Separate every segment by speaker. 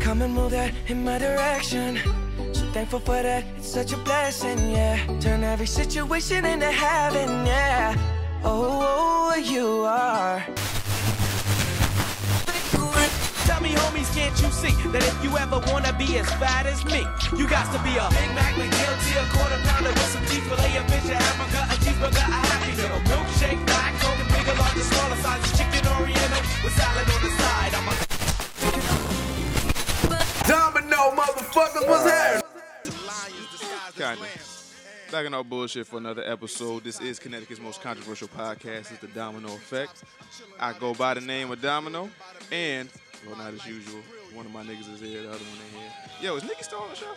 Speaker 1: Come and move that in my direction. So thankful for that, it's such a blessing, yeah. Turn every situation into heaven, yeah. Oh, oh you are.
Speaker 2: Tell me, homies, can't you see that if you ever wanna be as fat as me, you got to be a Big Mac, McGill, a quarter pounder with some cheese fillet, a fish, a hamburger, a cheeseburger, a happy little milkshake, black, on the bigger, larger, smaller size, chicken oriental with salad on the side. I'm a
Speaker 3: Domino motherfuckers, what's happening?
Speaker 4: Kind of. Back in our bullshit for another episode. This is Connecticut's most controversial podcast. It's the Domino Effect. I go by the name of Domino, and well, not as usual. One of my niggas is here, the other one ain't here. Yo, is Nikki still on the show?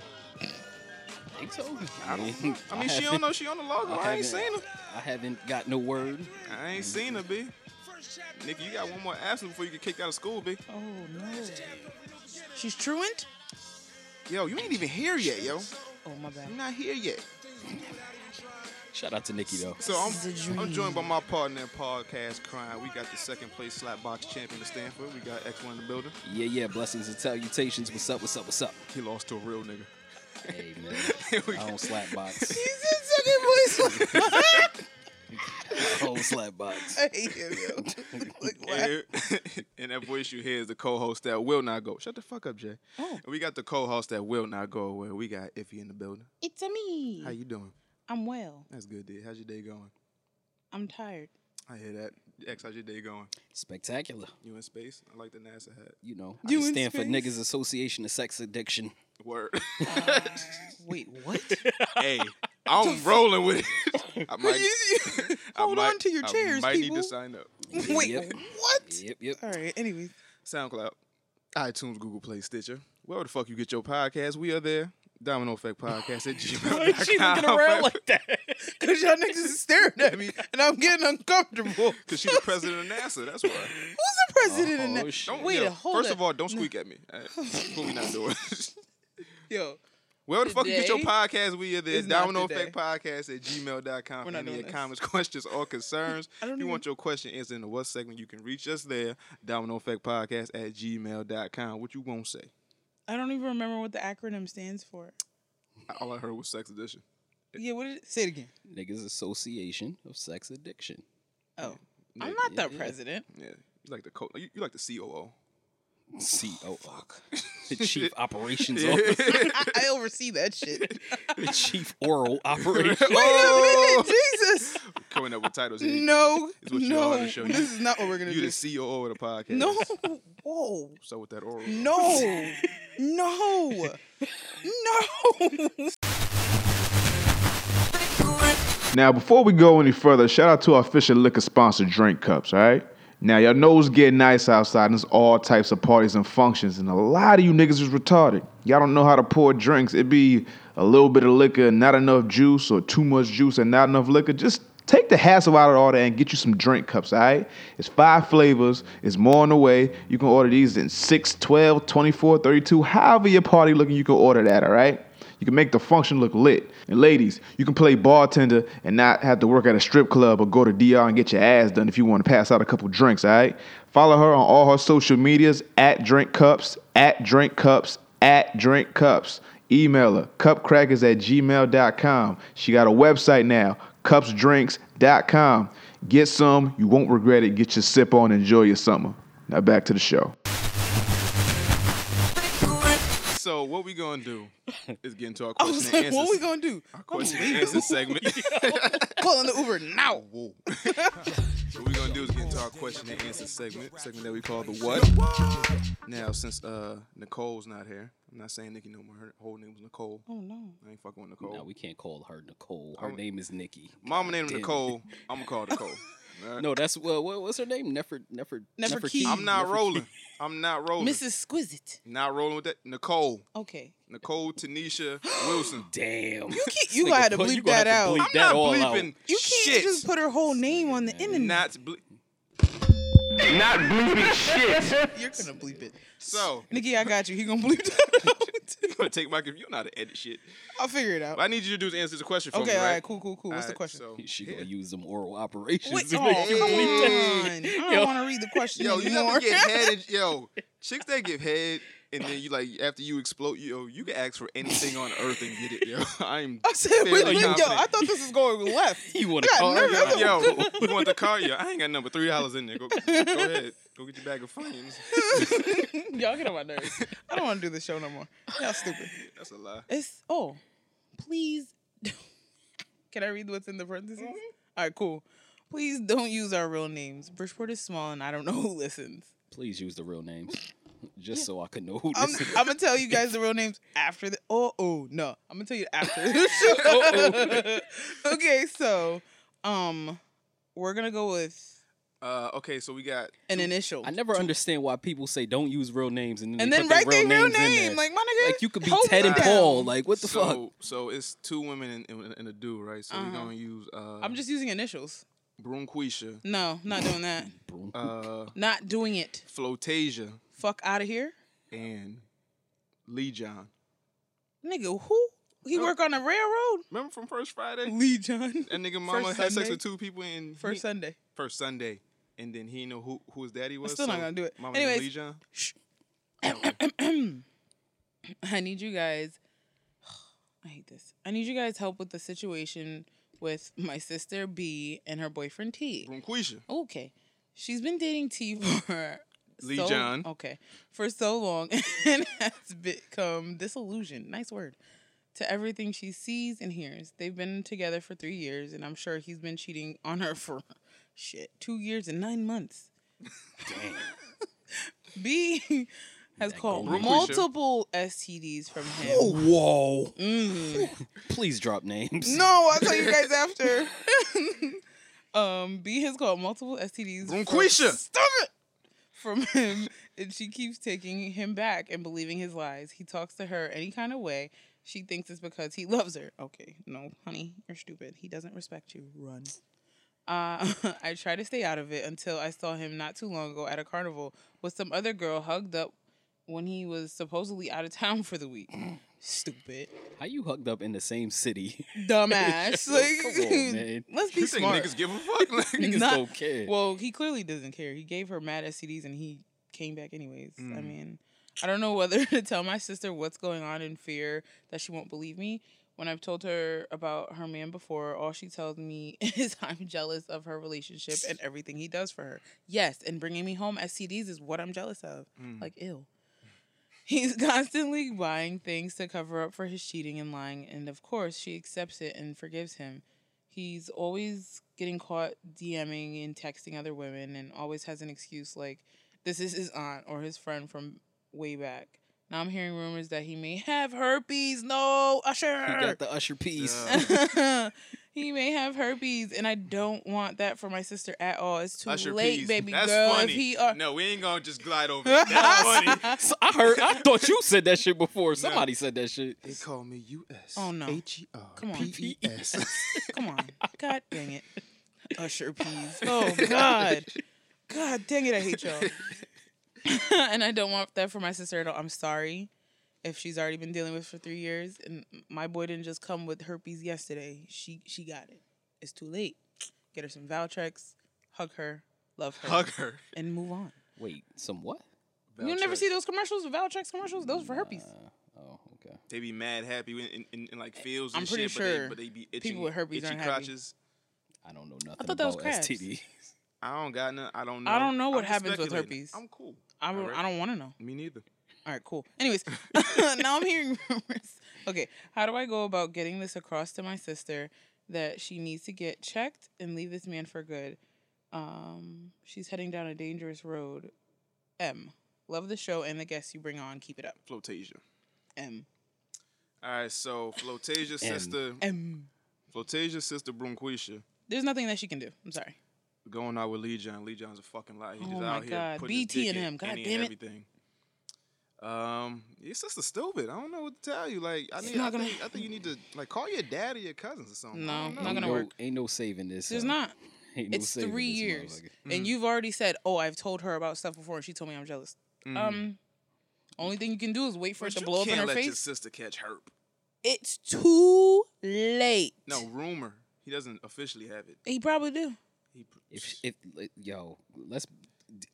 Speaker 5: I mean,
Speaker 4: I mean, she don't know. She on the logo. I, ain't seen her.
Speaker 5: I haven't got no word.
Speaker 4: I ain't seen her, b. Nikki, you got one more absence before you get kicked out of school, b.
Speaker 6: Oh, She's truant?
Speaker 4: Yo, you ain't even here yet, yo.
Speaker 6: Oh, my bad.
Speaker 4: You're not here yet.
Speaker 5: Shout out to Nikki though.
Speaker 4: So I'm, I'm joined by my partner in podcast crime. We got the second place slapbox champion of Stanford. We got X1 in the building.
Speaker 5: Yeah, yeah. Blessings and salutations. What's up? What's up? What's up?
Speaker 4: He lost to a real nigga. Oh.
Speaker 5: Hey man, I don't slap box. I don't slap box.
Speaker 4: And, and that voice you hear is the co-host that will not go. Shut the fuck up, Jay. And we got the co-host that will not go away. We got Iffy in the building.
Speaker 6: It's a me.
Speaker 4: How you doing?
Speaker 6: I'm well.
Speaker 4: That's good, dude. How's your day going?
Speaker 6: I'm tired.
Speaker 4: I hear that. X, how's your day going?
Speaker 5: Spectacular.
Speaker 4: You in space? I like the NASA hat.
Speaker 5: You know,
Speaker 6: You
Speaker 5: I
Speaker 6: in
Speaker 5: stand for
Speaker 6: space?
Speaker 5: Niggas Association of Sex Addiction.
Speaker 4: Word.
Speaker 6: Um, Wait, what?
Speaker 4: hey, I'm rolling with it. I might,
Speaker 6: Hold on to your chairs,
Speaker 4: I might
Speaker 6: people.
Speaker 4: need to sign up.
Speaker 6: Wait,
Speaker 5: Yep.
Speaker 6: what?
Speaker 5: Yep, yep.
Speaker 6: All right, anyway.
Speaker 4: SoundCloud, iTunes, Google Play, Stitcher. Wherever the fuck you get your podcast, we are there. Domino Effect Podcast at gmail.com.
Speaker 6: She looking around like that.
Speaker 3: Because y'all niggas is staring at me and I'm getting uncomfortable.
Speaker 4: Because she's the president of NASA. That's why.
Speaker 6: Who's the president in
Speaker 5: Oh
Speaker 6: that?
Speaker 5: shit.
Speaker 6: Wait,
Speaker 4: Yeah,
Speaker 6: hold
Speaker 4: First
Speaker 6: up.
Speaker 4: of all, don't squeak at me. All right, That's what we not doing.
Speaker 3: Yo,
Speaker 4: Wherever the fuck you get your
Speaker 3: Today
Speaker 4: podcast, we are there.
Speaker 3: is not
Speaker 4: Domino
Speaker 3: today.
Speaker 4: Effect Podcast at gmail.com.
Speaker 3: We're
Speaker 4: For
Speaker 3: not
Speaker 4: any
Speaker 3: doing
Speaker 4: of your
Speaker 3: this.
Speaker 4: comments, questions, or concerns.
Speaker 3: I
Speaker 4: If you
Speaker 3: don't even-
Speaker 4: want your question answered in the what segment, you can reach us there. Domino Effect Podcast at gmail.com. What you won't say?
Speaker 6: I don't even remember what the acronym stands for.
Speaker 4: All I heard was sex edition.
Speaker 6: Yeah, what did it say it again?
Speaker 5: Niggas Association of Sex Addiction.
Speaker 6: Oh. I'm not the
Speaker 5: yeah.
Speaker 6: president.
Speaker 4: Yeah. You like the co- you, you like the COO.
Speaker 5: COO. The Chief Operations
Speaker 4: Yeah.
Speaker 5: Officer.
Speaker 6: I, I oversee that shit.
Speaker 5: The Chief Oral Operations.
Speaker 4: Oh!
Speaker 6: Jesus.
Speaker 4: Coming up with titles. here.
Speaker 6: No.
Speaker 4: It's what you
Speaker 6: No.
Speaker 4: are to show. You-
Speaker 6: This is not what we're going to
Speaker 4: You
Speaker 6: do.
Speaker 4: the COO of the podcast.
Speaker 6: No. Whoa.
Speaker 4: So with that oral.
Speaker 6: No. No. No.
Speaker 4: Now, before we go any further, shout out to our official liquor sponsor, Drink Cups, all right? Now, y'all know it's getting nice outside, and it's all types of parties and functions, and a lot of you niggas is retarded. Y'all don't know how to pour drinks. It be a little bit of liquor, and not enough juice, or too much juice and not enough liquor. Just take the hassle out of all that and get you some drink cups, all right? It's five flavors, it's more on the way. You can order these in 6, 12, 24, 32, however your party looking, you can order that, all right? You can make the function look lit. And ladies, you can play bartender and not have to work at a strip club or go to DR and get your ass done if you want to pass out a couple drinks, all right? Follow her on all her social medias at Drink Cups, at Drink Cups, at Drink Cups. Email her, cupcrackers at gmail.com. She got a website now, cupsdrinks.com. Get some, you won't regret it. Get your sip on, enjoy your summer. Now back to the show. So what we gonna do is get into our
Speaker 6: I was like, what we going to do?
Speaker 4: question and answer segment.
Speaker 6: Calling the Uber now.
Speaker 4: Whoa. what we're gonna do is get into our question and answer segment, segment that we call the what. Now, since uh Nicole's not here, I'm not saying Nikki no more. Her whole name was Nicole.
Speaker 6: Oh, no.
Speaker 4: I ain't fucking with Nicole.
Speaker 5: No, we can't call her Nicole. Her name is Nikki.
Speaker 4: Mama named
Speaker 5: Damn.
Speaker 4: Nicole. I'm gonna call her Nicole. Alright?
Speaker 5: No, that's well, what, what's her name? Nefer Nefer
Speaker 6: Neferkiti.
Speaker 5: Neferkiti.
Speaker 4: I'm not
Speaker 5: Neferkiti.
Speaker 4: rolling. I'm not rolling.
Speaker 6: Mrs. Squizit.
Speaker 4: Not rolling with that. Nicole.
Speaker 6: Okay.
Speaker 4: Nicole Tanisha Wilson.
Speaker 5: Damn.
Speaker 6: You can't, you
Speaker 5: Nigga,
Speaker 6: got to
Speaker 5: put-
Speaker 6: bleep
Speaker 5: you gonna
Speaker 6: that
Speaker 5: have to
Speaker 6: out.
Speaker 5: bleep
Speaker 4: I'm
Speaker 5: that
Speaker 4: not
Speaker 5: all
Speaker 4: bleeping.
Speaker 6: You can't
Speaker 4: shit.
Speaker 6: just put her whole name on the internet.
Speaker 4: not ble-
Speaker 3: not bleeping shit.
Speaker 6: You're gonna bleep it,
Speaker 4: so.
Speaker 6: Nikki. I got you. He gonna bleep that out.
Speaker 4: I'm gonna take my computer. You know how to edit shit.
Speaker 6: I'll figure it out.
Speaker 4: What I need you to do is answer the question for
Speaker 6: okay,
Speaker 4: me,
Speaker 6: all
Speaker 4: right?
Speaker 6: right, cool, cool, cool. What's the
Speaker 4: Alright,
Speaker 6: question?
Speaker 4: so-
Speaker 5: She gonna use them oral operations.
Speaker 6: Wait,
Speaker 5: to
Speaker 6: oh,
Speaker 5: make you
Speaker 6: come
Speaker 5: bleep that.
Speaker 6: on. I don't want to read the question
Speaker 4: Yo, you
Speaker 6: anymore.
Speaker 4: ever get headed? Yo, chicks that give head and then you like after you explode, yo, you can ask for anything on earth and get it, yo. I'm
Speaker 6: I said, wait,
Speaker 4: fairly
Speaker 6: wait, yo,
Speaker 4: confident.
Speaker 6: I thought this was going left.
Speaker 5: You want
Speaker 6: God,
Speaker 5: to call
Speaker 6: no, no,
Speaker 5: her?
Speaker 6: no.
Speaker 4: Yo, you want the car? Yo, I ain't got number three dollars in there. Go, go ahead, go get your bag of flames.
Speaker 6: Y'all get on my nerves. I don't want to do this show no more. Y'all stupid.
Speaker 4: That's a lie.
Speaker 6: It's oh, please. Can I read what's in the parentheses? All right, cool. Please don't use our real names. Bridgeport is small, and I don't know who listens.
Speaker 5: Please use the real names, just so I can know who
Speaker 6: I'm,
Speaker 5: this is.
Speaker 6: I'm gonna tell you guys the real names after the. Oh, oh no, I'm gonna tell you after. the
Speaker 5: Oh,
Speaker 6: show. okay, so um, we're gonna go with
Speaker 4: Uh, okay, so we got
Speaker 6: an initial,
Speaker 5: I never understand why people say don't use real names and then,
Speaker 6: and
Speaker 5: they
Speaker 6: then
Speaker 5: put their
Speaker 6: write their
Speaker 5: real
Speaker 6: real
Speaker 5: names in there.
Speaker 6: name. Like my nigga,
Speaker 5: Like, you could be
Speaker 6: hold
Speaker 5: Ted
Speaker 6: me
Speaker 5: and
Speaker 6: down.
Speaker 5: Paul. Like what the
Speaker 4: so,
Speaker 5: fuck?
Speaker 4: So it's two women and, and, and a dude, right? So
Speaker 6: Uh-huh.
Speaker 4: we're gonna use uh,
Speaker 6: I'm just using initials.
Speaker 4: Brunquisha,
Speaker 6: No, not doing that.
Speaker 5: Broom.
Speaker 4: uh,
Speaker 6: Not doing it.
Speaker 4: Flotasia,
Speaker 6: Fuck out of here.
Speaker 4: and Lee John.
Speaker 6: Nigga, who?
Speaker 5: Oh.
Speaker 6: He work on the railroad?
Speaker 4: Remember from First Friday?
Speaker 6: Lee John.
Speaker 4: That nigga mama had sex
Speaker 6: Sunday?
Speaker 4: with two people in
Speaker 6: First Sunday.
Speaker 4: first Sunday, and then he know who who his daddy was.
Speaker 6: still not
Speaker 4: so
Speaker 6: gonna do it.
Speaker 4: Mama named
Speaker 6: Anyways.
Speaker 4: Lee John.
Speaker 6: I need you guys. I hate this. I need you guys help with the situation with my sister B and her boyfriend T.
Speaker 4: Brunquisha.
Speaker 6: Okay. She's been dating T for
Speaker 4: Lee
Speaker 6: so-
Speaker 4: John.
Speaker 6: Okay. For so long and has become disillusioned. Nice word. To everything she sees and hears. They've been together for three years, and I'm sure he's been cheating on her for shit, two years and nine months. Damn. B has caught
Speaker 4: going.
Speaker 6: multiple STDs from him.
Speaker 5: Whoa!
Speaker 6: Mm.
Speaker 5: Please drop names.
Speaker 6: No, I'll tell you guys after. um, B has caught multiple STDs. from-
Speaker 4: Brunquisha.
Speaker 6: Stop it! From him, and she keeps taking him back and believing his lies. He talks to her any kind of way. She thinks it's because he loves her. Okay, no, honey, you're stupid. He doesn't respect you. Run. Uh, I try to stay out of it until I saw him not too long ago at a carnival with some other girl hugged up when he was supposedly out of town for the week.
Speaker 5: Mm.
Speaker 6: Stupid
Speaker 5: How you hugged up in the same city?
Speaker 6: dumbass. like,
Speaker 5: Come on, man.
Speaker 6: let's be
Speaker 4: You think
Speaker 6: smart.
Speaker 4: niggas give a fuck? Like,
Speaker 5: Niggas
Speaker 6: Not-
Speaker 5: don't care.
Speaker 6: Well, he clearly doesn't care. He gave her mad STDs and he came back anyways.
Speaker 5: Mm.
Speaker 6: I mean, I don't know whether to tell my sister what's going on in fear that she won't believe me. When I've told her about her man before, all she tells me is I'm jealous of her relationship and everything he does for her. Yes, and bringing me home STDs is what I'm jealous of.
Speaker 4: mm.
Speaker 6: Like, ew. He's constantly buying things to cover up for his cheating and lying, and of course, she accepts it and forgives him. He's always getting caught DMing and texting other women, and always has an excuse like, this is his aunt or his friend from way back. Now I'm hearing rumors that he may have herpes. No, Usher.
Speaker 5: you got the usher piece.
Speaker 4: Yeah.
Speaker 6: he may have herpes, and I don't want that for my sister at all. It's too
Speaker 4: Usher
Speaker 6: late,
Speaker 4: Peas.
Speaker 6: baby
Speaker 4: That's
Speaker 6: girl.
Speaker 4: funny.
Speaker 6: If he are,
Speaker 4: No, we ain't gonna just glide over. it. That's funny.
Speaker 5: So I heard. I thought you said that shit before. Somebody said that shit.
Speaker 4: They call me U.S.
Speaker 6: Oh, no. Come on. E
Speaker 4: E
Speaker 6: Come on. God dang it. Usher peas. Oh God. God dang it, I hate y'all. and I don't want that for my sister at all. I'm sorry if she's already been dealing with for three years and my boy didn't just come with herpes yesterday. She she got it. It's too late. Get her some Valtrex, hug her, love her,
Speaker 4: Hug her.
Speaker 6: and move on.
Speaker 5: Wait, some what?
Speaker 6: you never
Speaker 4: Valtrex.
Speaker 6: see those commercials, the Valtrex commercials? Those for herpes.
Speaker 5: Oh, okay.
Speaker 4: They be mad happy when, in, in, in like fields
Speaker 6: I'm
Speaker 4: and
Speaker 6: pretty
Speaker 4: shit,
Speaker 6: sure
Speaker 4: but, they, but they be itching,
Speaker 6: people with herpes
Speaker 4: itchy
Speaker 6: aren't happy.
Speaker 4: crotches.
Speaker 5: I don't know nothing
Speaker 6: thought that was
Speaker 5: about
Speaker 6: crabs.
Speaker 5: STD.
Speaker 4: I don't got none. I don't know.
Speaker 6: I don't know what
Speaker 4: just
Speaker 6: happens with
Speaker 4: speculating.
Speaker 6: herpes.
Speaker 4: I'm cool.
Speaker 6: I don't,
Speaker 4: Alright.
Speaker 6: I don't want to know.
Speaker 4: Me neither.
Speaker 6: All right, cool. Anyways, now I'm hearing rumors. Okay, how do I go about getting this across to my sister that she needs to get checked and leave this man for good? Um, she's heading down a dangerous road. M. Love the show and the guests you bring on. Keep it up.
Speaker 4: Flotasia.
Speaker 6: M.
Speaker 4: All right, so Flotasia's
Speaker 5: M.
Speaker 4: sister,
Speaker 6: M.
Speaker 4: Flotasia's sister Brunquisha,
Speaker 6: There's nothing that she can do. I'm sorry.
Speaker 4: going out with Lee John. Lee John's a fucking liar. He
Speaker 6: Oh
Speaker 4: just
Speaker 6: my
Speaker 4: out here
Speaker 6: God.
Speaker 4: putting his
Speaker 6: BT
Speaker 4: dick
Speaker 6: in
Speaker 4: in
Speaker 6: him. God
Speaker 4: any and
Speaker 6: damn it.
Speaker 4: everything. Um, your sister stupid. I don't know what to tell you. Like, I
Speaker 6: It's
Speaker 4: need.
Speaker 6: not
Speaker 4: I,
Speaker 6: gonna-
Speaker 4: think, I think you need to like call your dad or your cousins or something. I
Speaker 6: No,
Speaker 4: don't know.
Speaker 6: not
Speaker 5: Ain't
Speaker 6: gonna
Speaker 5: no-
Speaker 6: work.
Speaker 5: Ain't no saving this.
Speaker 6: There's
Speaker 5: uh,
Speaker 6: not.
Speaker 5: Ain't no
Speaker 6: It's
Speaker 5: saving
Speaker 6: three
Speaker 5: this
Speaker 6: years,
Speaker 5: motherfucker.
Speaker 4: mm.
Speaker 6: and you've already said, "Oh, I've told her about stuff before, and she told me I'm jealous." Um, only thing you can do is wait for
Speaker 4: Mm. But
Speaker 6: it to
Speaker 4: you
Speaker 6: blow up in
Speaker 4: can't
Speaker 6: her
Speaker 4: let
Speaker 6: face.
Speaker 4: your sister catch herp.
Speaker 6: It's too late.
Speaker 4: No rumor. He doesn't officially have it.
Speaker 6: He probably do.
Speaker 4: He, pr-
Speaker 5: If, if like, yo, let's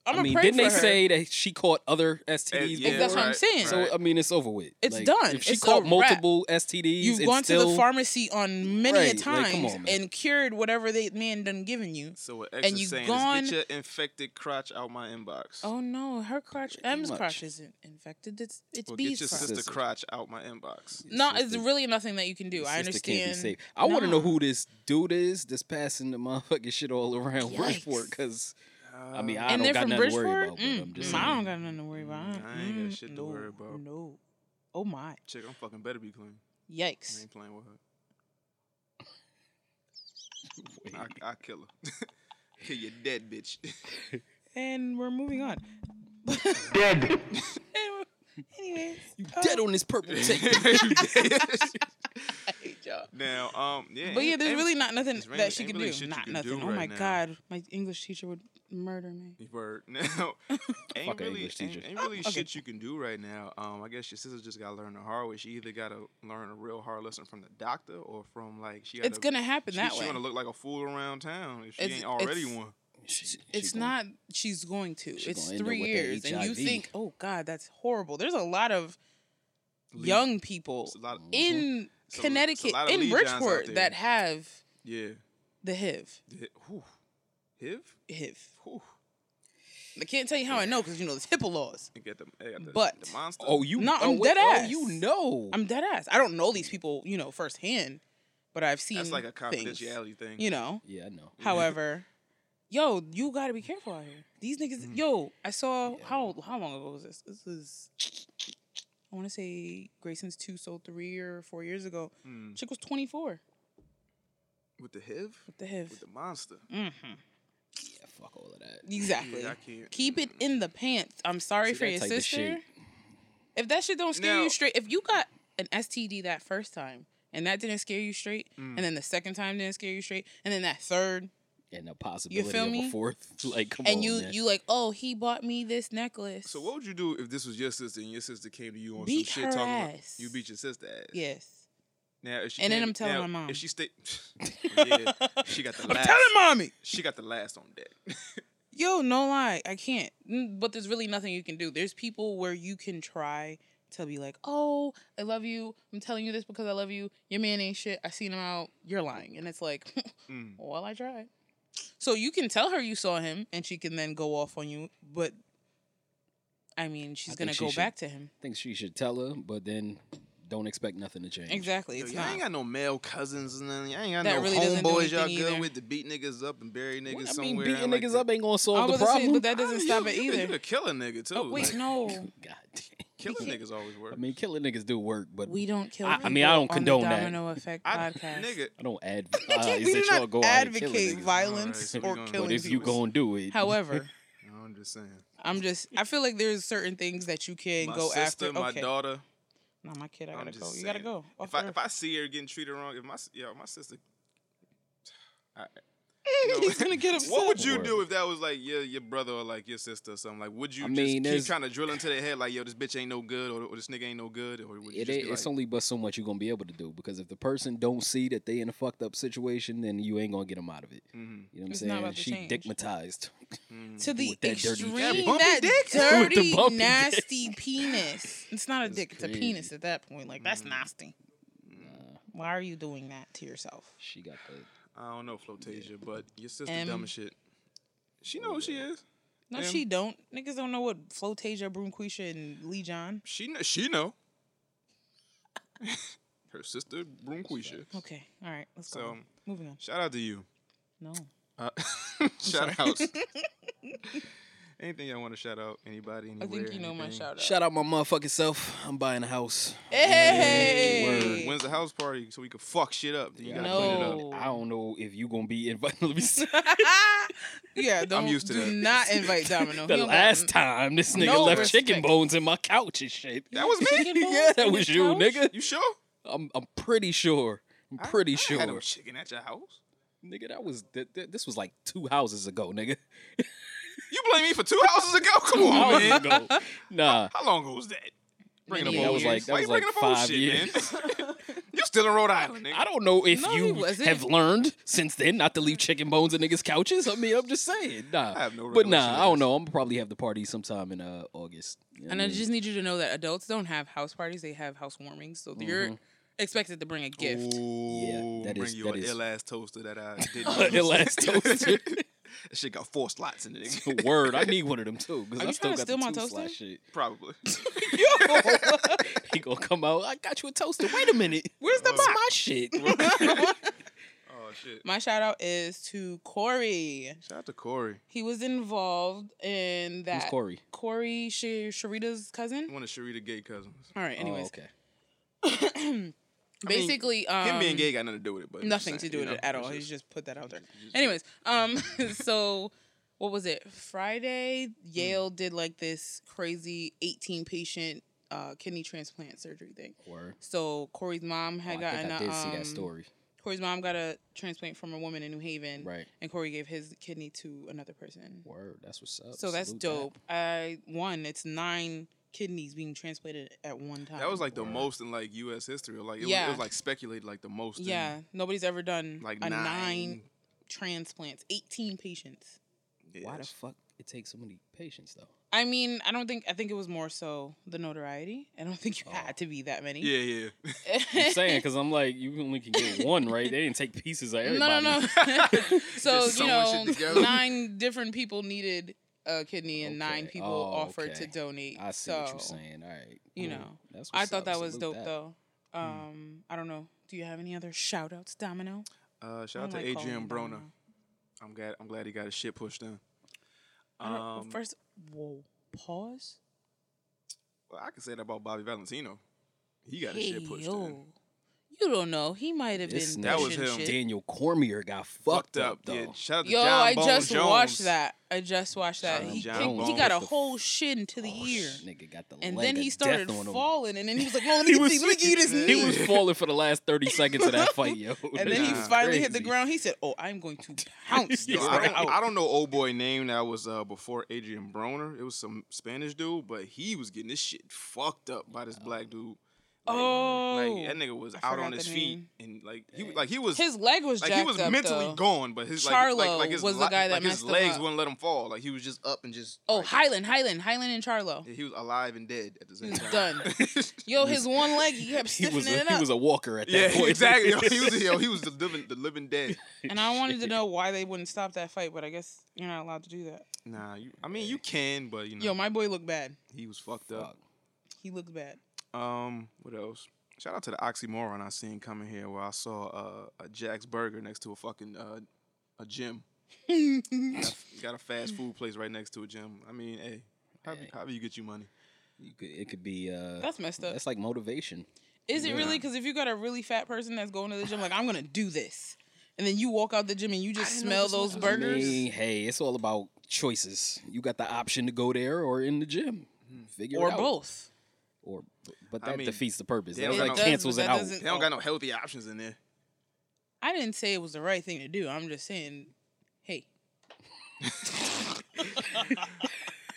Speaker 6: I'm
Speaker 5: I mean,
Speaker 6: pray
Speaker 5: didn't
Speaker 6: for
Speaker 5: they
Speaker 6: her.
Speaker 5: say that she caught other STDs?
Speaker 4: Eh, yeah,
Speaker 5: before?
Speaker 6: That's what I'm
Speaker 4: right,
Speaker 6: saying. uh,
Speaker 5: So
Speaker 4: right.
Speaker 5: I mean, it's over with.
Speaker 6: It's
Speaker 5: Like,
Speaker 6: done.
Speaker 5: If she
Speaker 6: It's a
Speaker 5: caught
Speaker 6: wrap.
Speaker 5: multiple STDs,
Speaker 6: You've
Speaker 5: and
Speaker 6: gone
Speaker 5: still,
Speaker 6: to the pharmacy on many a
Speaker 5: Right, like, come
Speaker 6: times
Speaker 5: on, man.
Speaker 6: and cured whatever they man done given you.
Speaker 4: So what X
Speaker 6: And you
Speaker 4: is saying
Speaker 6: gone-
Speaker 4: is get your infected crotch out my inbox.
Speaker 6: Oh no, her crotch,
Speaker 5: Pretty
Speaker 6: M's
Speaker 5: much.
Speaker 6: crotch isn't infected. It's it's
Speaker 4: Or
Speaker 6: B's
Speaker 4: get your
Speaker 6: crotch.
Speaker 4: sister
Speaker 5: Sister.
Speaker 4: crotch out my inbox.
Speaker 6: No,
Speaker 5: Your
Speaker 6: it's
Speaker 5: sister-
Speaker 6: really nothing that you can do. I
Speaker 5: sister
Speaker 6: understand.
Speaker 5: Can't be safe. I want to know
Speaker 6: Nah.
Speaker 5: who this dude is that's passing the motherfucking shit all around
Speaker 6: Yikes.
Speaker 5: Bridgeport. Because I mean, I don't
Speaker 6: and they're
Speaker 5: got nothing
Speaker 6: from
Speaker 5: to
Speaker 6: Bridgeport.
Speaker 5: worry about. But
Speaker 6: Mm,
Speaker 5: I'm just
Speaker 6: mm, I don't
Speaker 5: saying.
Speaker 6: got nothing to worry about.
Speaker 4: I ain't got
Speaker 6: Mm,
Speaker 4: shit to
Speaker 6: no,
Speaker 4: worry about.
Speaker 6: No. Oh my.
Speaker 4: Chick, I'm fucking better be clean. I
Speaker 6: Yikes.
Speaker 4: ain't playing with her. I, I kill her. kill your dead bitch.
Speaker 6: And we're moving on. Dead. Anyways,
Speaker 5: You dead on this purple tape.
Speaker 6: I hate y'all.
Speaker 4: now, um, yeah.
Speaker 6: But yeah,
Speaker 4: ain't-
Speaker 6: there's
Speaker 4: ain't-
Speaker 6: really not nothing
Speaker 4: there's really-
Speaker 6: that she
Speaker 4: ain't
Speaker 6: can
Speaker 4: really
Speaker 6: do.
Speaker 4: shit you
Speaker 6: Not
Speaker 4: can
Speaker 6: nothing.
Speaker 4: do
Speaker 6: oh
Speaker 4: right
Speaker 6: my
Speaker 4: now.
Speaker 6: god, my English teacher would murder me.
Speaker 4: Word. Now, ain't
Speaker 5: Fuck an
Speaker 4: really,
Speaker 5: English
Speaker 4: ain't,
Speaker 5: teacher.
Speaker 4: ain't really shit you can do right now. Um, I guess your sister just got to learn the hard way. She either got to learn a real hard lesson from the doctor or from like she. Gotta,
Speaker 6: It's gonna happen
Speaker 4: she,
Speaker 6: that
Speaker 4: she
Speaker 6: way.
Speaker 4: gonna look like a fool around town if she
Speaker 6: It's-
Speaker 4: ain't already
Speaker 6: it's-
Speaker 4: one.
Speaker 5: She- she
Speaker 6: it's
Speaker 5: gonna-
Speaker 6: not she's going to.
Speaker 5: she
Speaker 6: it's
Speaker 5: gonna end up
Speaker 6: three
Speaker 5: with that
Speaker 6: years, and you
Speaker 5: HIV.
Speaker 6: think, oh god, that's horrible. There's a lot of
Speaker 4: Lee-
Speaker 6: young people
Speaker 4: It's a lot.
Speaker 6: in
Speaker 4: It's a-
Speaker 6: Connecticut,
Speaker 4: it's a lot of
Speaker 6: in
Speaker 4: Lee Johns out
Speaker 6: Bridgeport,
Speaker 4: there.
Speaker 6: that have
Speaker 4: yeah.
Speaker 6: the HIV.
Speaker 4: Hi- whew. HIV.
Speaker 6: HIV.
Speaker 4: Whew.
Speaker 6: I can't tell you how I know because you know there's HIPAA laws.
Speaker 4: They got the, they got the,
Speaker 6: But-
Speaker 4: the monster.
Speaker 5: Oh, you?
Speaker 6: No,
Speaker 5: oh,
Speaker 6: I'm
Speaker 5: wait,
Speaker 6: dead
Speaker 5: Oh, you
Speaker 6: ass.
Speaker 5: know.
Speaker 6: I'm dead ass. I don't know these people, you know, firsthand, but I've seen
Speaker 4: that's like a
Speaker 6: things,
Speaker 4: confidentiality thing.
Speaker 6: You know.
Speaker 5: yeah, I know.
Speaker 6: However, yo, you gotta be careful out here. These niggas,
Speaker 4: Mm-hmm.
Speaker 6: yo, I saw how how long ago was this? This is I want to say Grayson's two, so three or four years ago.
Speaker 4: Mm.
Speaker 6: Chick was twenty four
Speaker 4: With the HIV.
Speaker 6: with the HIV.
Speaker 4: With the monster.
Speaker 6: Mm.
Speaker 5: Yeah, fuck all of that.
Speaker 6: exactly.
Speaker 4: Yeah, I can't.
Speaker 6: Keep it in the pants. I'm sorry
Speaker 5: See,
Speaker 6: for
Speaker 5: that
Speaker 6: your
Speaker 5: type of
Speaker 6: sister.
Speaker 5: shit.
Speaker 6: If that shit don't scare
Speaker 4: Now-
Speaker 6: you straight, if you got an STD that first time and that didn't scare you straight,
Speaker 4: Mm.
Speaker 6: and then the second time didn't scare you straight, and then that third,
Speaker 5: And the possibility
Speaker 6: feel
Speaker 5: of
Speaker 6: me?
Speaker 5: a fourth. Like, come
Speaker 6: and
Speaker 5: on.
Speaker 6: you
Speaker 5: man.
Speaker 6: you like, oh, he bought me this necklace.
Speaker 4: So what would you do if this was your sister and your sister came to you on
Speaker 6: Beat
Speaker 4: some
Speaker 6: her
Speaker 4: shit talking about
Speaker 6: ass.
Speaker 4: you beat your sister ass?
Speaker 6: Yes.
Speaker 4: Now, if she
Speaker 6: And then
Speaker 4: came-
Speaker 6: I'm telling
Speaker 4: now,
Speaker 6: my mom.
Speaker 4: If she stayed, yeah, she got the last.
Speaker 6: mommy.
Speaker 4: She got the last on deck.
Speaker 6: Yo, no lie, I can't. Mm, But there's really nothing you can do. There's people where you can try to be like, "Oh, I love you. I'm telling you this because I love you. Your man ain't shit. I seen him out. You're lying." And it's like,
Speaker 4: Mm.
Speaker 6: "Well, I tried." So you can tell her you saw him, and she can then go off on you. But I mean, she's
Speaker 5: think
Speaker 6: gonna
Speaker 5: she
Speaker 6: go
Speaker 5: should-
Speaker 6: back to him.
Speaker 5: think she should tell her, but then don't expect nothing to change.
Speaker 6: Exactly.
Speaker 4: Yo,
Speaker 6: It's
Speaker 4: y'all
Speaker 6: not.
Speaker 4: ain't got no male cousins and nothing. Y'all ain't got
Speaker 6: That
Speaker 4: no
Speaker 6: really doesn't do
Speaker 4: homeboys y'all
Speaker 6: anything
Speaker 4: good
Speaker 6: either.
Speaker 4: with to beat niggas up and bury niggas
Speaker 5: Well, I mean,
Speaker 4: somewhere.
Speaker 5: beating
Speaker 4: like
Speaker 5: niggas
Speaker 4: that.
Speaker 5: up ain't gonna
Speaker 6: I
Speaker 5: solve the
Speaker 6: was gonna say,
Speaker 5: problem.
Speaker 6: but that doesn't stop it
Speaker 4: You could, you
Speaker 6: either.
Speaker 4: could kill a nigga too.
Speaker 6: Oh wait,
Speaker 4: Like,
Speaker 6: no,
Speaker 5: God damn.
Speaker 4: Killing niggas always work.
Speaker 5: I mean, killing niggas do work, but
Speaker 6: we don't kill.
Speaker 5: I- I mean, I don't
Speaker 6: people on the
Speaker 5: condone that.
Speaker 6: Domino Effect
Speaker 4: I,
Speaker 6: podcast.
Speaker 4: nigga,
Speaker 5: I don't advise
Speaker 6: we do
Speaker 5: that Uh, y'all
Speaker 6: not
Speaker 5: go out and kill
Speaker 6: advocate
Speaker 5: niggas.
Speaker 6: violence
Speaker 4: All right, so we
Speaker 6: or
Speaker 4: gonna-
Speaker 6: killing
Speaker 5: But if you
Speaker 6: people.
Speaker 5: gonna do it,
Speaker 6: However,
Speaker 4: I'm just saying.
Speaker 6: I'm just I feel like there's certain things that you can
Speaker 4: My
Speaker 6: go
Speaker 4: sister,
Speaker 6: after.
Speaker 4: my
Speaker 6: okay.
Speaker 4: daughter.
Speaker 6: No, my kid, I
Speaker 4: I'm
Speaker 6: gotta
Speaker 4: just
Speaker 6: go.
Speaker 4: Saying,
Speaker 6: You gotta go. Off
Speaker 4: If I,
Speaker 6: the
Speaker 4: if I see her getting treated wrong, if my s- yo, my sister. I,
Speaker 6: earth.
Speaker 4: no.
Speaker 6: He's gonna get upset.
Speaker 4: What would you
Speaker 5: Word.
Speaker 4: do if that was like your your brother or like your sister or something? Like, would you
Speaker 5: I
Speaker 4: just
Speaker 5: mean,
Speaker 4: keep
Speaker 5: there's-
Speaker 4: trying to drill into their head like, yo, this bitch ain't no good or, or this nigga ain't no good? Or would you
Speaker 5: it,
Speaker 4: just
Speaker 5: ain't-
Speaker 4: be
Speaker 5: it's
Speaker 4: like,
Speaker 5: only but so much you're gonna be able to do because if the person don't see that they in a fucked up situation, then you ain't gonna get them out of it.
Speaker 4: Mhm.
Speaker 5: You know what I'm
Speaker 6: It's not
Speaker 5: saying?
Speaker 6: about to
Speaker 5: she
Speaker 6: change.
Speaker 5: digmatized.
Speaker 6: to the
Speaker 5: with that dirty
Speaker 6: extreme
Speaker 5: shit.
Speaker 4: Yeah, bumpy
Speaker 6: that
Speaker 4: dick.
Speaker 5: With the
Speaker 6: dirty,
Speaker 5: bumpy dick.
Speaker 6: nasty penis? It's not a dick, it's a
Speaker 5: crazy.
Speaker 6: penis at that point. Like
Speaker 4: Mm.
Speaker 6: that's nasty. Why are you doing that to yourself?
Speaker 5: She got the.
Speaker 4: I don't know, Flotasia, but your sister
Speaker 6: M.
Speaker 4: dumb as shit. She know who she is.
Speaker 6: No,
Speaker 4: Yeah.
Speaker 6: she don't. Niggas don't know what Flotasia, Broomquisha, and Lee John.
Speaker 4: She know, she know. Her sister Brunquisha.
Speaker 6: Okay, all right, let's go.
Speaker 4: So,
Speaker 6: on. Moving on.
Speaker 4: Shout out to you.
Speaker 6: No,
Speaker 4: Uh, shout outs. Anything y'all want to shout out? Anybody?
Speaker 6: I
Speaker 4: Anywhere,
Speaker 6: think you know my
Speaker 4: anything?
Speaker 6: shout out.
Speaker 5: Shout out my motherfucking self. I'm buying a house.
Speaker 6: Hey,
Speaker 4: When's the house party so we can fuck shit up? Then you gotta clean it up.
Speaker 6: No.
Speaker 5: I don't know if you gonna be invited. Let me see.
Speaker 6: yeah, don't
Speaker 4: used to
Speaker 6: do
Speaker 4: that.
Speaker 6: not invite Domino.
Speaker 5: The
Speaker 6: He don't got
Speaker 5: last time this nigga
Speaker 6: no
Speaker 5: left chicken
Speaker 6: respect.
Speaker 5: bones in my couch and shit.
Speaker 4: That was me.
Speaker 6: chicken bones
Speaker 5: yeah, that
Speaker 6: in
Speaker 5: was
Speaker 6: his
Speaker 5: you,
Speaker 6: couch?
Speaker 5: nigga.
Speaker 4: You sure?
Speaker 5: I'm I'm pretty sure. I'm pretty
Speaker 4: I
Speaker 5: sure.
Speaker 4: had no chicken at your house.
Speaker 5: Nigga, that was that, that, this was like two houses ago, nigga.
Speaker 4: You blame me for two houses ago? Come on,
Speaker 5: Houses
Speaker 4: man.
Speaker 5: ago. Nah.
Speaker 4: How long ago was that? Bringing
Speaker 6: Many
Speaker 4: up
Speaker 5: Yeah, that
Speaker 4: old
Speaker 5: was
Speaker 4: shit.
Speaker 5: like- that
Speaker 4: Why
Speaker 5: was
Speaker 4: you bringing
Speaker 5: like
Speaker 4: up old
Speaker 5: five
Speaker 4: shit, man? you still in Rhode Island, nigga.
Speaker 5: I don't know if
Speaker 6: No, he
Speaker 5: you
Speaker 6: wasn't.
Speaker 5: have learned since then not to leave chicken bones in niggas' couches. I mean, I'm just saying. Nah.
Speaker 4: I have no
Speaker 5: but
Speaker 4: recollection
Speaker 5: nah,
Speaker 4: of
Speaker 5: I don't
Speaker 4: this.
Speaker 5: know. I'm gonna probably have the party sometime in uh, August. You know
Speaker 6: And
Speaker 5: what
Speaker 6: I
Speaker 5: I mean?
Speaker 6: just need you to know that adults don't have house parties; they have house warmings. So you're expected to bring a gift.
Speaker 4: Mm-hmm. Ooh,
Speaker 5: that
Speaker 4: bring
Speaker 5: is-
Speaker 4: you
Speaker 5: that
Speaker 4: an
Speaker 5: is-
Speaker 4: ill ass toaster that I did
Speaker 5: Ill ass toaster.
Speaker 4: that shit got four slots in it. nigga.
Speaker 5: Word, I need one of them too because
Speaker 6: Are
Speaker 5: I
Speaker 6: you
Speaker 5: still
Speaker 6: tryna
Speaker 5: got
Speaker 6: steal
Speaker 5: the
Speaker 6: my
Speaker 5: two
Speaker 6: toaster?
Speaker 5: slice shit.
Speaker 4: Probably.
Speaker 5: he gonna come out. I got you a toaster. Wait a minute. Where's the box? My shit.
Speaker 4: Oh shit.
Speaker 6: My shout out is to Corey.
Speaker 4: Shout out to Corey.
Speaker 6: He was involved in that.
Speaker 5: Who's Corey?
Speaker 6: Corey, Sh- Sharita's cousin.
Speaker 4: One of Sharita gay cousins.
Speaker 6: All right. Anyways,
Speaker 5: Oh, okay.
Speaker 6: basically, um,
Speaker 4: Him being gay got nothing to do with it, but I'm just
Speaker 6: nothing to
Speaker 4: saying,
Speaker 6: do
Speaker 4: you
Speaker 6: with it
Speaker 4: know,
Speaker 6: at
Speaker 4: it's
Speaker 6: all. He's
Speaker 4: just-
Speaker 6: just put that out there.
Speaker 4: just-
Speaker 6: Anyways, um, so what was it? Friday, Yale
Speaker 5: Mm.
Speaker 6: did like this crazy 18 patient uh, kidney transplant surgery thing.
Speaker 5: Word.
Speaker 6: So Corey's mom had
Speaker 5: Oh, I
Speaker 6: gotten.
Speaker 5: think I
Speaker 6: a,
Speaker 5: did see
Speaker 6: um,
Speaker 5: that story.
Speaker 6: Corey's mom got a transplant from a woman in New Haven,
Speaker 5: Right.
Speaker 6: And Corey gave his kidney to another person.
Speaker 5: Word. That's what's up.
Speaker 6: So that's
Speaker 5: Salute that.
Speaker 6: dope. I one, it's nine kidneys being transplanted at one time.
Speaker 4: That was like the most in like U.S. history. Like it, was,
Speaker 6: Yeah.
Speaker 4: it was like speculated like the most. in,
Speaker 6: yeah. Nobody's ever done
Speaker 4: like
Speaker 6: a
Speaker 4: nine.
Speaker 6: nine transplants, eighteen patients.
Speaker 4: Yeah,
Speaker 5: Why the
Speaker 4: it's-
Speaker 5: fuck it takes so many patients though?
Speaker 6: I mean, I don't think I think it was more so the notoriety. I don't
Speaker 4: Oh.
Speaker 6: think you had to be that many.
Speaker 4: Yeah, yeah.
Speaker 5: I'm saying because I'm like, you only can get one, right? They didn't take pieces of
Speaker 6: no, no,
Speaker 5: everybody.
Speaker 6: no. so
Speaker 4: Just sewing shit
Speaker 6: you know,
Speaker 4: together.
Speaker 6: nine different people needed a kidney, and nine
Speaker 5: Okay.
Speaker 6: people
Speaker 5: Oh,
Speaker 6: offered
Speaker 5: okay.
Speaker 6: to donate.
Speaker 5: I see
Speaker 6: so,
Speaker 5: what you're saying. All right.
Speaker 6: you
Speaker 5: cool.
Speaker 6: know,
Speaker 5: That's
Speaker 6: I
Speaker 5: what's
Speaker 6: thought
Speaker 5: up.
Speaker 6: that was
Speaker 5: Salute
Speaker 6: dope
Speaker 5: that. Hmm.
Speaker 6: though. Um, I don't know. Do you have any other shout outs, Domino?
Speaker 4: Uh, shout out to
Speaker 6: I don't like calling
Speaker 4: Adrian
Speaker 6: him
Speaker 4: Broner.
Speaker 6: Domino.
Speaker 4: I'm glad. I'm glad he got his shit pushed in.
Speaker 6: I don't-
Speaker 4: Um,
Speaker 6: first, whoa, pause.
Speaker 4: well, I could say that about Bobby Valentino. He got his shit pushed in.
Speaker 6: yo. You don't know. He might have
Speaker 5: This
Speaker 6: been.
Speaker 5: nigga- That
Speaker 4: was
Speaker 6: pushing
Speaker 4: him.
Speaker 6: shit.
Speaker 5: Daniel Cormier got fucked,
Speaker 4: Fucked up.
Speaker 5: though.
Speaker 4: Yeah. Shout out to
Speaker 6: Yo,
Speaker 4: John
Speaker 6: I
Speaker 4: Bone
Speaker 6: just
Speaker 4: Jones.
Speaker 6: watched that. I just watched that.
Speaker 4: John
Speaker 6: He
Speaker 4: John
Speaker 6: kicked, he
Speaker 4: Bones
Speaker 6: got a
Speaker 5: with the-
Speaker 6: whole shin to the
Speaker 5: Oh,
Speaker 6: ear,
Speaker 5: Nigga got the
Speaker 6: and
Speaker 5: leg
Speaker 6: then
Speaker 5: of
Speaker 6: he
Speaker 5: death
Speaker 6: started
Speaker 5: on him.
Speaker 6: falling, and then he was like, "Well, let me get these, let me give you this knee."
Speaker 5: He was falling for the last 30 seconds of that fight, yo.
Speaker 6: and then he
Speaker 4: Nah.
Speaker 6: finally hit the
Speaker 5: Crazy.
Speaker 6: ground. He said, "Oh, I'm going to pounce
Speaker 5: Yo,
Speaker 6: this
Speaker 4: Yo, I,
Speaker 6: right
Speaker 4: don't, I
Speaker 6: out."
Speaker 4: don't know old boy name that was uh, before Adrian Broner. It was some Spanish dude, but he was getting this shit fucked up by this black dude. Like,
Speaker 6: Oh.
Speaker 4: like that nigga was
Speaker 6: I
Speaker 4: out
Speaker 6: forgot
Speaker 4: on
Speaker 6: the
Speaker 4: his feet
Speaker 6: name.
Speaker 4: and like he like he was
Speaker 6: His leg was
Speaker 4: like
Speaker 6: jacked
Speaker 4: he was
Speaker 6: up,
Speaker 4: mentally
Speaker 6: though.
Speaker 4: gone, but his like, like,
Speaker 6: Charlo
Speaker 4: like his
Speaker 6: was the
Speaker 4: li-
Speaker 6: guy that
Speaker 4: like his
Speaker 6: messed him
Speaker 4: legs
Speaker 6: up.
Speaker 4: wouldn't let him fall. Like he was just up and just
Speaker 6: Oh,
Speaker 4: like,
Speaker 6: Highland, Highland, Highland, and Charlo.
Speaker 4: he was alive and dead at the same
Speaker 6: was
Speaker 4: time.
Speaker 6: done. Yo, his one leg, he kept
Speaker 5: He was,
Speaker 6: stiffening
Speaker 5: a,
Speaker 6: it up.
Speaker 5: he was a walker at that
Speaker 4: yeah,
Speaker 5: point.
Speaker 4: exactly. Yo, he was yo, he was the living the living dead.
Speaker 6: and I wanted to know why they wouldn't stop that fight, but I guess you're not allowed to do that.
Speaker 4: Nah, you, I mean you can, but you know
Speaker 6: Yo, my boy looked bad.
Speaker 4: he was fucked up.
Speaker 6: He looked bad.
Speaker 4: Um, what else? Shout out to the oxymoron I seen coming here, where I saw uh, a Jack's Burger next to a fucking uh, a gym. got, got a fast food place right next to a gym. I mean, hey, how, do- how do you get you money?
Speaker 5: You could, it could be. Uh,
Speaker 6: That's messed up.
Speaker 5: That's like motivation.
Speaker 6: Is it really? Because if you got a really fat person that's going to the gym, like I'm gonna do this, and then you walk out the gym and you just smell those burgers.
Speaker 5: I mean, hey, it's all about choices. You got the option to go there or in the gym. Figure
Speaker 6: or
Speaker 5: it out.
Speaker 6: both.
Speaker 5: Or but
Speaker 4: I
Speaker 5: that
Speaker 4: mean,
Speaker 5: defeats the purpose.
Speaker 4: they
Speaker 5: That
Speaker 4: don't
Speaker 5: like
Speaker 4: got no-
Speaker 5: cancels
Speaker 6: It
Speaker 5: it
Speaker 6: does, but that
Speaker 5: out.
Speaker 6: doesn't-
Speaker 4: They don't got no healthy options in there.
Speaker 6: I didn't say it was the right thing to do. I'm just saying, hey,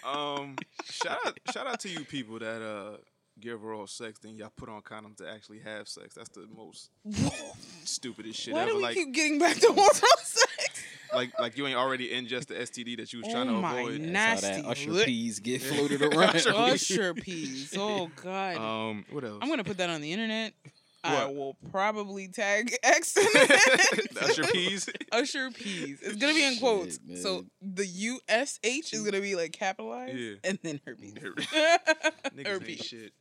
Speaker 4: Um, shout out, shout out to you people that uh give oral sex, then y'all put on condoms to actually have sex. That's the most stupidest shit
Speaker 6: why
Speaker 4: ever.
Speaker 6: do we
Speaker 4: Like,
Speaker 6: keep getting back to oral sex?
Speaker 4: like, like you ain't already ingest the STD that you was trying
Speaker 6: Oh
Speaker 4: to
Speaker 6: my
Speaker 4: avoid.
Speaker 5: That's how that
Speaker 6: Nasty
Speaker 5: Usher
Speaker 6: lick.
Speaker 5: peas get floated around.
Speaker 4: Usher Peas.
Speaker 6: Usher peas. Oh God.
Speaker 4: Um, what else?
Speaker 6: I'm gonna put that on the internet. I
Speaker 4: What?
Speaker 6: will probably tag X in it.
Speaker 4: That's your peas.
Speaker 6: Usher peas. It's gonna be in quotes.
Speaker 5: Shit,
Speaker 6: so the U S H is gonna be like capitalized,
Speaker 4: Yeah.
Speaker 6: and then herpes.
Speaker 4: Niggas ain't
Speaker 6: herpes.
Speaker 4: shit.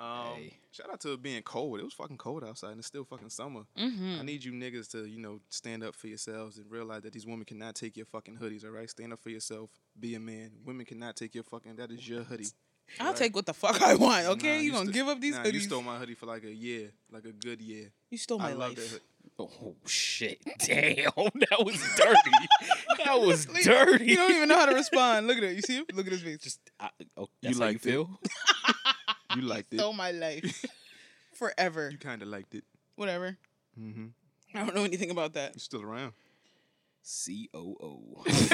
Speaker 4: Um,
Speaker 5: Hey.
Speaker 4: shout out to it being cold. It was fucking cold outside, and it's still fucking summer.
Speaker 6: Mm.
Speaker 4: I need you niggas to, you know, stand up for yourselves and realize that these women cannot take your fucking hoodies. All right, stand up for yourself. Be a man. Women cannot take your fucking. That is your hoodie.
Speaker 6: I'll take what the fuck I want. Okay,
Speaker 4: Nah,
Speaker 6: you, gonna
Speaker 4: sto-
Speaker 6: give up these
Speaker 4: nah,
Speaker 6: hoodies?
Speaker 4: You stole my hoodie for like a year, like a good year. I
Speaker 6: my
Speaker 4: love that
Speaker 6: life.
Speaker 4: hoodie.
Speaker 5: Oh shit! Damn, that was dirty. that was dirty.
Speaker 6: You don't even know how to respond. Look at it. You see him? Look at his face. Just
Speaker 5: I, oh, that's how you
Speaker 4: liked it.
Speaker 5: feel?
Speaker 4: You liked it.
Speaker 6: stole my life forever.
Speaker 4: You kind of liked it.
Speaker 6: Whatever.
Speaker 4: Mm-hmm.
Speaker 6: I don't know anything about that.
Speaker 4: You still around.
Speaker 5: C O O.
Speaker 6: X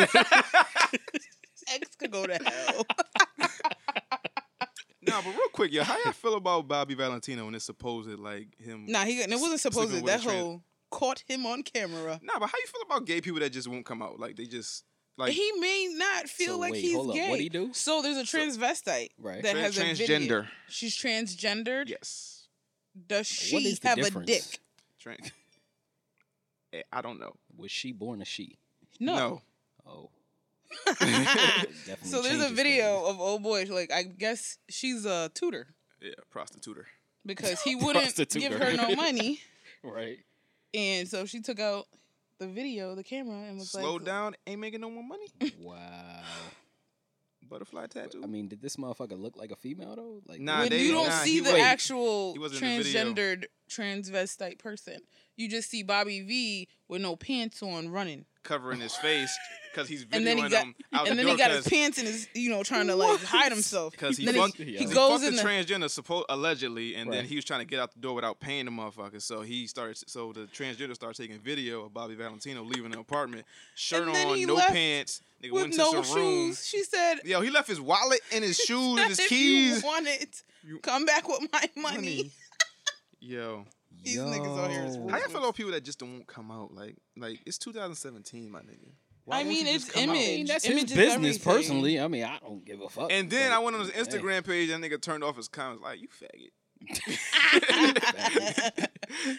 Speaker 6: could go to hell.
Speaker 4: Nah, but real quick, yeah, how y'all feel about Bobby Valentino and this supposed like him?
Speaker 6: Nah, he and it wasn't supposed to.
Speaker 4: Sleeping with
Speaker 6: That
Speaker 4: a trans-
Speaker 6: whole caught him on camera.
Speaker 4: Nah, but how you feel about gay people that just won't come out? Like they just like
Speaker 6: he may not feel
Speaker 5: So
Speaker 6: like
Speaker 5: wait,
Speaker 6: he's
Speaker 5: hold up,
Speaker 6: gay.
Speaker 5: what'd he do?
Speaker 6: So there's a transvestite
Speaker 5: Right.
Speaker 6: that
Speaker 4: Trans-
Speaker 6: has a video.
Speaker 4: transgender.
Speaker 6: She's transgendered.
Speaker 4: yes,
Speaker 6: Does
Speaker 5: What
Speaker 6: she
Speaker 5: is the
Speaker 6: have a
Speaker 5: difference?
Speaker 6: dick?
Speaker 4: trans. Eh, I don't know.
Speaker 5: Was she born a she?
Speaker 6: No.
Speaker 5: Oh.
Speaker 6: So there's a video of old boy like I guess she's a tutor
Speaker 4: yeah, prostituter.
Speaker 6: because he wouldn't give
Speaker 5: Prostitute.
Speaker 6: her no money,
Speaker 5: Right.
Speaker 6: and so she took out the video, the camera, and was
Speaker 4: Slow
Speaker 6: like,
Speaker 4: down, ain't making no more money.
Speaker 5: Wow.
Speaker 4: Butterfly tattoo.
Speaker 5: I mean, did this motherfucker look like a female though? Like
Speaker 4: Nah,
Speaker 6: when
Speaker 4: they-
Speaker 6: you don't
Speaker 4: nah,
Speaker 6: see
Speaker 4: he
Speaker 6: the
Speaker 4: wait.
Speaker 6: actual
Speaker 4: He wasn't in the video.
Speaker 6: transgendered transvestite person. You just see Bobby V with no pants on running.
Speaker 4: covering his face because he's videoing
Speaker 6: And then he got
Speaker 4: him out
Speaker 6: and
Speaker 4: the
Speaker 6: then
Speaker 4: door
Speaker 6: he got his
Speaker 4: 'cause-
Speaker 6: pants in his you know trying to like hide himself.
Speaker 4: Because he
Speaker 6: Then
Speaker 4: fucked,
Speaker 6: he,
Speaker 5: Yeah.
Speaker 4: he
Speaker 6: goes
Speaker 4: fucked
Speaker 6: in
Speaker 4: the
Speaker 6: the
Speaker 4: transgender suppo- allegedly, and then
Speaker 5: Right.
Speaker 4: he was trying to get out the door without paying the motherfucker. So he started. So the transgender started taking video of Bobby Valentino leaving the apartment, shirt
Speaker 6: And then
Speaker 4: on,
Speaker 6: he
Speaker 4: no
Speaker 6: left
Speaker 4: pants. Nigga went
Speaker 6: with
Speaker 4: to
Speaker 6: no
Speaker 4: some room.
Speaker 6: shoes. She said
Speaker 4: Yo, he left his wallet and his shoes and his
Speaker 6: if
Speaker 4: keys.
Speaker 6: You want it? Come back with my money.
Speaker 4: Money. Yo,
Speaker 6: These niggas out here is
Speaker 5: Yo.
Speaker 4: how you feel about people that just don't come out? Like, like it's 2017, my nigga.
Speaker 6: I mean, it's
Speaker 5: I
Speaker 6: image.
Speaker 5: mean, that's
Speaker 6: image
Speaker 5: his
Speaker 6: is
Speaker 5: business
Speaker 6: everything.
Speaker 5: personally. I mean, I don't give
Speaker 6: Uh,
Speaker 5: a fuck.
Speaker 4: And then
Speaker 5: Like,
Speaker 4: I went on his
Speaker 5: hey,
Speaker 4: Instagram page. That nigga turned off his comments. Like, you faggot.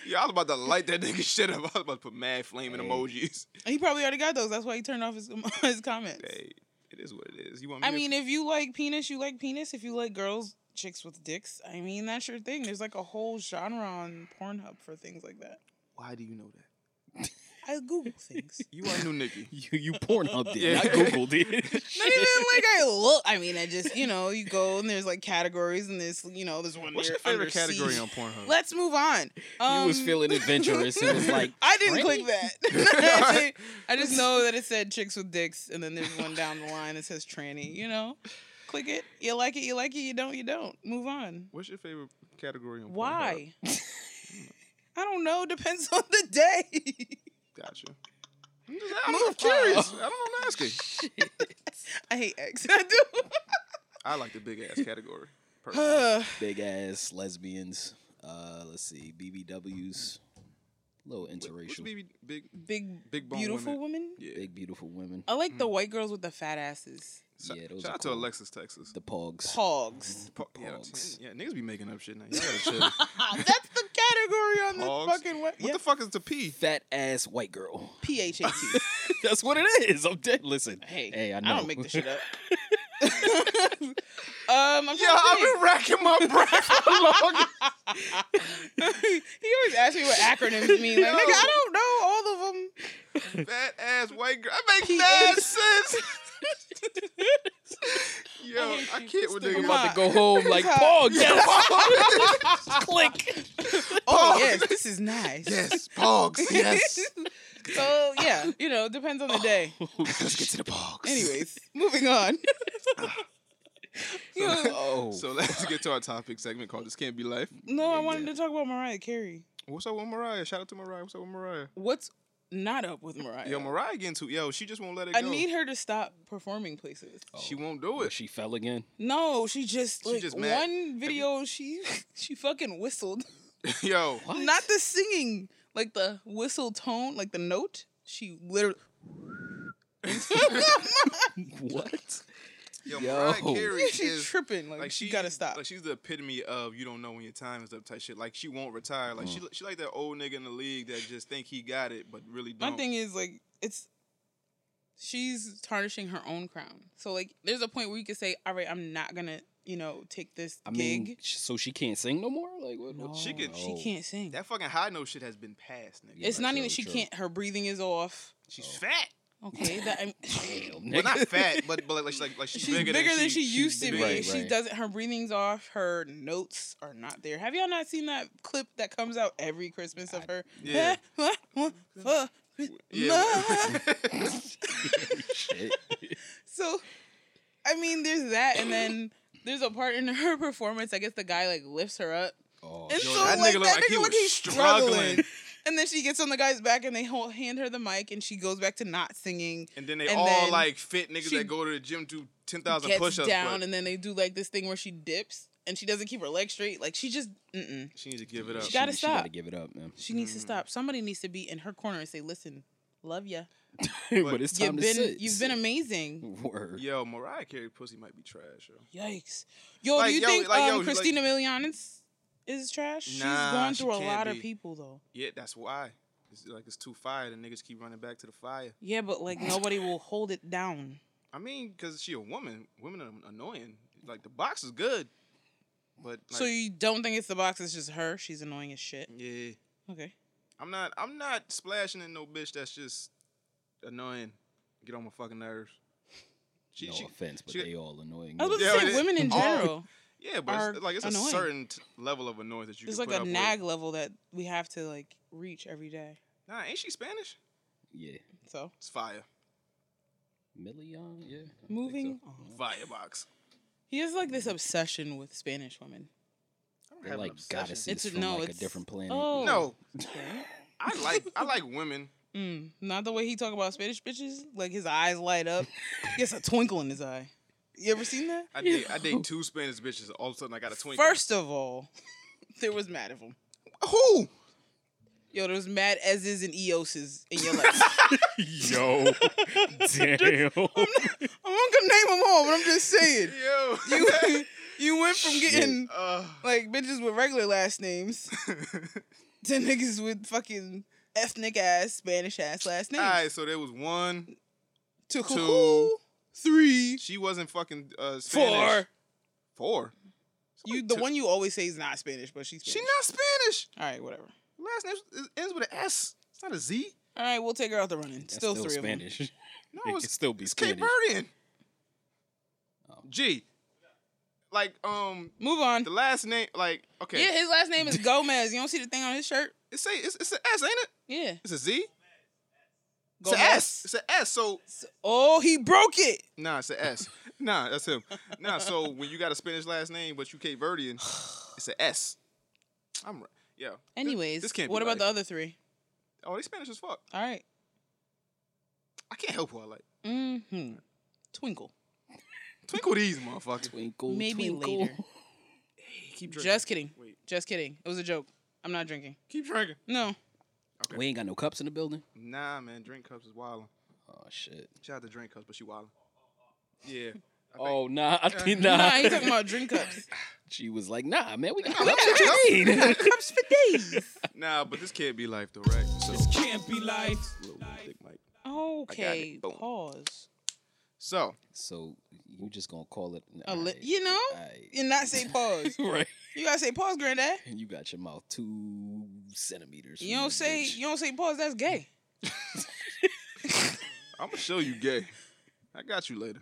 Speaker 4: Yeah, I was about to light that nigga shit up. I was about to put mad flaming emojis.
Speaker 6: He probably already got those. That's why he turned off his his comments.
Speaker 4: Hey, it is what it is. You want me
Speaker 6: I
Speaker 4: to-
Speaker 6: mean, if you like penis, you like penis. If you like girls, chicks with dicks. I mean, that's your thing. There's like a whole genre on Pornhub for things like that.
Speaker 4: why do you know that?
Speaker 6: I Google things.
Speaker 4: You are new Nikki.
Speaker 5: You, you Pornhub did,
Speaker 4: Yeah.
Speaker 5: not Google did.
Speaker 6: Not even like I look. I mean, I just you know you go and there's like categories and there's you know there's one.
Speaker 4: What's your
Speaker 6: near
Speaker 4: favorite
Speaker 6: under
Speaker 4: category
Speaker 6: siege.
Speaker 4: on Pornhub?
Speaker 6: Let's move on.
Speaker 5: he was
Speaker 6: Um,
Speaker 5: feeling adventurous. He was like,
Speaker 6: I didn't
Speaker 5: Frankie?
Speaker 6: click that. I just know that it said chicks with dicks, and then there's one down the line that says tranny. You know, click it. You like it, you like it. You don't, you don't. Move on.
Speaker 4: What's your favorite category on Pornhub?
Speaker 6: Why? I don't know. Depends on the day.
Speaker 4: Gotcha. I'm, just, I'm, I'm
Speaker 6: Oh.
Speaker 4: curious. I don't know. I'm asking.
Speaker 6: I hate X. I do.
Speaker 4: I like the big ass category. Perfect.
Speaker 6: Uh,
Speaker 5: big ass lesbians. Uh, let's see, BBWs, little interracial,
Speaker 4: Big, big,
Speaker 6: big,
Speaker 4: Big bone
Speaker 6: beautiful women.
Speaker 4: women. yeah. Mm.
Speaker 5: big beautiful women,
Speaker 6: I like the white girls with the fat asses.
Speaker 4: Shout-
Speaker 5: yeah, those
Speaker 4: Shout
Speaker 5: are
Speaker 4: out to
Speaker 5: cool.
Speaker 4: Alexis, Texas.
Speaker 5: the pogs.
Speaker 6: Pogs.
Speaker 4: Po- yeah,
Speaker 5: Pogs.
Speaker 4: yeah, niggas be making up shit now. Y'all gotta chill. What
Speaker 6: Ah, that's the category on this
Speaker 4: Pogs?
Speaker 6: fucking what? Yeah,
Speaker 4: the fuck is the P?
Speaker 5: Fat ass white girl.
Speaker 6: P H A T.
Speaker 5: That's what it is. I'm dead. Listen,
Speaker 6: Hey,
Speaker 5: hey, I
Speaker 6: I
Speaker 5: know.
Speaker 6: don't make this shit up. um, I'm trying
Speaker 4: Yeah,
Speaker 6: to
Speaker 4: I've
Speaker 6: think.
Speaker 4: been racking my brain for long.
Speaker 6: he always asks me what acronyms mean. Like,
Speaker 4: Yo.
Speaker 6: nigga, I don't know all of them.
Speaker 4: fat ass white girl. I make mad sense. Yo, I, can't with
Speaker 5: I'm
Speaker 4: niggas.
Speaker 5: about
Speaker 6: Nah.
Speaker 5: to go home like pog. Yes, click.
Speaker 6: Oh yes, this is nice.
Speaker 4: yes, pogs. Yes.
Speaker 6: So yeah, you know, depends on the day.
Speaker 4: Let's get to the pogs.
Speaker 6: Anyways, moving on. You know,
Speaker 5: Oh,
Speaker 4: So let's get to our topic segment called "This Can't Be Life."
Speaker 6: no, I wanted to talk about Mariah Carey.
Speaker 4: What's up with Mariah? Shout out to Mariah. What's up with Mariah?
Speaker 6: What's not up with Mariah?
Speaker 4: Yo, Mariah getting too. Yo, she just won't let it
Speaker 6: I
Speaker 4: go.
Speaker 6: need her to stop performing places.
Speaker 4: She won't do
Speaker 5: Where
Speaker 4: it.
Speaker 5: she fell again.
Speaker 6: No, she just like
Speaker 4: just mad.
Speaker 6: one video she she fucking whistled.
Speaker 4: Yo,
Speaker 6: Not the singing, like the whistle tone, like the note. She literally
Speaker 5: What?
Speaker 4: yo,
Speaker 5: Yo.
Speaker 4: Mariah Carey
Speaker 6: she
Speaker 4: is
Speaker 6: tripping. Like,
Speaker 4: like
Speaker 6: she
Speaker 4: she
Speaker 6: gotta stop.
Speaker 4: Like she's the epitome of you don't know when your time is up type shit. Like she won't retire. Like
Speaker 6: Mm.
Speaker 4: she she like that old nigga in the league that just think he got it but really
Speaker 6: My
Speaker 4: don't.
Speaker 6: thing is like it's she's tarnishing her own crown. So like there's a point where you could say, All right, I'm not gonna, you know, take this
Speaker 5: I
Speaker 6: gig.
Speaker 5: mean, sh- so she can't sing no more. Like what? what-
Speaker 4: She could-
Speaker 6: she
Speaker 5: No.
Speaker 6: can't sing.
Speaker 4: That fucking high note shit has been passed, nigga.
Speaker 6: it's not
Speaker 5: true,
Speaker 6: even she
Speaker 5: true.
Speaker 6: can't her breathing is off.
Speaker 4: She's fat.
Speaker 6: Okay, that I'm
Speaker 5: Damn,
Speaker 4: Well,
Speaker 5: nigga.
Speaker 4: not fat, but but like she's like, like she's,
Speaker 6: She's bigger, than, she, used to be.
Speaker 5: Right,
Speaker 6: she
Speaker 5: right.
Speaker 6: doesn't. Her breathing's off. Her notes are not there. Have y'all not seen that clip that comes out every Christmas of her?
Speaker 4: Yeah. Yeah.
Speaker 5: Shit.
Speaker 6: So, I mean, there's that, and then there's a part in her performance. I guess the guy like lifts her up,
Speaker 5: Oh,
Speaker 6: and
Speaker 4: Yo,
Speaker 6: so
Speaker 4: that
Speaker 6: like
Speaker 4: nigga look
Speaker 6: that
Speaker 4: like he
Speaker 6: nigga
Speaker 4: was
Speaker 6: like he's
Speaker 4: struggling.
Speaker 6: struggling. And then she gets on the guy's back, and they hold, hand her the mic, and she goes back to not singing.
Speaker 4: and then they
Speaker 6: And
Speaker 4: all
Speaker 6: then
Speaker 4: like fit niggas
Speaker 6: she
Speaker 4: that go to the gym do ten thousand
Speaker 6: gets
Speaker 4: push-ups.
Speaker 6: down,
Speaker 4: but
Speaker 6: and then they do like this thing where she dips, and she doesn't keep her legs straight. Like she just, mm-mm.
Speaker 4: She needs to give it up.
Speaker 6: She gotta
Speaker 5: She gotta
Speaker 6: stop.
Speaker 5: give it up, man.
Speaker 6: she needs
Speaker 4: Mm.
Speaker 6: to stop. Somebody needs to be in her corner and say, "Listen, love ya.
Speaker 5: but it's time
Speaker 6: You've
Speaker 5: to
Speaker 6: been,
Speaker 5: sit.
Speaker 6: you've been amazing."
Speaker 5: Word.
Speaker 4: Yo, Mariah Carey pussy might be trash. Yo.
Speaker 6: Yikes. Yo,
Speaker 4: Like,
Speaker 6: do you
Speaker 4: yo,
Speaker 6: think
Speaker 4: like, yo,
Speaker 6: um,
Speaker 4: like-
Speaker 6: Christina Milian's is
Speaker 4: Nah,
Speaker 6: trash? She's gone
Speaker 4: she
Speaker 6: through a
Speaker 4: can't
Speaker 6: lot
Speaker 4: be.
Speaker 6: of people though.
Speaker 4: Yeah, that's why. It's like it's too fire. The niggas keep running back to the fire.
Speaker 6: Yeah, but like nobody will hold it down.
Speaker 4: I mean, because she a woman. Women are annoying. Like the box is good, but like,
Speaker 6: so you don't think it's the box? It's just her. She's annoying as shit.
Speaker 4: yeah,
Speaker 6: Okay.
Speaker 4: I'm not. I'm not splashing in no bitch. That's just annoying. Get on my fucking nerves. She,
Speaker 5: no
Speaker 4: she,
Speaker 5: offense, but
Speaker 4: she-
Speaker 5: they all annoying.
Speaker 6: I was
Speaker 5: yo.
Speaker 6: about to
Speaker 4: Yeah,
Speaker 6: say
Speaker 4: it-
Speaker 6: women in
Speaker 4: all-
Speaker 6: general.
Speaker 4: yeah, but
Speaker 6: are
Speaker 4: it's, like it's
Speaker 6: annoying.
Speaker 4: a certain t- level of annoyance that you.
Speaker 6: There's
Speaker 4: can
Speaker 6: like
Speaker 4: put up
Speaker 6: a nag
Speaker 4: With.
Speaker 6: level that we have to like reach every day.
Speaker 4: Nah, ain't she Spanish?
Speaker 5: Yeah,
Speaker 6: So
Speaker 4: It's fire.
Speaker 5: Million. Yeah. I think so.
Speaker 6: moving on.
Speaker 4: Firebox.
Speaker 6: He has like this obsession with Spanish women.
Speaker 5: They're like goddesses
Speaker 6: It's-
Speaker 5: from
Speaker 6: no,
Speaker 5: like
Speaker 6: it's-
Speaker 5: a different planet.
Speaker 6: Oh.
Speaker 4: No,
Speaker 6: Okay.
Speaker 4: I like I like women.
Speaker 6: Mm, not the way he talk about Spanish bitches. Like his eyes light up. he has a twinkle in his eye. You ever seen that?
Speaker 4: I date I date two Spanish bitches. All of a sudden, I got a twinkle.
Speaker 6: First of all, there was mad of them.
Speaker 4: who?
Speaker 6: Yo, there was mad S's and EOS's in your life.
Speaker 5: Yo, damn.
Speaker 6: I'm not gonna name them all, but I'm just saying.
Speaker 4: Yo,
Speaker 6: You, you went from getting
Speaker 4: uh,
Speaker 6: like bitches with regular last names to niggas with fucking ethnic ass, Spanish ass last
Speaker 4: all
Speaker 6: names.
Speaker 4: right. So there was one.
Speaker 6: to
Speaker 4: two,
Speaker 6: cuckoo, three,
Speaker 4: She wasn't fucking uh, Spanish.
Speaker 6: four.
Speaker 4: Four.
Speaker 6: You the
Speaker 4: Two.
Speaker 6: one you always say is not Spanish, but she's
Speaker 4: She
Speaker 6: Spanish.
Speaker 4: not Spanish.
Speaker 6: All right, whatever.
Speaker 4: Last name is- ends with an S. It's not a Z.
Speaker 6: All right, we'll take her out the running. Still, three of them.
Speaker 5: Spanish.
Speaker 4: No,
Speaker 5: It
Speaker 4: it's
Speaker 5: could still be
Speaker 4: it's
Speaker 5: Spanish.
Speaker 4: Cape Verdean.
Speaker 6: Oh.
Speaker 4: G. Like um,
Speaker 6: Move on.
Speaker 4: the last name. Like okay,
Speaker 6: Yeah, his last name is Gomez. You don't see the thing on his shirt?
Speaker 4: it's a it's, it's an S, ain't it?
Speaker 6: Yeah.
Speaker 4: It's a Z. It's
Speaker 6: Gomez.
Speaker 4: an S. It's an S. So
Speaker 6: Oh, he broke it.
Speaker 4: Nah, it's a S. nah, that's him. Nah, so when you got a Spanish last name but you Cape Verdean, it's a S. I'm right. Yeah.
Speaker 6: Anyways,
Speaker 4: this can't be
Speaker 6: what about
Speaker 4: right.
Speaker 6: the other three?
Speaker 4: Oh, they Spanish as fuck.
Speaker 6: All right.
Speaker 4: I can't help who I like.
Speaker 6: Mm-hmm. Twinkle.
Speaker 4: Twinkle these motherfuckers.
Speaker 5: Twinkle,
Speaker 6: Maybe
Speaker 5: twinkle.
Speaker 6: later.
Speaker 4: Keep drinking.
Speaker 6: Just kidding.
Speaker 4: Wait.
Speaker 6: Just kidding. It was a joke. I'm not drinking.
Speaker 4: Keep drinking.
Speaker 6: No.
Speaker 5: We ain't got no cups in the building.
Speaker 4: Nah, man. Drink cups is wildin'.
Speaker 5: Oh shit.
Speaker 4: Shout out to drink cups, but she wildin'. Yeah.
Speaker 5: Oh nah, I think
Speaker 6: Nah,
Speaker 5: nah.
Speaker 6: he talking about drink cups.
Speaker 5: she was like, nah, man, we got
Speaker 4: Nah,
Speaker 5: cups.
Speaker 4: cups.
Speaker 5: What you mean?
Speaker 6: cups for days.
Speaker 4: Nah, but this can't be life though, right? So
Speaker 7: Can't be life.
Speaker 4: little, little thick mic.
Speaker 6: Okay.
Speaker 4: Boom.
Speaker 6: Pause.
Speaker 4: So
Speaker 5: So you just gonna call it?
Speaker 6: A li-
Speaker 5: alright,
Speaker 6: you know,
Speaker 5: alright.
Speaker 6: and not say pause.
Speaker 5: right?
Speaker 6: You gotta say pause, granddad.
Speaker 5: And you got your mouth two centimeters.
Speaker 6: You
Speaker 5: from
Speaker 6: don't
Speaker 5: the
Speaker 6: say
Speaker 5: bitch.
Speaker 6: you don't say pause. That's gay.
Speaker 4: I'm gonna show you gay. I got you later.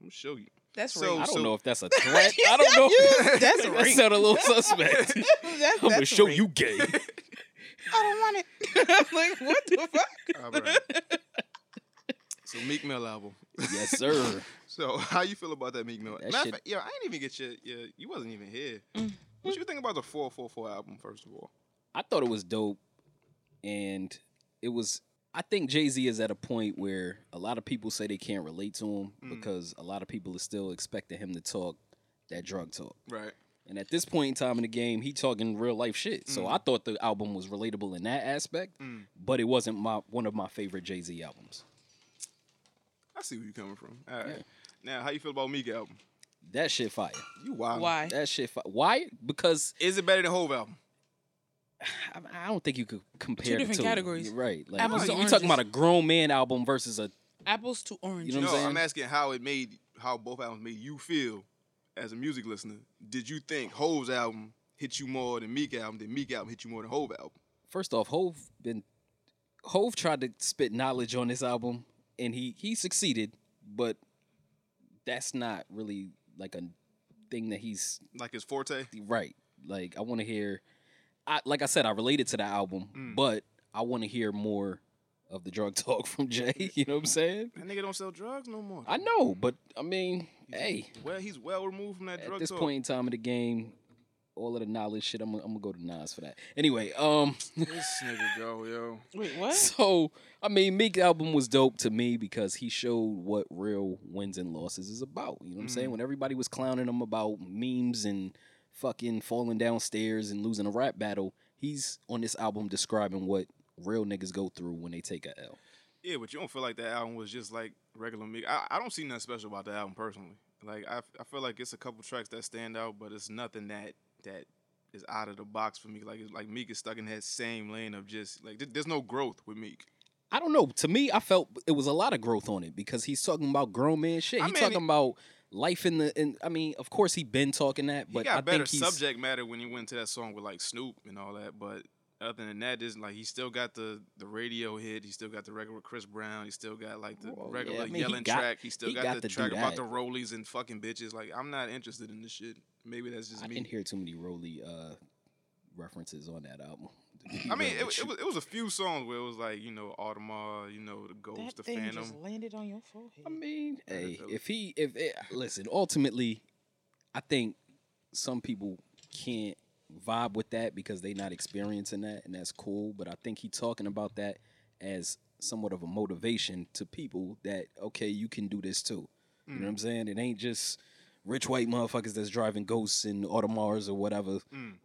Speaker 4: I'm gonna show you.
Speaker 6: That's
Speaker 4: So-
Speaker 6: rape.
Speaker 5: I don't
Speaker 4: so-
Speaker 5: know if that's a threat. I don't know.
Speaker 6: That's
Speaker 5: that
Speaker 6: rape.
Speaker 5: sounded a little suspect.
Speaker 6: That's,
Speaker 5: I'm gonna
Speaker 6: that's
Speaker 5: show
Speaker 6: rape.
Speaker 5: you gay.
Speaker 6: I don't want it. I'm like, what the fuck?
Speaker 4: All right. so Meek Mill album.
Speaker 5: yes, sir.
Speaker 4: So how you feel about that Mm. Meek Mill?
Speaker 5: That
Speaker 4: Matter of
Speaker 5: shit-
Speaker 4: fact, yo, I didn't even get your, your you wasn't even here. What you think about the 444 album first of all?
Speaker 5: I thought it was dope, and it was. I think Jay Z is at a point where a lot of people say they can't relate to him because a lot of people are still expecting him to talk that drug talk.
Speaker 4: Right.
Speaker 5: And at this point in time in the game, he talking real life shit.
Speaker 6: Mm.
Speaker 5: So I thought the album was relatable in that aspect, but it wasn't my one of my favorite Jay Z albums.
Speaker 4: I see where you're coming from. All right. Now, how you feel about Meek album?
Speaker 5: That shit fire.
Speaker 4: You wild.
Speaker 6: Why?
Speaker 5: That shit fire. Why? Because
Speaker 4: Is it better than Hove album?
Speaker 5: I, I don't think you could compare the
Speaker 6: different
Speaker 5: two.
Speaker 6: categories.
Speaker 5: You're right? Like
Speaker 6: Apples
Speaker 5: you-
Speaker 6: to
Speaker 5: you
Speaker 6: oranges.
Speaker 5: talking about a grown man album versus a
Speaker 6: Apples to oranges.
Speaker 5: You know
Speaker 4: no,
Speaker 5: what I'm
Speaker 4: I'm
Speaker 5: saying?
Speaker 4: asking how it made how both albums made you feel as a music listener. Did you think Hove's album hit you more than Meek album? Did Meek album hit you more than Hove album?
Speaker 5: first off, Hove been Hove tried to spit knowledge on this album, and he he succeeded, but that's not really like a thing that he's
Speaker 4: Like his forte?
Speaker 5: right. Like I want to hear, I like I said, I related to the album,
Speaker 4: Mm.
Speaker 5: but I want to hear more of the drug talk from Jay. You know what I'm saying?
Speaker 4: That nigga don't sell drugs no more.
Speaker 5: I know, but I mean, hey,
Speaker 4: well, he's well removed from that
Speaker 5: at
Speaker 4: drug
Speaker 5: this
Speaker 4: talk.
Speaker 5: point in time of the game. All of the knowledge shit, I'm, gonna- I'm gonna go to Nas for that. Anyway, um,
Speaker 4: this nigga go, yo.
Speaker 6: Wait, what?
Speaker 5: So I mean, Meek album was dope to me because he showed what
Speaker 4: Mm-hmm.
Speaker 5: real wins and losses is about. You know what I'm saying? When everybody was clowning him about memes and fucking falling downstairs and losing a rap battle. He's on this album describing what real niggas go through when they take a L.
Speaker 4: Yeah, but you don't feel like that album was just like regular me. I, I don't see nothing special about the album personally. Like I, I feel like it's a couple tracks that stand out, but it's nothing that that is out of the box for me. Like it's like Meek is stuck in that same lane of just like th- there's no growth with Meek.
Speaker 5: I don't know. To me, I felt it was a lot of growth on it because he's talking about grown man shit.
Speaker 4: I
Speaker 5: He's
Speaker 4: mean,
Speaker 5: talking
Speaker 4: he-
Speaker 5: about life in the. In, I mean, of course, he been talking that,
Speaker 4: He
Speaker 5: but
Speaker 4: got
Speaker 5: I
Speaker 4: better
Speaker 5: think he's
Speaker 4: subject matter when he went to that song with like Snoop and all that, but other than that, isn't like he still got the the radio hit. He still got the regular Chris Brown. He still got like the
Speaker 5: Well, yeah,
Speaker 4: regular
Speaker 5: I mean, he
Speaker 4: yelling
Speaker 5: got-
Speaker 4: track. He still
Speaker 5: he
Speaker 4: got,
Speaker 5: got
Speaker 4: the
Speaker 5: to do
Speaker 4: track about
Speaker 5: that.
Speaker 4: the rollies and fucking bitches. Like I'm not interested in this shit. Maybe that's just
Speaker 5: I
Speaker 4: me.
Speaker 5: didn't hear too many Rolly uh, references on that album. to be
Speaker 4: I mean,
Speaker 5: real
Speaker 4: it, it,
Speaker 5: with you.
Speaker 4: was, it was a few songs where it was like, you know, Audemars, you know, the Ghost,
Speaker 6: That
Speaker 4: the
Speaker 6: thing
Speaker 4: Phantom.
Speaker 6: just landed on your forehead.
Speaker 5: I mean, hey,
Speaker 4: feel it.
Speaker 5: if he, if it, listen, ultimately, I think some people can't vibe with that because they not experiencing that, and that's cool. But I think he talking about that as somewhat of a motivation to people that okay, you can do this too. You know what I'm saying? It ain't just rich white motherfuckers that's driving ghosts and Audemars or whatever,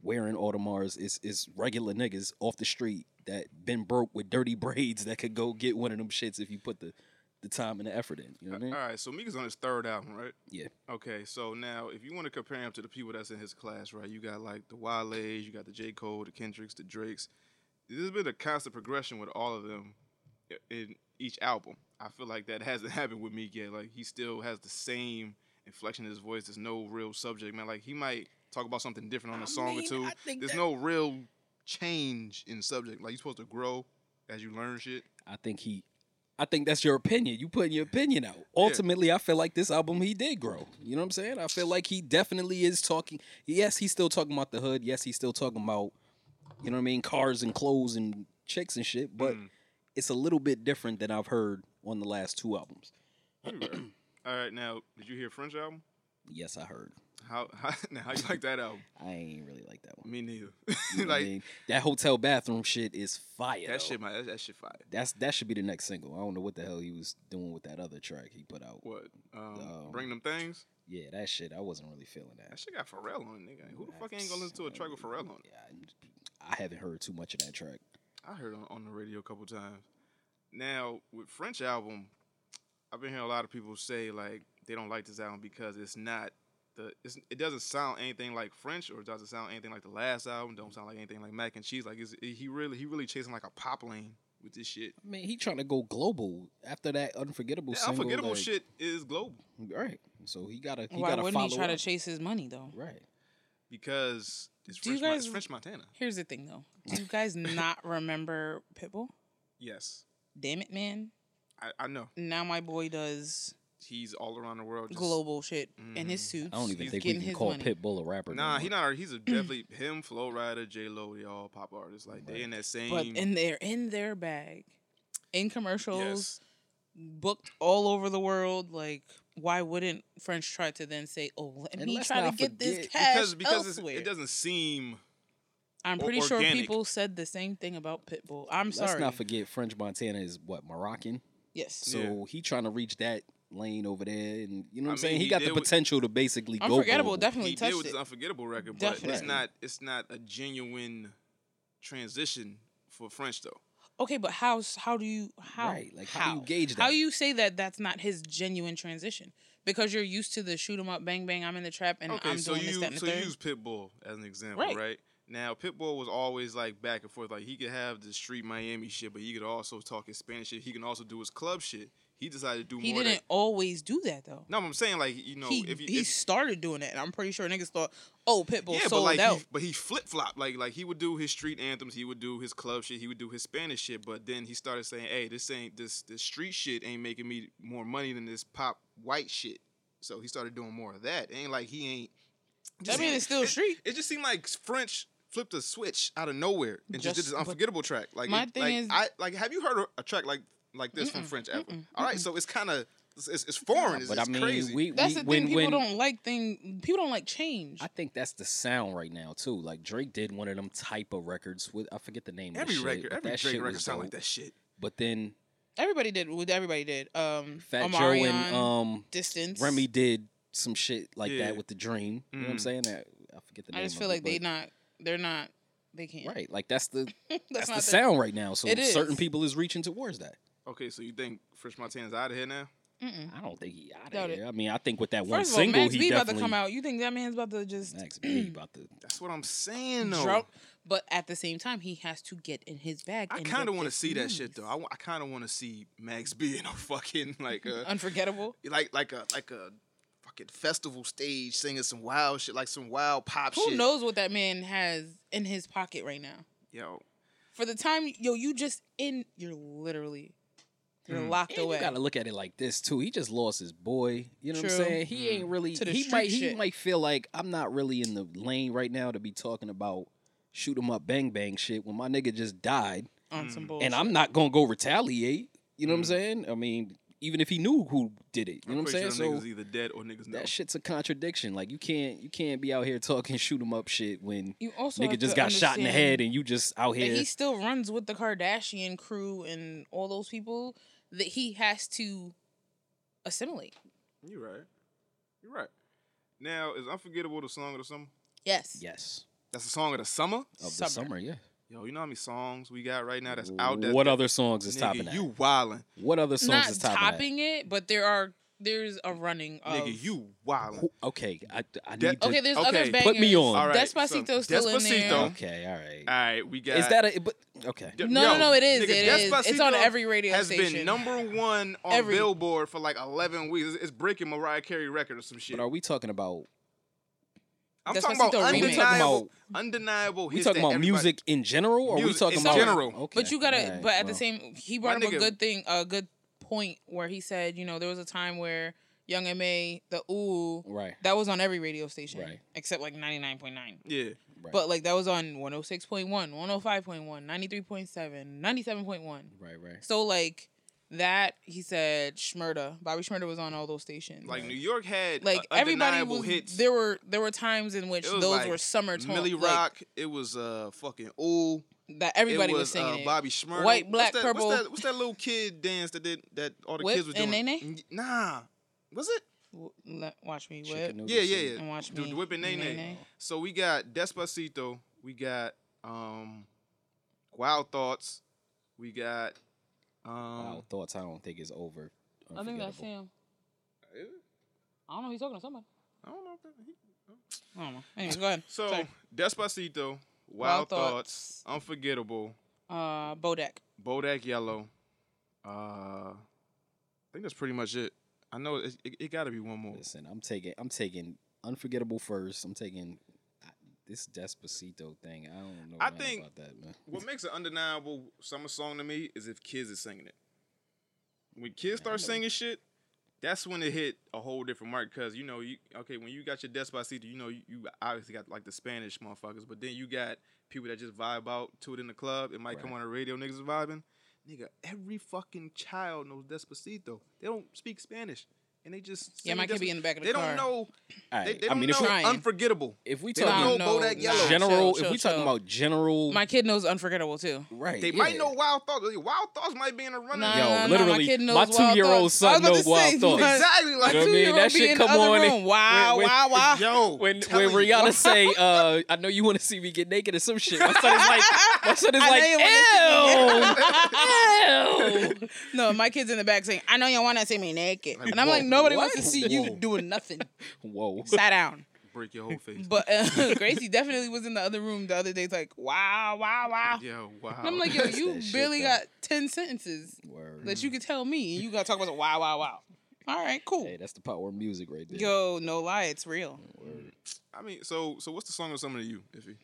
Speaker 5: wearing Audemars. It's it's regular niggas off the street that been broke with dirty braids that could go get one of them shits if you put the the time and the effort in. You know what I mean?
Speaker 4: All right, so Meek is on his third album, right?
Speaker 5: Yeah.
Speaker 4: Okay, so now if you want to compare him to the people that's in his class, right? You got like the Wale's, you got the J. Cole, the Kendricks, the Drakes. There's been a constant progression with all of them i- in each album. I feel like that hasn't happened with Meek yet. Like he still has the same inflection in his voice. There's no real subject, man. Like he might talk about something different on a song or two. There's no real change in subject. Like you're supposed to grow as you learn shit.
Speaker 5: I think he. I think that's your opinion. You putting your opinion out. Ultimately, I feel like this album he did grow. You know what I'm saying? I feel like he definitely is talking. Yes, he's still talking about the hood. Yes, he's still talking about, you know what I mean, cars and clothes and chicks and shit. But
Speaker 4: Mm.
Speaker 5: it's a little bit different than I've heard on the last two albums.
Speaker 4: Hmm. All right, now did you hear French album?
Speaker 5: Yes, I heard.
Speaker 4: How how, now, how you like that album?
Speaker 5: I ain't really like that one.
Speaker 4: Me neither.
Speaker 5: You know what I
Speaker 4: like
Speaker 5: mean? that hotel bathroom shit is fire.
Speaker 4: that
Speaker 5: though.
Speaker 4: shit, my that, that shit fire.
Speaker 5: That's that should be the next single. I don't know what the hell he was doing with that other track he put out.
Speaker 4: What? Um,
Speaker 5: Um,
Speaker 4: bring them things.
Speaker 5: Yeah, that shit. I wasn't really feeling that.
Speaker 4: That shit got Pharrell on it, nigga. Who the fuck ain't gonna listen to a track with Pharrell on it?
Speaker 5: I haven't heard too much of that track.
Speaker 4: I heard on, on the radio a couple times. Now with French album, I've been hearing a lot of people say like they don't like this album because it's not the it's, it doesn't sound anything like French or it doesn't sound anything like the last album. Don't sound like anything like Mac and Cheese. Like it's, he really he really chasing like a pop lane with this shit.
Speaker 5: I mean, he trying to go global after that unforgettable
Speaker 4: That
Speaker 5: single.
Speaker 4: unforgettable
Speaker 5: like-
Speaker 4: shit is global
Speaker 5: right? So he gotta he
Speaker 6: Why
Speaker 5: gotta
Speaker 6: wouldn't
Speaker 5: follow
Speaker 6: he try to
Speaker 5: up.
Speaker 6: chase his money though?
Speaker 5: right?
Speaker 4: because it's
Speaker 6: Do you
Speaker 4: French, Mon- it's
Speaker 6: guys-
Speaker 4: French Montana.
Speaker 6: Here's the thing though. Do you guys not remember Pitbull?
Speaker 4: Yes,
Speaker 6: Damn it, man.
Speaker 4: I, I know.
Speaker 6: Now my boy does
Speaker 4: he's all around the world. Just,
Speaker 6: global shit in his suits.
Speaker 5: Mm-hmm. I don't even
Speaker 4: He's
Speaker 5: think we
Speaker 6: getting
Speaker 5: can
Speaker 6: his
Speaker 5: call
Speaker 6: money.
Speaker 5: Pitbull a rapper. no
Speaker 4: Nah,
Speaker 5: more.
Speaker 4: he not. He's a definitely him, Flow Rider, J Lo. They all pop artists. Like they in that same.
Speaker 6: But and they're in their bag. In commercials,
Speaker 4: yes,
Speaker 6: booked all over the world. Like, why wouldn't French try to then say, "Oh, let
Speaker 5: And
Speaker 6: me
Speaker 5: let's
Speaker 6: try to
Speaker 5: not
Speaker 6: get this
Speaker 5: forget-
Speaker 6: cash
Speaker 4: because because it's,
Speaker 6: elsewhere"?
Speaker 4: it doesn't seem.
Speaker 6: I'm
Speaker 4: or-
Speaker 6: pretty sure
Speaker 4: organic.
Speaker 6: people said the same thing about Pitbull. I'm
Speaker 5: Let's
Speaker 6: sorry.
Speaker 5: not forget French Montana is what Moroccan,
Speaker 6: yes,
Speaker 5: so he trying to reach that lane over there, and you know what
Speaker 4: I
Speaker 5: I'm saying.
Speaker 4: mean,
Speaker 5: He,
Speaker 4: he
Speaker 5: got the
Speaker 4: did with-
Speaker 5: potential to basically go
Speaker 6: unforgettable.
Speaker 5: global.
Speaker 6: Definitely
Speaker 4: He did with
Speaker 6: touched
Speaker 4: this
Speaker 6: it.
Speaker 4: unforgettable record, but it's
Speaker 6: Definitely.
Speaker 4: not. It's not a genuine transition for French though.
Speaker 6: Okay, but how s- how do you how
Speaker 5: Right, like, how do you gauge
Speaker 6: How
Speaker 5: that?
Speaker 6: you say that that's not his genuine transition because you're used to the shoot 'em up, bang bang. I'm in the trap and
Speaker 4: Okay,
Speaker 6: I'm
Speaker 4: so
Speaker 6: doing this,
Speaker 4: you
Speaker 6: that, and the
Speaker 4: so you
Speaker 6: third.
Speaker 4: use Pitbull as an example, right?
Speaker 6: Right.
Speaker 4: Now Pitbull was always like back and forth. Like he could have the street Miami shit, but he could also talk his Spanish shit. He can also do his club shit. He decided to do
Speaker 6: he
Speaker 4: more. of
Speaker 6: didn't
Speaker 4: That,
Speaker 6: always do that though.
Speaker 4: no, I'm saying like you know
Speaker 6: he
Speaker 4: if you,
Speaker 6: he
Speaker 4: if-
Speaker 6: started doing that, and I'm pretty sure niggas thought, "Oh, Pitbull
Speaker 4: yeah, but
Speaker 6: sold
Speaker 4: like,
Speaker 6: out."
Speaker 4: He, but he flip flop. Like, like he would do his street anthems. He would do his club shit. He would do his Spanish shit. But then he started saying, "Hey, this ain't this this street shit ain't making me more money than this pop white shit." So he started doing more of that. It ain't like he ain't. it just
Speaker 6: I mean,
Speaker 4: seemed-
Speaker 6: it's still
Speaker 4: it-
Speaker 6: street.
Speaker 4: It, just seemed like French flipped a switch out of nowhere and just,
Speaker 6: Just-
Speaker 4: did this
Speaker 6: but-
Speaker 4: unforgettable track. Like,
Speaker 6: My
Speaker 4: it-
Speaker 6: thing
Speaker 4: like,
Speaker 6: is-
Speaker 4: I like. Have you heard a, a track like like this from French ever? All right, so it's kind of it's, it's, it's foreign. It's,
Speaker 5: But I
Speaker 4: it's
Speaker 5: mean,
Speaker 4: crazy.
Speaker 5: we
Speaker 6: that's
Speaker 5: we,
Speaker 6: the
Speaker 5: when,
Speaker 6: thing. People
Speaker 5: when,
Speaker 6: don't like thing. People don't like change.
Speaker 5: I think that's the sound right now too. Like Drake did one of them type of records with I forget the name.
Speaker 4: every
Speaker 5: of the
Speaker 4: record,
Speaker 5: shit, but
Speaker 4: every
Speaker 5: that
Speaker 4: Drake
Speaker 5: shit
Speaker 4: record
Speaker 5: was
Speaker 4: sound
Speaker 5: dope.
Speaker 4: like that shit.
Speaker 5: But then
Speaker 6: everybody did. what Everybody did. Um,
Speaker 5: Fat
Speaker 6: Omarion,
Speaker 5: Joe and um
Speaker 6: distance.
Speaker 5: Remy did some shit like
Speaker 4: Yeah. Mm.
Speaker 5: that with the Dream. You know what I'm saying? That I I forget the name.
Speaker 6: I just
Speaker 5: of
Speaker 6: feel
Speaker 5: it,
Speaker 6: like they
Speaker 5: but-
Speaker 6: not. They're not. They can't.
Speaker 5: right. Like that's the that's,
Speaker 6: not
Speaker 5: the sound right now. So
Speaker 6: It
Speaker 5: certain
Speaker 6: is.
Speaker 5: people is reaching towards that.
Speaker 4: Okay, so you think Fresh Montana's out of here now?
Speaker 5: I don't think he out
Speaker 6: Doubt
Speaker 5: of
Speaker 6: it.
Speaker 5: here. I mean, I think with that one
Speaker 6: First of all,
Speaker 5: single,
Speaker 6: Max
Speaker 5: he
Speaker 6: B about
Speaker 5: definitely
Speaker 6: to come out. You think that man's about to just
Speaker 5: Max B about to.
Speaker 4: That's what I'm saying though.
Speaker 6: drop? But at the same time, he has to get in his bag.
Speaker 4: I
Speaker 6: and
Speaker 4: kind
Speaker 6: get
Speaker 4: of want to
Speaker 6: this
Speaker 4: see that
Speaker 6: money.
Speaker 4: shit though. I, wa- I kind of want to see Max B in a fucking like a
Speaker 6: Unforgettable.
Speaker 4: like like a like a fucking festival stage singing some wild shit, like some wild pop
Speaker 6: Who
Speaker 4: shit.
Speaker 6: knows what that man has in his pocket right now?
Speaker 4: Yo,
Speaker 6: For the time, yo, you just in. You're literally. You're locked
Speaker 5: Mm. And
Speaker 6: away.
Speaker 5: you gotta look at it like this too. He just lost his boy. You know what
Speaker 6: True.
Speaker 5: I'm saying? He
Speaker 4: Mm.
Speaker 5: ain't really.
Speaker 6: To the
Speaker 5: He
Speaker 6: street
Speaker 5: might. He
Speaker 6: shit.
Speaker 5: might feel like I'm not really in the lane right now to be talking about shoot 'em up, bang bang shit when my nigga just died,
Speaker 4: Mm.
Speaker 6: on some bullshit.
Speaker 5: and I'm not gonna go retaliate. You
Speaker 6: Mm.
Speaker 5: know what I'm saying? I mean, even if he knew who did it, you know what I'm
Speaker 4: pretty
Speaker 5: saying?
Speaker 4: sure them
Speaker 5: So
Speaker 4: niggas either dead or niggas know.
Speaker 5: that shit's a contradiction. Like you can't. You can't be out here talking shoot 'em up shit when
Speaker 6: You also
Speaker 5: nigga
Speaker 6: have
Speaker 5: just
Speaker 6: to
Speaker 5: got shot in the
Speaker 6: understand
Speaker 5: head and you just out
Speaker 6: that
Speaker 5: here.
Speaker 6: he still runs with the Kardashian crew and all those people that he has to assimilate.
Speaker 4: You're right. You're right. Now is unforgettable the song of the summer.
Speaker 6: Yes.
Speaker 5: Yes.
Speaker 4: That's the song of the summer.
Speaker 5: Of
Speaker 6: Summer.
Speaker 5: the summer, yeah.
Speaker 4: Yo, you know how many songs we got right now that's out there.
Speaker 5: What other songs is topping
Speaker 4: nigga,
Speaker 5: that?
Speaker 4: you wildin'.
Speaker 5: What other songs
Speaker 6: Not
Speaker 5: is topping, that?
Speaker 6: topping it, but there are there's a running of
Speaker 4: Nigga, you wildin'.
Speaker 5: Who- Okay, I, I
Speaker 4: That-
Speaker 5: need to.
Speaker 6: Okay, there's
Speaker 4: Okay,
Speaker 6: other bangers.
Speaker 5: put me on.
Speaker 4: All right,
Speaker 6: Despacito's
Speaker 4: so
Speaker 6: still in there.
Speaker 4: Despacito.
Speaker 5: Okay, all right.
Speaker 4: All right, we got.
Speaker 5: Is that a? But okay,
Speaker 4: D-
Speaker 6: No, no, no, it is,
Speaker 4: nigga,
Speaker 6: it is. It's on
Speaker 4: Despacito
Speaker 6: every radio
Speaker 4: has been
Speaker 6: station.
Speaker 4: number one on
Speaker 6: Every-
Speaker 4: Billboard for like eleven weeks. It's, it's breaking Mariah Carey record or some shit.
Speaker 5: but are we talking about?
Speaker 4: I'm
Speaker 6: Despacito
Speaker 4: talking about
Speaker 6: remix.
Speaker 5: We talking
Speaker 4: undeniable,
Speaker 5: about-
Speaker 4: undeniable.
Speaker 5: We
Speaker 4: hits
Speaker 5: talking
Speaker 4: that
Speaker 5: about
Speaker 4: everybody-
Speaker 5: music in general, or we
Speaker 4: Music
Speaker 5: talking
Speaker 4: in
Speaker 5: about
Speaker 4: general.
Speaker 5: Okay,
Speaker 6: But you gotta.
Speaker 5: all right,
Speaker 6: but at
Speaker 5: well,
Speaker 6: the same, he
Speaker 4: My
Speaker 6: brought up a
Speaker 4: nigga-
Speaker 6: good thing, a good point where he said, you know, there was a time where Young Ma, the ooh,
Speaker 5: right,
Speaker 6: that was on every radio station,
Speaker 5: Right.
Speaker 6: Except like ninety nine point nine.
Speaker 4: Yeah,
Speaker 5: right,
Speaker 6: But like that was on 106.1, 105.1, 93.7, 97.1.
Speaker 5: right, right.
Speaker 6: So like that he said Schmurda, Bobby Schmurda was on all those stations.
Speaker 4: like New York had
Speaker 6: like
Speaker 4: uh,
Speaker 6: everybody
Speaker 4: undeniable
Speaker 6: was
Speaker 4: hits.
Speaker 6: there were there were times in which
Speaker 4: It was
Speaker 6: those
Speaker 4: like
Speaker 6: were summer tones
Speaker 4: Millie
Speaker 6: like,
Speaker 4: Rock. it was uh fucking ooh.
Speaker 6: that everybody
Speaker 4: it
Speaker 6: was,
Speaker 4: was,
Speaker 6: singing
Speaker 4: uh,
Speaker 6: it.
Speaker 4: Bobby Schmurda.
Speaker 6: White,
Speaker 4: What's
Speaker 6: black,
Speaker 4: that-
Speaker 6: purple.
Speaker 4: What's that, what's that little kid dance that did that all the
Speaker 6: Whip
Speaker 4: kids were
Speaker 6: and
Speaker 4: doing?
Speaker 6: Nene?
Speaker 4: Nah, was it?
Speaker 6: W- le- watch me whip
Speaker 4: Yeah,
Speaker 5: Chicken noodle
Speaker 4: yeah,
Speaker 5: soup.
Speaker 4: yeah.
Speaker 6: and watch
Speaker 4: The-
Speaker 6: me
Speaker 4: the Whip and Nene. So we got Despacito, we got um Wild Thoughts, we got um
Speaker 5: Wow, thoughts I don't think is over.
Speaker 6: I think that's
Speaker 5: Unforgettable.
Speaker 6: him.
Speaker 4: Is it?
Speaker 6: I don't know. He's talking to somebody.
Speaker 4: I don't know. if that- he-
Speaker 6: I don't know. Anyways, go ahead.
Speaker 4: So
Speaker 6: Sorry.
Speaker 4: Despacito, Wild,
Speaker 6: Wild
Speaker 4: Thoughts, Unforgettable,
Speaker 6: uh, Bodak.
Speaker 4: Bodak Yellow. Uh, I think that's pretty much it. I know it, it, it got to be one more.
Speaker 5: Listen, I'm taking, I'm taking unforgettable first. I'm taking I, this Despacito thing. I don't know.
Speaker 4: I
Speaker 5: nothing
Speaker 4: think-
Speaker 5: about that, man.
Speaker 4: What makes an undeniable summer song to me is if kids is singing it. When kids start singing shit, that's when it hit a whole different mark. Cause you know, you okay when you got your Despacito, you know you, you obviously got like the Spanish motherfuckers, but then you got people that just vibe out to it in the club. It might come on the radio, niggas is vibing. Nigga, every fucking child knows Despacito. They don't speak Spanish, and they just
Speaker 6: Yeah,
Speaker 4: sing
Speaker 6: mine could be
Speaker 4: Despa-
Speaker 6: in the back of the
Speaker 4: They
Speaker 6: car.
Speaker 4: don't know.
Speaker 5: All
Speaker 4: They,
Speaker 5: right,
Speaker 4: they
Speaker 5: I
Speaker 4: don't
Speaker 5: mean,
Speaker 4: know
Speaker 5: if we,
Speaker 6: Trying.
Speaker 4: unforgettable.
Speaker 5: if we
Speaker 4: They don't
Speaker 5: talking
Speaker 4: know Bodak
Speaker 6: nah,
Speaker 4: Yellow.
Speaker 5: general,
Speaker 6: Chill,
Speaker 5: if we
Speaker 6: chill,
Speaker 5: talking
Speaker 6: chill.
Speaker 5: about general,
Speaker 6: My kid knows unforgettable too.
Speaker 5: right?
Speaker 4: They might
Speaker 5: yeah.
Speaker 4: know Wild Thoughts. Wild Thoughts might be in a running.
Speaker 6: Nah,
Speaker 5: Yo,
Speaker 6: nah, nah,
Speaker 5: literally,
Speaker 6: my, kid knows
Speaker 5: my
Speaker 6: Wild
Speaker 5: two-year-old
Speaker 6: Thoughts.
Speaker 5: son
Speaker 6: I was about
Speaker 5: know
Speaker 6: to say,
Speaker 5: Wild Thoughts.
Speaker 6: my-
Speaker 4: Exactly.
Speaker 6: My
Speaker 4: Like,
Speaker 5: You know what I mean?
Speaker 6: two-year-old
Speaker 5: That
Speaker 6: be
Speaker 5: shit
Speaker 6: in
Speaker 5: come
Speaker 6: the other
Speaker 5: on and-
Speaker 6: room. Wow,
Speaker 5: when-
Speaker 6: wow, wow.
Speaker 4: yo,
Speaker 5: when when
Speaker 4: telling you.
Speaker 5: Rihanna say, uh, "I know you want to see me get naked" or some shit, my son is like, my son is
Speaker 6: I know
Speaker 5: like,
Speaker 6: you
Speaker 5: "Ew, ew."
Speaker 6: No, my kid's in the back saying, I know you want to see me naked. and I'm
Speaker 5: whoa,
Speaker 6: like, nobody
Speaker 5: what?
Speaker 6: wants to see you
Speaker 5: Whoa.
Speaker 6: doing nothing.
Speaker 5: Whoa,
Speaker 6: Sat down.
Speaker 4: break your whole face.
Speaker 6: But uh, Gracie definitely was in the other room the other day, like, wow, wow, wow.
Speaker 4: yo, wow.
Speaker 6: And I'm like, yo, you
Speaker 5: that shit,
Speaker 6: barely
Speaker 5: though. Mm.
Speaker 6: got 10 sentences
Speaker 5: word.
Speaker 6: that you could tell me. And you got to talk about, some wow, wow, wow. All right, cool.
Speaker 5: Hey, Mm. that's the power of music right there.
Speaker 6: Yo, no lie, it's real.
Speaker 4: I mean, so so what's the song of summer to you, Iffy?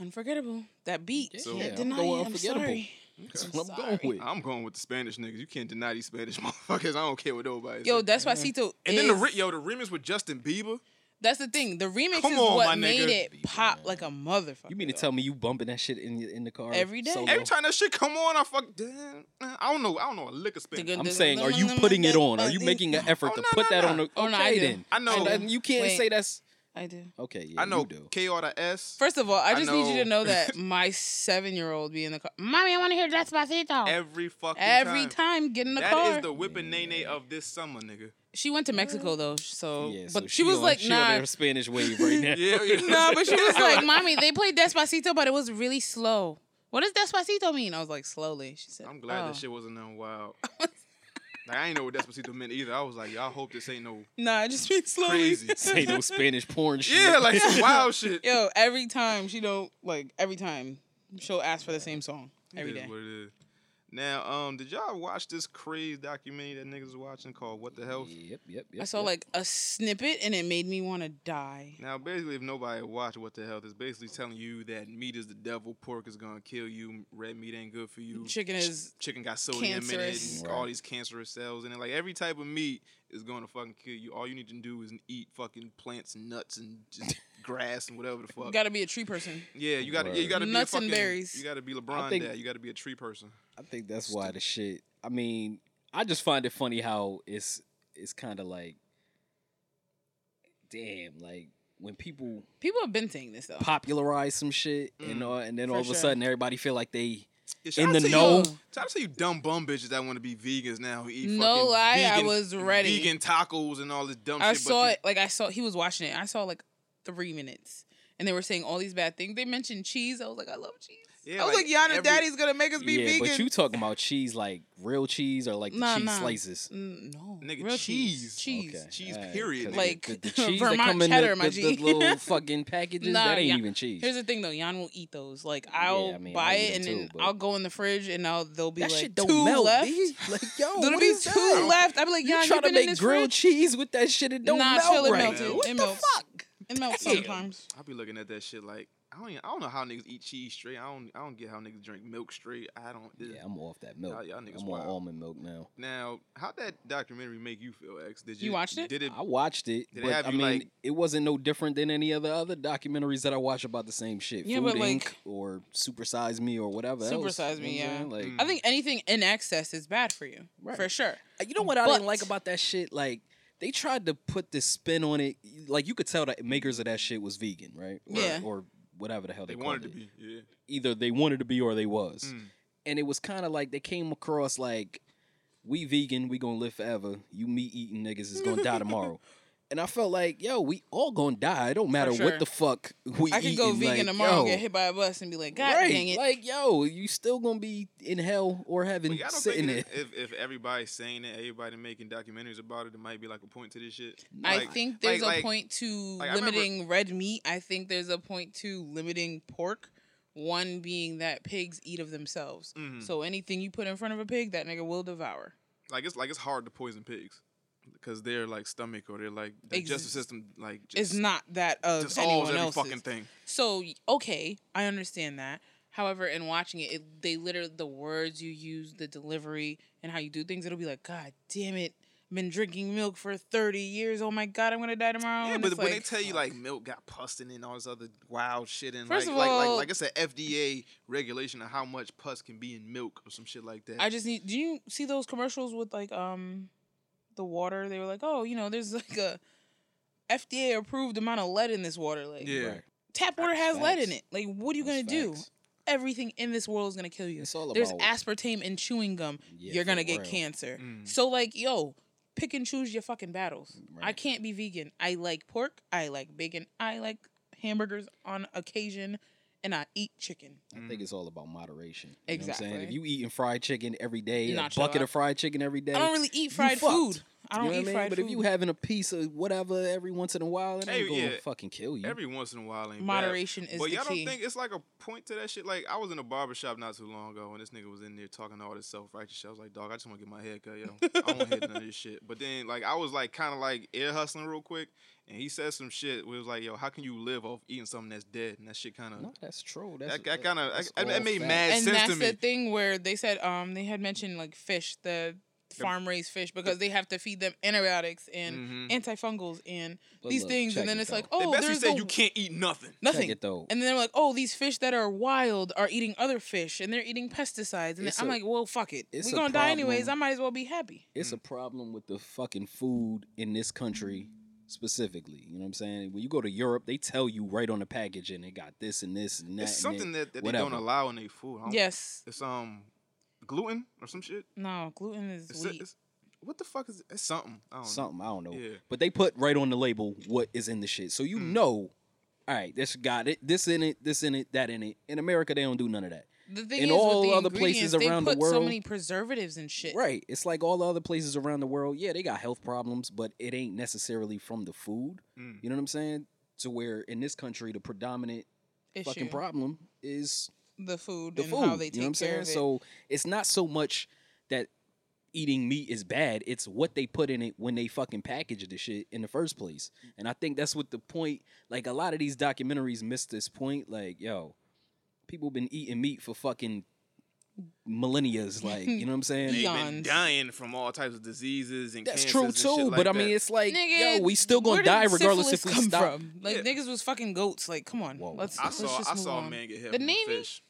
Speaker 6: Unforgettable. That beat.
Speaker 5: So-
Speaker 6: can't
Speaker 5: Yeah,
Speaker 6: deny
Speaker 5: I'm going
Speaker 6: it. I'm
Speaker 5: unforgettable.
Speaker 6: sorry.
Speaker 5: That's what I'm going with.
Speaker 4: I'm going with the Spanish niggas. You can't deny these Spanish motherfuckers. I don't care what nobody.
Speaker 6: Yo,
Speaker 4: say.
Speaker 6: Despacito
Speaker 4: and then the
Speaker 6: is-
Speaker 4: re- yo the remix with Justin Bieber.
Speaker 6: That's the thing. The remix
Speaker 4: Come
Speaker 6: is
Speaker 4: on, my
Speaker 6: what
Speaker 4: nigga.
Speaker 6: made it pop like a motherfucker.
Speaker 5: You mean to tell me you bumping that shit in your- in the car
Speaker 6: Every day.
Speaker 5: solo?
Speaker 4: Every time that shit come on, I fuck. Damn, I don't know. I don't know a lick of Spanish.
Speaker 6: Nigga,
Speaker 5: I'm saying, are you putting it on? Are you making an effort to
Speaker 4: Oh, no,
Speaker 5: put
Speaker 4: no,
Speaker 5: that
Speaker 4: no.
Speaker 5: on? The, okay,
Speaker 6: Oh, no, I do.
Speaker 5: then.
Speaker 4: I know.
Speaker 5: And you can't
Speaker 6: Wait.
Speaker 5: say that's
Speaker 6: I do.
Speaker 5: okay. Yeah,
Speaker 4: I know.
Speaker 5: You do.
Speaker 4: K or the S.
Speaker 6: First of all, I just need you
Speaker 4: know.
Speaker 6: to know that my seven year old be in the car. Mommy, I want to hear Despacito. Every,
Speaker 4: every fucking
Speaker 6: Every
Speaker 4: time.
Speaker 6: time, get in the
Speaker 4: That
Speaker 6: car.
Speaker 4: is the whipping nene of this summer, nigga.
Speaker 6: She went to Mexico though, so
Speaker 5: Yeah, so
Speaker 6: but she, was
Speaker 5: on-
Speaker 6: like,
Speaker 5: she on
Speaker 6: nah.
Speaker 5: her Spanish wave right now.
Speaker 4: Yeah, yeah.
Speaker 6: No, but she was like, mommy, they played Despacito, but it was really slow. What does Despacito mean? I was like, slowly. She said,
Speaker 4: I'm glad
Speaker 6: oh.
Speaker 4: that shit wasn't done wild. like I ain't know what Despacito meant either. I was like, y'all hope this ain't no
Speaker 6: Nah, it just means slowly.
Speaker 4: crazy.
Speaker 5: Say no Spanish porn shit.
Speaker 4: yeah, like some wild shit.
Speaker 6: Yo, every time she don't like every time she'll ask for the same song every
Speaker 4: It is
Speaker 6: day.
Speaker 4: what it is. Now, um, did y'all watch this crazy documentary that niggas was watching called "What the Health"?
Speaker 5: Yep, yep, yep.
Speaker 6: I saw
Speaker 5: yep.
Speaker 6: like a snippet and it made me want to die.
Speaker 4: Now, basically, if nobody watched "What the Health," it's basically telling you that meat is the devil, pork is gonna kill you, red meat ain't good for you,
Speaker 6: Chicken is
Speaker 4: chicken got sodium in it,
Speaker 6: Cancerous.
Speaker 4: and all these cancerous cells in it. Like every type of meat is going to fucking kill you. All you need to do is eat fucking plants and nuts and just grass and whatever the fuck.
Speaker 6: got to be a tree person.
Speaker 4: yeah, you got to yeah, you got to be a
Speaker 6: Nuts and
Speaker 4: fucking,
Speaker 6: berries.
Speaker 4: You got to be LeBron
Speaker 5: think-
Speaker 4: dad. You got to be a tree person.
Speaker 5: I think that's why the shit. I mean, I just find it funny how it's it's kind of like, damn, like when people
Speaker 6: People have been saying this though.
Speaker 5: popularize some shit and all, and then all of a
Speaker 6: sure.
Speaker 5: sudden everybody feel like they
Speaker 4: Yeah,
Speaker 5: in
Speaker 4: out
Speaker 5: the
Speaker 4: to you-
Speaker 5: know.
Speaker 4: Shout out to you dumb bum bitches that want to be vegans now who eat
Speaker 6: No
Speaker 4: fucking
Speaker 6: lie, I
Speaker 4: vegan-
Speaker 6: was ready.
Speaker 4: vegan tacos and all this dumb
Speaker 6: I
Speaker 4: shit. but
Speaker 6: saw
Speaker 4: you-
Speaker 6: it like I saw he was watching it. I saw like 3 minutes and they were saying all these bad things. They mentioned cheese. I was like, I love cheese.
Speaker 4: Yeah,
Speaker 6: I was
Speaker 4: like,
Speaker 6: like, Yana
Speaker 4: every-
Speaker 6: Daddy's going to make us be
Speaker 5: yeah,
Speaker 6: vegan.
Speaker 5: but you talking about cheese like real cheese or like the
Speaker 6: Nah,
Speaker 5: cheese
Speaker 6: nah.
Speaker 5: slices.
Speaker 6: Mm, no.
Speaker 4: Nigga,
Speaker 6: real
Speaker 4: cheese.
Speaker 6: cheese. Cheese.
Speaker 5: Okay,
Speaker 4: Cheese,
Speaker 5: alright,
Speaker 4: period,
Speaker 5: 'cause
Speaker 4: nigga.
Speaker 6: Like,
Speaker 5: the, the cheese
Speaker 6: Vermont
Speaker 5: that come in
Speaker 6: cheddar,
Speaker 5: the,
Speaker 6: my
Speaker 5: the, the
Speaker 6: G.
Speaker 5: little fucking packages
Speaker 6: Nah,
Speaker 5: that ain't
Speaker 6: yeah.
Speaker 5: even cheese.
Speaker 6: Here's the thing though, Jan will eat those. Like I'll
Speaker 5: I mean,
Speaker 6: buy
Speaker 5: I eat
Speaker 6: it and
Speaker 5: them
Speaker 6: then
Speaker 5: too, but-
Speaker 6: I'll go in the fridge and I'll there'll be
Speaker 5: that
Speaker 6: like
Speaker 5: shit don't
Speaker 6: two
Speaker 5: melt.
Speaker 6: left.
Speaker 5: B. Like yo,
Speaker 6: There'll
Speaker 5: what
Speaker 6: be
Speaker 5: is
Speaker 6: two
Speaker 5: that?
Speaker 6: left. I'll be like,
Speaker 5: You
Speaker 6: Jan, you
Speaker 5: trying to
Speaker 6: been in
Speaker 5: make
Speaker 6: this
Speaker 5: grilled
Speaker 6: fridge?
Speaker 5: cheese with that shit? It don't
Speaker 6: Nah,
Speaker 5: melt
Speaker 6: chill, it
Speaker 5: right.
Speaker 6: melted.
Speaker 4: What
Speaker 6: it
Speaker 4: the
Speaker 6: melts. It melts
Speaker 5: Damn.
Speaker 6: sometimes.
Speaker 4: I be looking at that shit like I don't even, I don't know how niggas eat cheese straight. I don't I don't get how niggas drink milk straight. I don't.
Speaker 5: Yeah, I'm off that milk.
Speaker 4: Y'all- y'all niggas
Speaker 5: I'm
Speaker 4: wild.
Speaker 5: on almond milk now.
Speaker 4: Now, how'd that documentary make you feel, X? Did you,
Speaker 6: You watched it?
Speaker 4: Did it?
Speaker 5: I watched it,
Speaker 4: Did it
Speaker 5: but
Speaker 4: have
Speaker 5: I
Speaker 4: you,
Speaker 5: mean,
Speaker 4: like-
Speaker 5: it wasn't no different than any other other documentaries that I watch about the same shit.
Speaker 6: Yeah,
Speaker 5: Food
Speaker 6: but,
Speaker 5: Inc.
Speaker 6: like-
Speaker 5: or Super Size Me or whatever.
Speaker 6: Super
Speaker 5: else,
Speaker 6: Size
Speaker 5: you know
Speaker 6: Me,
Speaker 5: what I'm
Speaker 6: yeah.
Speaker 5: saying?
Speaker 4: Mm.
Speaker 5: Like,
Speaker 6: I think anything in excess is bad for you.
Speaker 5: Right.
Speaker 6: For sure.
Speaker 5: you know what I
Speaker 6: But-
Speaker 5: didn't like about that shit? Like they tried to put this spin on it. Like you could tell the makers of that shit was vegan, right? Or,
Speaker 6: Yeah.
Speaker 5: Or whatever the hell they,
Speaker 4: They wanted to
Speaker 5: called it.
Speaker 4: be. Yeah.
Speaker 5: Either they wanted to be or they was.
Speaker 4: Mm.
Speaker 5: And it was kind of like they came across like we vegan, we gonna live forever. You meat eating niggas is gonna die tomorrow. And I felt like, yo, we all gonna die. It don't matter
Speaker 6: sure.
Speaker 5: what the fuck we
Speaker 6: I could go
Speaker 5: eating, like,
Speaker 6: vegan tomorrow and
Speaker 5: yo,
Speaker 6: get hit by a bus and be like, God
Speaker 5: right,
Speaker 6: dang it.
Speaker 5: Like, yo, you still gonna be in hell or heaven
Speaker 4: But I don't
Speaker 5: sitting
Speaker 4: think
Speaker 5: there.
Speaker 4: it- if if everybody's saying it, everybody making documentaries about it, there might be like a point to this shit.
Speaker 6: I
Speaker 4: Like-
Speaker 6: think there's
Speaker 4: like-
Speaker 6: a
Speaker 4: like-
Speaker 6: point to
Speaker 4: like, I remember-
Speaker 6: limiting red meat. I think there's a point to limiting pork. One being that pigs eat of themselves.
Speaker 4: Mm-hmm.
Speaker 6: So anything you put in front of a pig, that nigga will devour.
Speaker 4: Like it's like it's hard to poison pigs because their like stomach or their like digestive
Speaker 6: Ex-
Speaker 4: system like just
Speaker 6: It's not that of
Speaker 4: dissolves
Speaker 6: anyone
Speaker 4: every
Speaker 6: else's.
Speaker 4: fucking thing.
Speaker 6: So y- okay, I understand that. However, in watching it, it they literally the words you use, the delivery, and how you do things, it'll be like, God damn it, I've been drinking milk for thirty years. Oh my god, I'm gonna die tomorrow.
Speaker 4: Yeah,
Speaker 6: And
Speaker 4: but
Speaker 6: it's
Speaker 4: when they
Speaker 6: like,
Speaker 4: tell you like milk got pus in it and all this other wild shit and
Speaker 6: First
Speaker 4: like,
Speaker 6: of
Speaker 4: like
Speaker 6: all-
Speaker 4: like like it's an FDA regulation of how much pus can be in milk or some shit like that.
Speaker 6: I just need. Do you see those commercials with like um, the water? They were like, oh, you know, there's like a FDA approved amount of lead in this water. Like,
Speaker 4: yeah.
Speaker 5: Right.
Speaker 6: tap water has lead in it.
Speaker 5: Facts.
Speaker 6: Like, what are you
Speaker 5: That's
Speaker 6: gonna do?
Speaker 5: facts.
Speaker 6: Everything in this world is gonna kill you.
Speaker 5: It's all
Speaker 6: there's
Speaker 5: about-
Speaker 6: aspartame in chewing gum.
Speaker 5: Yeah,
Speaker 6: You're gonna
Speaker 5: for
Speaker 6: get
Speaker 5: real.
Speaker 6: cancer. So like, yo, pick and choose your fucking battles. I
Speaker 5: Right.
Speaker 6: can't be vegan. I like pork. I like bacon. I like hamburgers on occasion, and I eat chicken.
Speaker 4: Mm.
Speaker 5: I think it's all about moderation. You Know what I'm saying?
Speaker 6: Exactly.
Speaker 5: If you eating fried chicken every day,
Speaker 6: Nacho,
Speaker 5: a bucket
Speaker 6: I-
Speaker 5: of fried chicken every day.
Speaker 6: I don't really
Speaker 5: you
Speaker 6: eat fried
Speaker 5: fucked.
Speaker 6: food.
Speaker 5: You
Speaker 6: I don't
Speaker 5: know what
Speaker 6: eat fried
Speaker 5: But
Speaker 6: food.
Speaker 5: if you having a piece of whatever every once in a while, it ain't
Speaker 4: Hey,
Speaker 5: gonna
Speaker 4: yeah.
Speaker 5: fucking kill you.
Speaker 4: Every once in a while, ain't bad.
Speaker 6: Moderation is
Speaker 4: But
Speaker 6: the
Speaker 4: y'all
Speaker 6: key.
Speaker 4: don't think it's like a point to that shit? Like I was in a barber shop not too long ago, and this nigga was in there talking all this self righteous shit. I was like, dog, I just want to get my hair cut, yo. I don't hear none of this shit. But then, like, I was like, kind of like air hustling real quick, and he said some shit. Where it was like, yo, how can you live off eating something that's dead? And that shit kind of
Speaker 5: no, that's true. That's,
Speaker 4: that, that kind of
Speaker 5: that's
Speaker 4: that
Speaker 5: all
Speaker 4: made
Speaker 5: fact.
Speaker 4: mad
Speaker 6: and
Speaker 4: sense
Speaker 6: that's
Speaker 4: to me.
Speaker 6: the thing where they said um they had mentioned like fish the farm raised fish because they have to feed them antibiotics and antifungals and
Speaker 5: But
Speaker 6: these
Speaker 5: look,
Speaker 6: things
Speaker 5: check
Speaker 6: and then
Speaker 5: it
Speaker 6: it's like
Speaker 5: though.
Speaker 4: Mm-hmm. They
Speaker 6: oh
Speaker 4: basically
Speaker 6: there's
Speaker 4: said
Speaker 6: no-
Speaker 4: you can't eat nothing.
Speaker 6: nothing
Speaker 5: it though.
Speaker 6: and then they're like oh these fish that are wild are eating other fish and they're eating pesticides and
Speaker 5: It's
Speaker 6: I'm
Speaker 5: a-
Speaker 6: like well fuck it we're
Speaker 5: it's a
Speaker 6: gonna die anyways I
Speaker 5: problem.
Speaker 6: might as well be happy
Speaker 5: It's
Speaker 4: Mm.
Speaker 5: a problem with the fucking food in this country specifically. You know what I'm saying? When you go to Europe, they tell you right on the package, and it got this and this and that.
Speaker 4: It's
Speaker 5: and it-
Speaker 4: something that, that they
Speaker 5: whatever.
Speaker 4: don't allow in their food. I don't-
Speaker 6: yes
Speaker 4: It's um gluten or some shit.
Speaker 6: no gluten is
Speaker 4: It's,
Speaker 6: wheat
Speaker 4: it's, What the fuck is it? It's something. I don't know.
Speaker 5: something. I don't know.
Speaker 4: Yeah. Mm.
Speaker 5: But they put right on the label what is in the shit, so you know. All right, this got it. This in it. This in it. That in it. In America, they don't do none of that.
Speaker 6: The thing
Speaker 5: In
Speaker 6: is,
Speaker 5: all
Speaker 6: with the
Speaker 5: other places
Speaker 6: ingredients, they
Speaker 5: around the
Speaker 6: put so
Speaker 5: world-
Speaker 6: many preservatives and shit.
Speaker 5: Right. It's like all the other places around the world. Yeah, they got health problems, but it ain't necessarily from the food.
Speaker 4: Mm.
Speaker 5: You know what I'm saying? To where in this country, the predominant
Speaker 6: Issue.
Speaker 5: fucking problem is
Speaker 6: the food
Speaker 5: the
Speaker 6: and
Speaker 5: food.
Speaker 6: how they take
Speaker 5: you know what I'm
Speaker 6: care
Speaker 5: saying?
Speaker 6: of it.
Speaker 5: So it's not so much that eating meat is bad, it's what they put in it when they fucking package the shit in the first place. And I think that's what the point like a lot of these documentaries miss this point. Like, yo, people been eating meat for fucking millennia's like, you know what I'm saying?
Speaker 4: They've been
Speaker 6: Eons.
Speaker 4: dying from all types of diseases and
Speaker 5: That's
Speaker 4: cancers
Speaker 5: true
Speaker 4: and shit
Speaker 5: too,
Speaker 4: like
Speaker 5: but I
Speaker 4: that.
Speaker 5: mean, it's like,
Speaker 6: Nigga,
Speaker 5: yo, we still gonna
Speaker 6: where did
Speaker 5: die regardless if
Speaker 6: syphilis
Speaker 5: we
Speaker 6: come
Speaker 5: stop.
Speaker 6: From? Like niggas was fucking goats. Like, come on.
Speaker 5: Whoa.
Speaker 6: Let's,
Speaker 4: I
Speaker 6: let's
Speaker 4: saw
Speaker 6: just
Speaker 4: I
Speaker 6: move
Speaker 4: saw
Speaker 6: on.
Speaker 4: a man get hit
Speaker 6: The
Speaker 4: from
Speaker 6: Navy?
Speaker 4: a fish.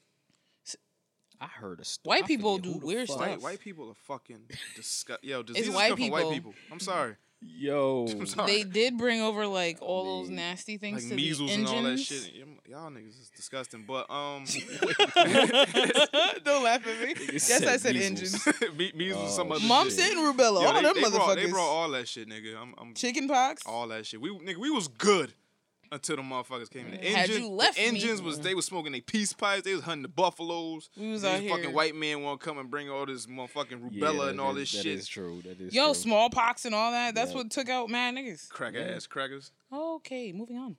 Speaker 5: I heard a story.
Speaker 6: White people do weird
Speaker 4: White,
Speaker 6: stuff.
Speaker 4: white people are fucking disgust. Yo, diseases
Speaker 6: white
Speaker 4: come from white
Speaker 6: people. Mm-hmm.
Speaker 4: people. I'm sorry.
Speaker 5: Yo,
Speaker 4: I'm sorry.
Speaker 6: They did bring over like all those nasty things
Speaker 4: like
Speaker 6: to
Speaker 4: measles
Speaker 6: the
Speaker 4: and
Speaker 6: engines.
Speaker 4: all that shit. Y'all- Y'all niggas is disgusting. But um,
Speaker 6: Don't laugh at me. yes, I said
Speaker 5: measles.
Speaker 6: engines.
Speaker 4: me- measles and some
Speaker 5: Oh,
Speaker 4: other
Speaker 6: Mumps
Speaker 4: shit.
Speaker 6: and rubella.
Speaker 4: Yo,
Speaker 6: all
Speaker 4: they,
Speaker 6: them
Speaker 4: they
Speaker 6: motherfuckers.
Speaker 4: brought, they brought all that shit, nigga. I'm, I'm
Speaker 6: Chicken pox.
Speaker 4: all that shit. We nigga, we was good until the motherfuckers came in. The
Speaker 6: Had
Speaker 4: engine-
Speaker 6: you left
Speaker 4: the
Speaker 6: me.
Speaker 4: engines was they was smoking they peace pipes. They was hunting the buffaloes.
Speaker 6: We was
Speaker 4: These
Speaker 6: out
Speaker 4: fucking
Speaker 6: here.
Speaker 4: white men want to come and bring all this motherfucking rubella and all this
Speaker 5: That
Speaker 4: shit.
Speaker 5: is true. That is
Speaker 6: Yo,
Speaker 5: true.
Speaker 6: smallpox and all that. That's
Speaker 5: Yeah.
Speaker 6: what took out mad niggas.
Speaker 4: Crack ass crackers.
Speaker 6: Okay, moving on.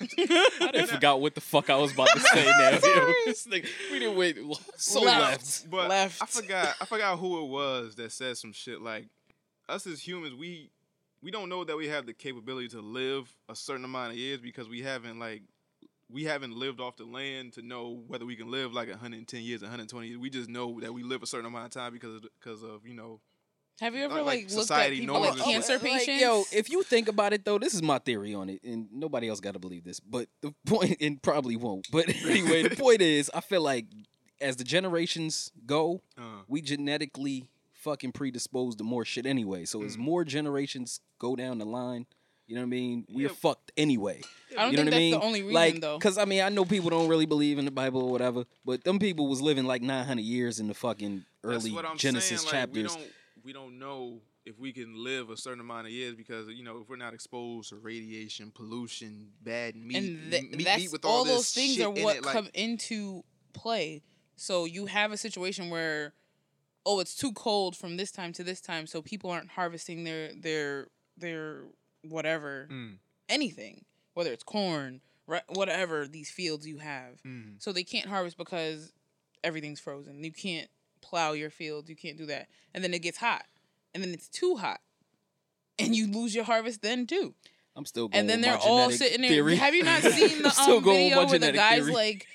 Speaker 5: I forgot what the fuck I was about to say now. yo. This nigga- we didn't wait so left.
Speaker 4: But
Speaker 6: Left.
Speaker 4: I forgot I forgot who it was that said some shit like us as humans we we don't know that we have the capability to live a certain amount of years because we haven't like we haven't lived off the land to know whether we can live like 110 years, 120 years. We just know that we live a certain amount of time because of, because of you know
Speaker 6: Have you ever
Speaker 4: uh, Like,
Speaker 6: like, looked at
Speaker 4: society
Speaker 6: people like
Speaker 4: norms and shit.
Speaker 6: cancer
Speaker 5: Like,
Speaker 6: patients?
Speaker 5: yo, if you think about it though, this is my theory on it, and nobody else got to believe this. But the point, and probably won't. But anyway, the point is, I feel like as the generations go,
Speaker 4: uh,
Speaker 5: we genetically fucking predisposed to more shit anyway. So
Speaker 6: Mm.
Speaker 5: as more generations go down the line, you know what I mean? We're
Speaker 4: Yeah.
Speaker 5: fucked anyway.
Speaker 6: I don't
Speaker 5: you know
Speaker 6: think
Speaker 5: what I mean?
Speaker 6: that's the only reason
Speaker 5: like,
Speaker 6: though.
Speaker 5: Cause I mean, I know people don't really believe in the Bible or whatever, but them people was living like 900 years in the fucking
Speaker 4: that's
Speaker 5: early
Speaker 4: what I'm
Speaker 5: Genesis
Speaker 4: saying. Like, we
Speaker 5: chapters.
Speaker 4: don't we don't know if we can live a certain amount of years because you know if we're not exposed to radiation, pollution, bad meat,
Speaker 6: and th-
Speaker 4: meat,
Speaker 6: that's
Speaker 4: meat with
Speaker 6: all,
Speaker 4: all, this
Speaker 6: those things
Speaker 4: shit
Speaker 6: are
Speaker 4: in
Speaker 6: what
Speaker 4: it, like,
Speaker 6: come into play. So you have a situation where, oh, it's too cold from this time to this time, so people aren't harvesting their their their whatever
Speaker 4: Mm.
Speaker 6: anything, whether it's corn, ri- whatever these fields you have.
Speaker 4: Mm.
Speaker 6: So they can't harvest because everything's frozen. You can't plow your fields. You can't do that. And then it gets hot, and then it's too hot, and you lose your harvest then too
Speaker 5: I'm still going
Speaker 6: and then
Speaker 5: with my
Speaker 6: they're all
Speaker 5: genetic
Speaker 6: sitting there.
Speaker 5: theory.
Speaker 6: Have you not seen the
Speaker 5: I'm still
Speaker 6: um,
Speaker 5: going with my
Speaker 6: video where the
Speaker 5: genetic
Speaker 6: guys
Speaker 5: theory.
Speaker 6: like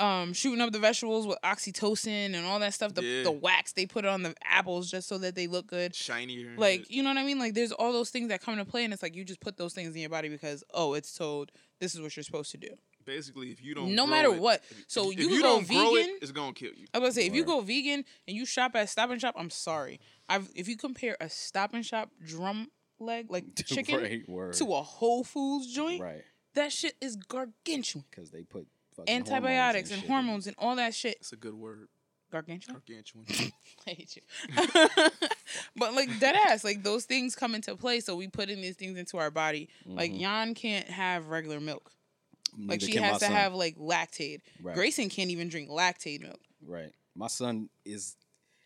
Speaker 6: um, shooting up the vegetables with oxytocin and all that stuff? The,
Speaker 4: Yeah.
Speaker 6: the wax they put on the apples just so that they look good.
Speaker 4: shinier. and
Speaker 6: Like
Speaker 4: shit.
Speaker 6: you know what I mean? Like there's all those things that come into play, and it's like you just put those things in your body because oh, it's told this is what you're supposed to do,
Speaker 4: basically, if you don't,
Speaker 6: no
Speaker 4: grow
Speaker 6: matter
Speaker 4: it-
Speaker 6: what.
Speaker 4: if-
Speaker 6: So
Speaker 4: if
Speaker 6: you,
Speaker 4: you
Speaker 6: go
Speaker 4: don't
Speaker 6: vegan.
Speaker 4: grow it, it's gonna kill you.
Speaker 6: I was gonna say, if you go vegan and you shop at Stop and Shop, I'm sorry. I've if you compare a Stop and Shop drum leg like chicken
Speaker 5: right, word.
Speaker 6: to a Whole Foods joint,
Speaker 5: right,
Speaker 6: that shit is gargantuan.
Speaker 5: because they put fucking hormones
Speaker 6: Antibiotics and,
Speaker 5: shit in.
Speaker 6: hormones and all that shit.
Speaker 4: It's a good word,
Speaker 6: Gargantuan.
Speaker 4: gargantuan.
Speaker 6: I hate you. but like dead ass, like those things come into play. So we put in these things into our body. Like Jan can't have regular milk. Like
Speaker 5: Mm-hmm. Neither
Speaker 6: she
Speaker 5: can my
Speaker 6: has to
Speaker 5: son.
Speaker 6: have like lactate.
Speaker 5: Right.
Speaker 6: Grayson can't even drink lactate milk.
Speaker 5: Right, my son is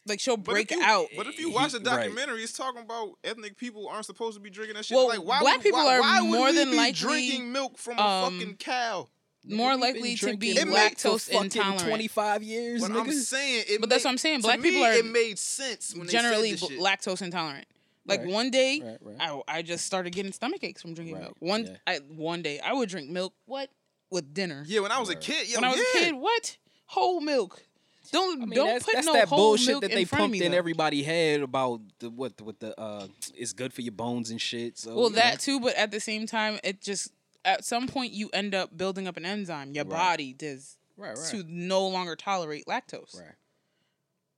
Speaker 6: Like she'll
Speaker 4: But if
Speaker 6: break
Speaker 4: you-
Speaker 6: out.
Speaker 4: But if you
Speaker 5: He-
Speaker 4: watch the
Speaker 5: right.
Speaker 4: documentary, it's talking about ethnic people aren't supposed to be drinking that shit.
Speaker 6: Well,
Speaker 4: like, why
Speaker 6: black
Speaker 4: would,
Speaker 6: people
Speaker 4: why,
Speaker 6: are
Speaker 4: why would
Speaker 6: more
Speaker 4: we
Speaker 6: than
Speaker 4: be
Speaker 6: likely,
Speaker 4: drinking milk from a
Speaker 6: um,
Speaker 4: fucking cow.
Speaker 6: more
Speaker 5: We've been
Speaker 6: likely to be
Speaker 5: drinking
Speaker 4: It make
Speaker 6: lactose
Speaker 5: fucking
Speaker 6: intolerant.
Speaker 5: 25 years,
Speaker 4: But
Speaker 5: nigga.
Speaker 4: I'm saying, it
Speaker 6: But that's
Speaker 4: made-
Speaker 6: what I'm saying,
Speaker 4: to
Speaker 6: black
Speaker 4: me,
Speaker 6: people are
Speaker 4: it made sense when
Speaker 6: generally
Speaker 4: they said
Speaker 6: bl-
Speaker 4: this shit.
Speaker 6: lactose intolerant. Like
Speaker 5: Right.
Speaker 6: one day,
Speaker 5: Right, right.
Speaker 6: I, I just started getting stomach aches from drinking
Speaker 5: Right,
Speaker 6: milk. One
Speaker 5: yeah.
Speaker 6: I, one day I would drink milk. What with dinner?
Speaker 4: Yeah, when I was a kid, yo,
Speaker 6: when I was
Speaker 4: yeah.
Speaker 6: a kid, what whole milk? Don't
Speaker 5: I mean,
Speaker 6: don't
Speaker 5: that's,
Speaker 6: put
Speaker 5: that's
Speaker 6: no
Speaker 5: that
Speaker 6: whole
Speaker 5: bullshit
Speaker 6: milk
Speaker 5: that
Speaker 6: in
Speaker 5: they
Speaker 6: front of
Speaker 5: pumped
Speaker 6: me.
Speaker 5: in
Speaker 6: though.
Speaker 5: everybody head about the what with the uh it's good for your bones and shit. So
Speaker 6: well,
Speaker 5: you
Speaker 6: that too, but at the same time, it just at some point you end up building up an enzyme. Your
Speaker 5: Right.
Speaker 6: body does
Speaker 5: know. right, right,
Speaker 6: to no longer tolerate lactose.
Speaker 5: right.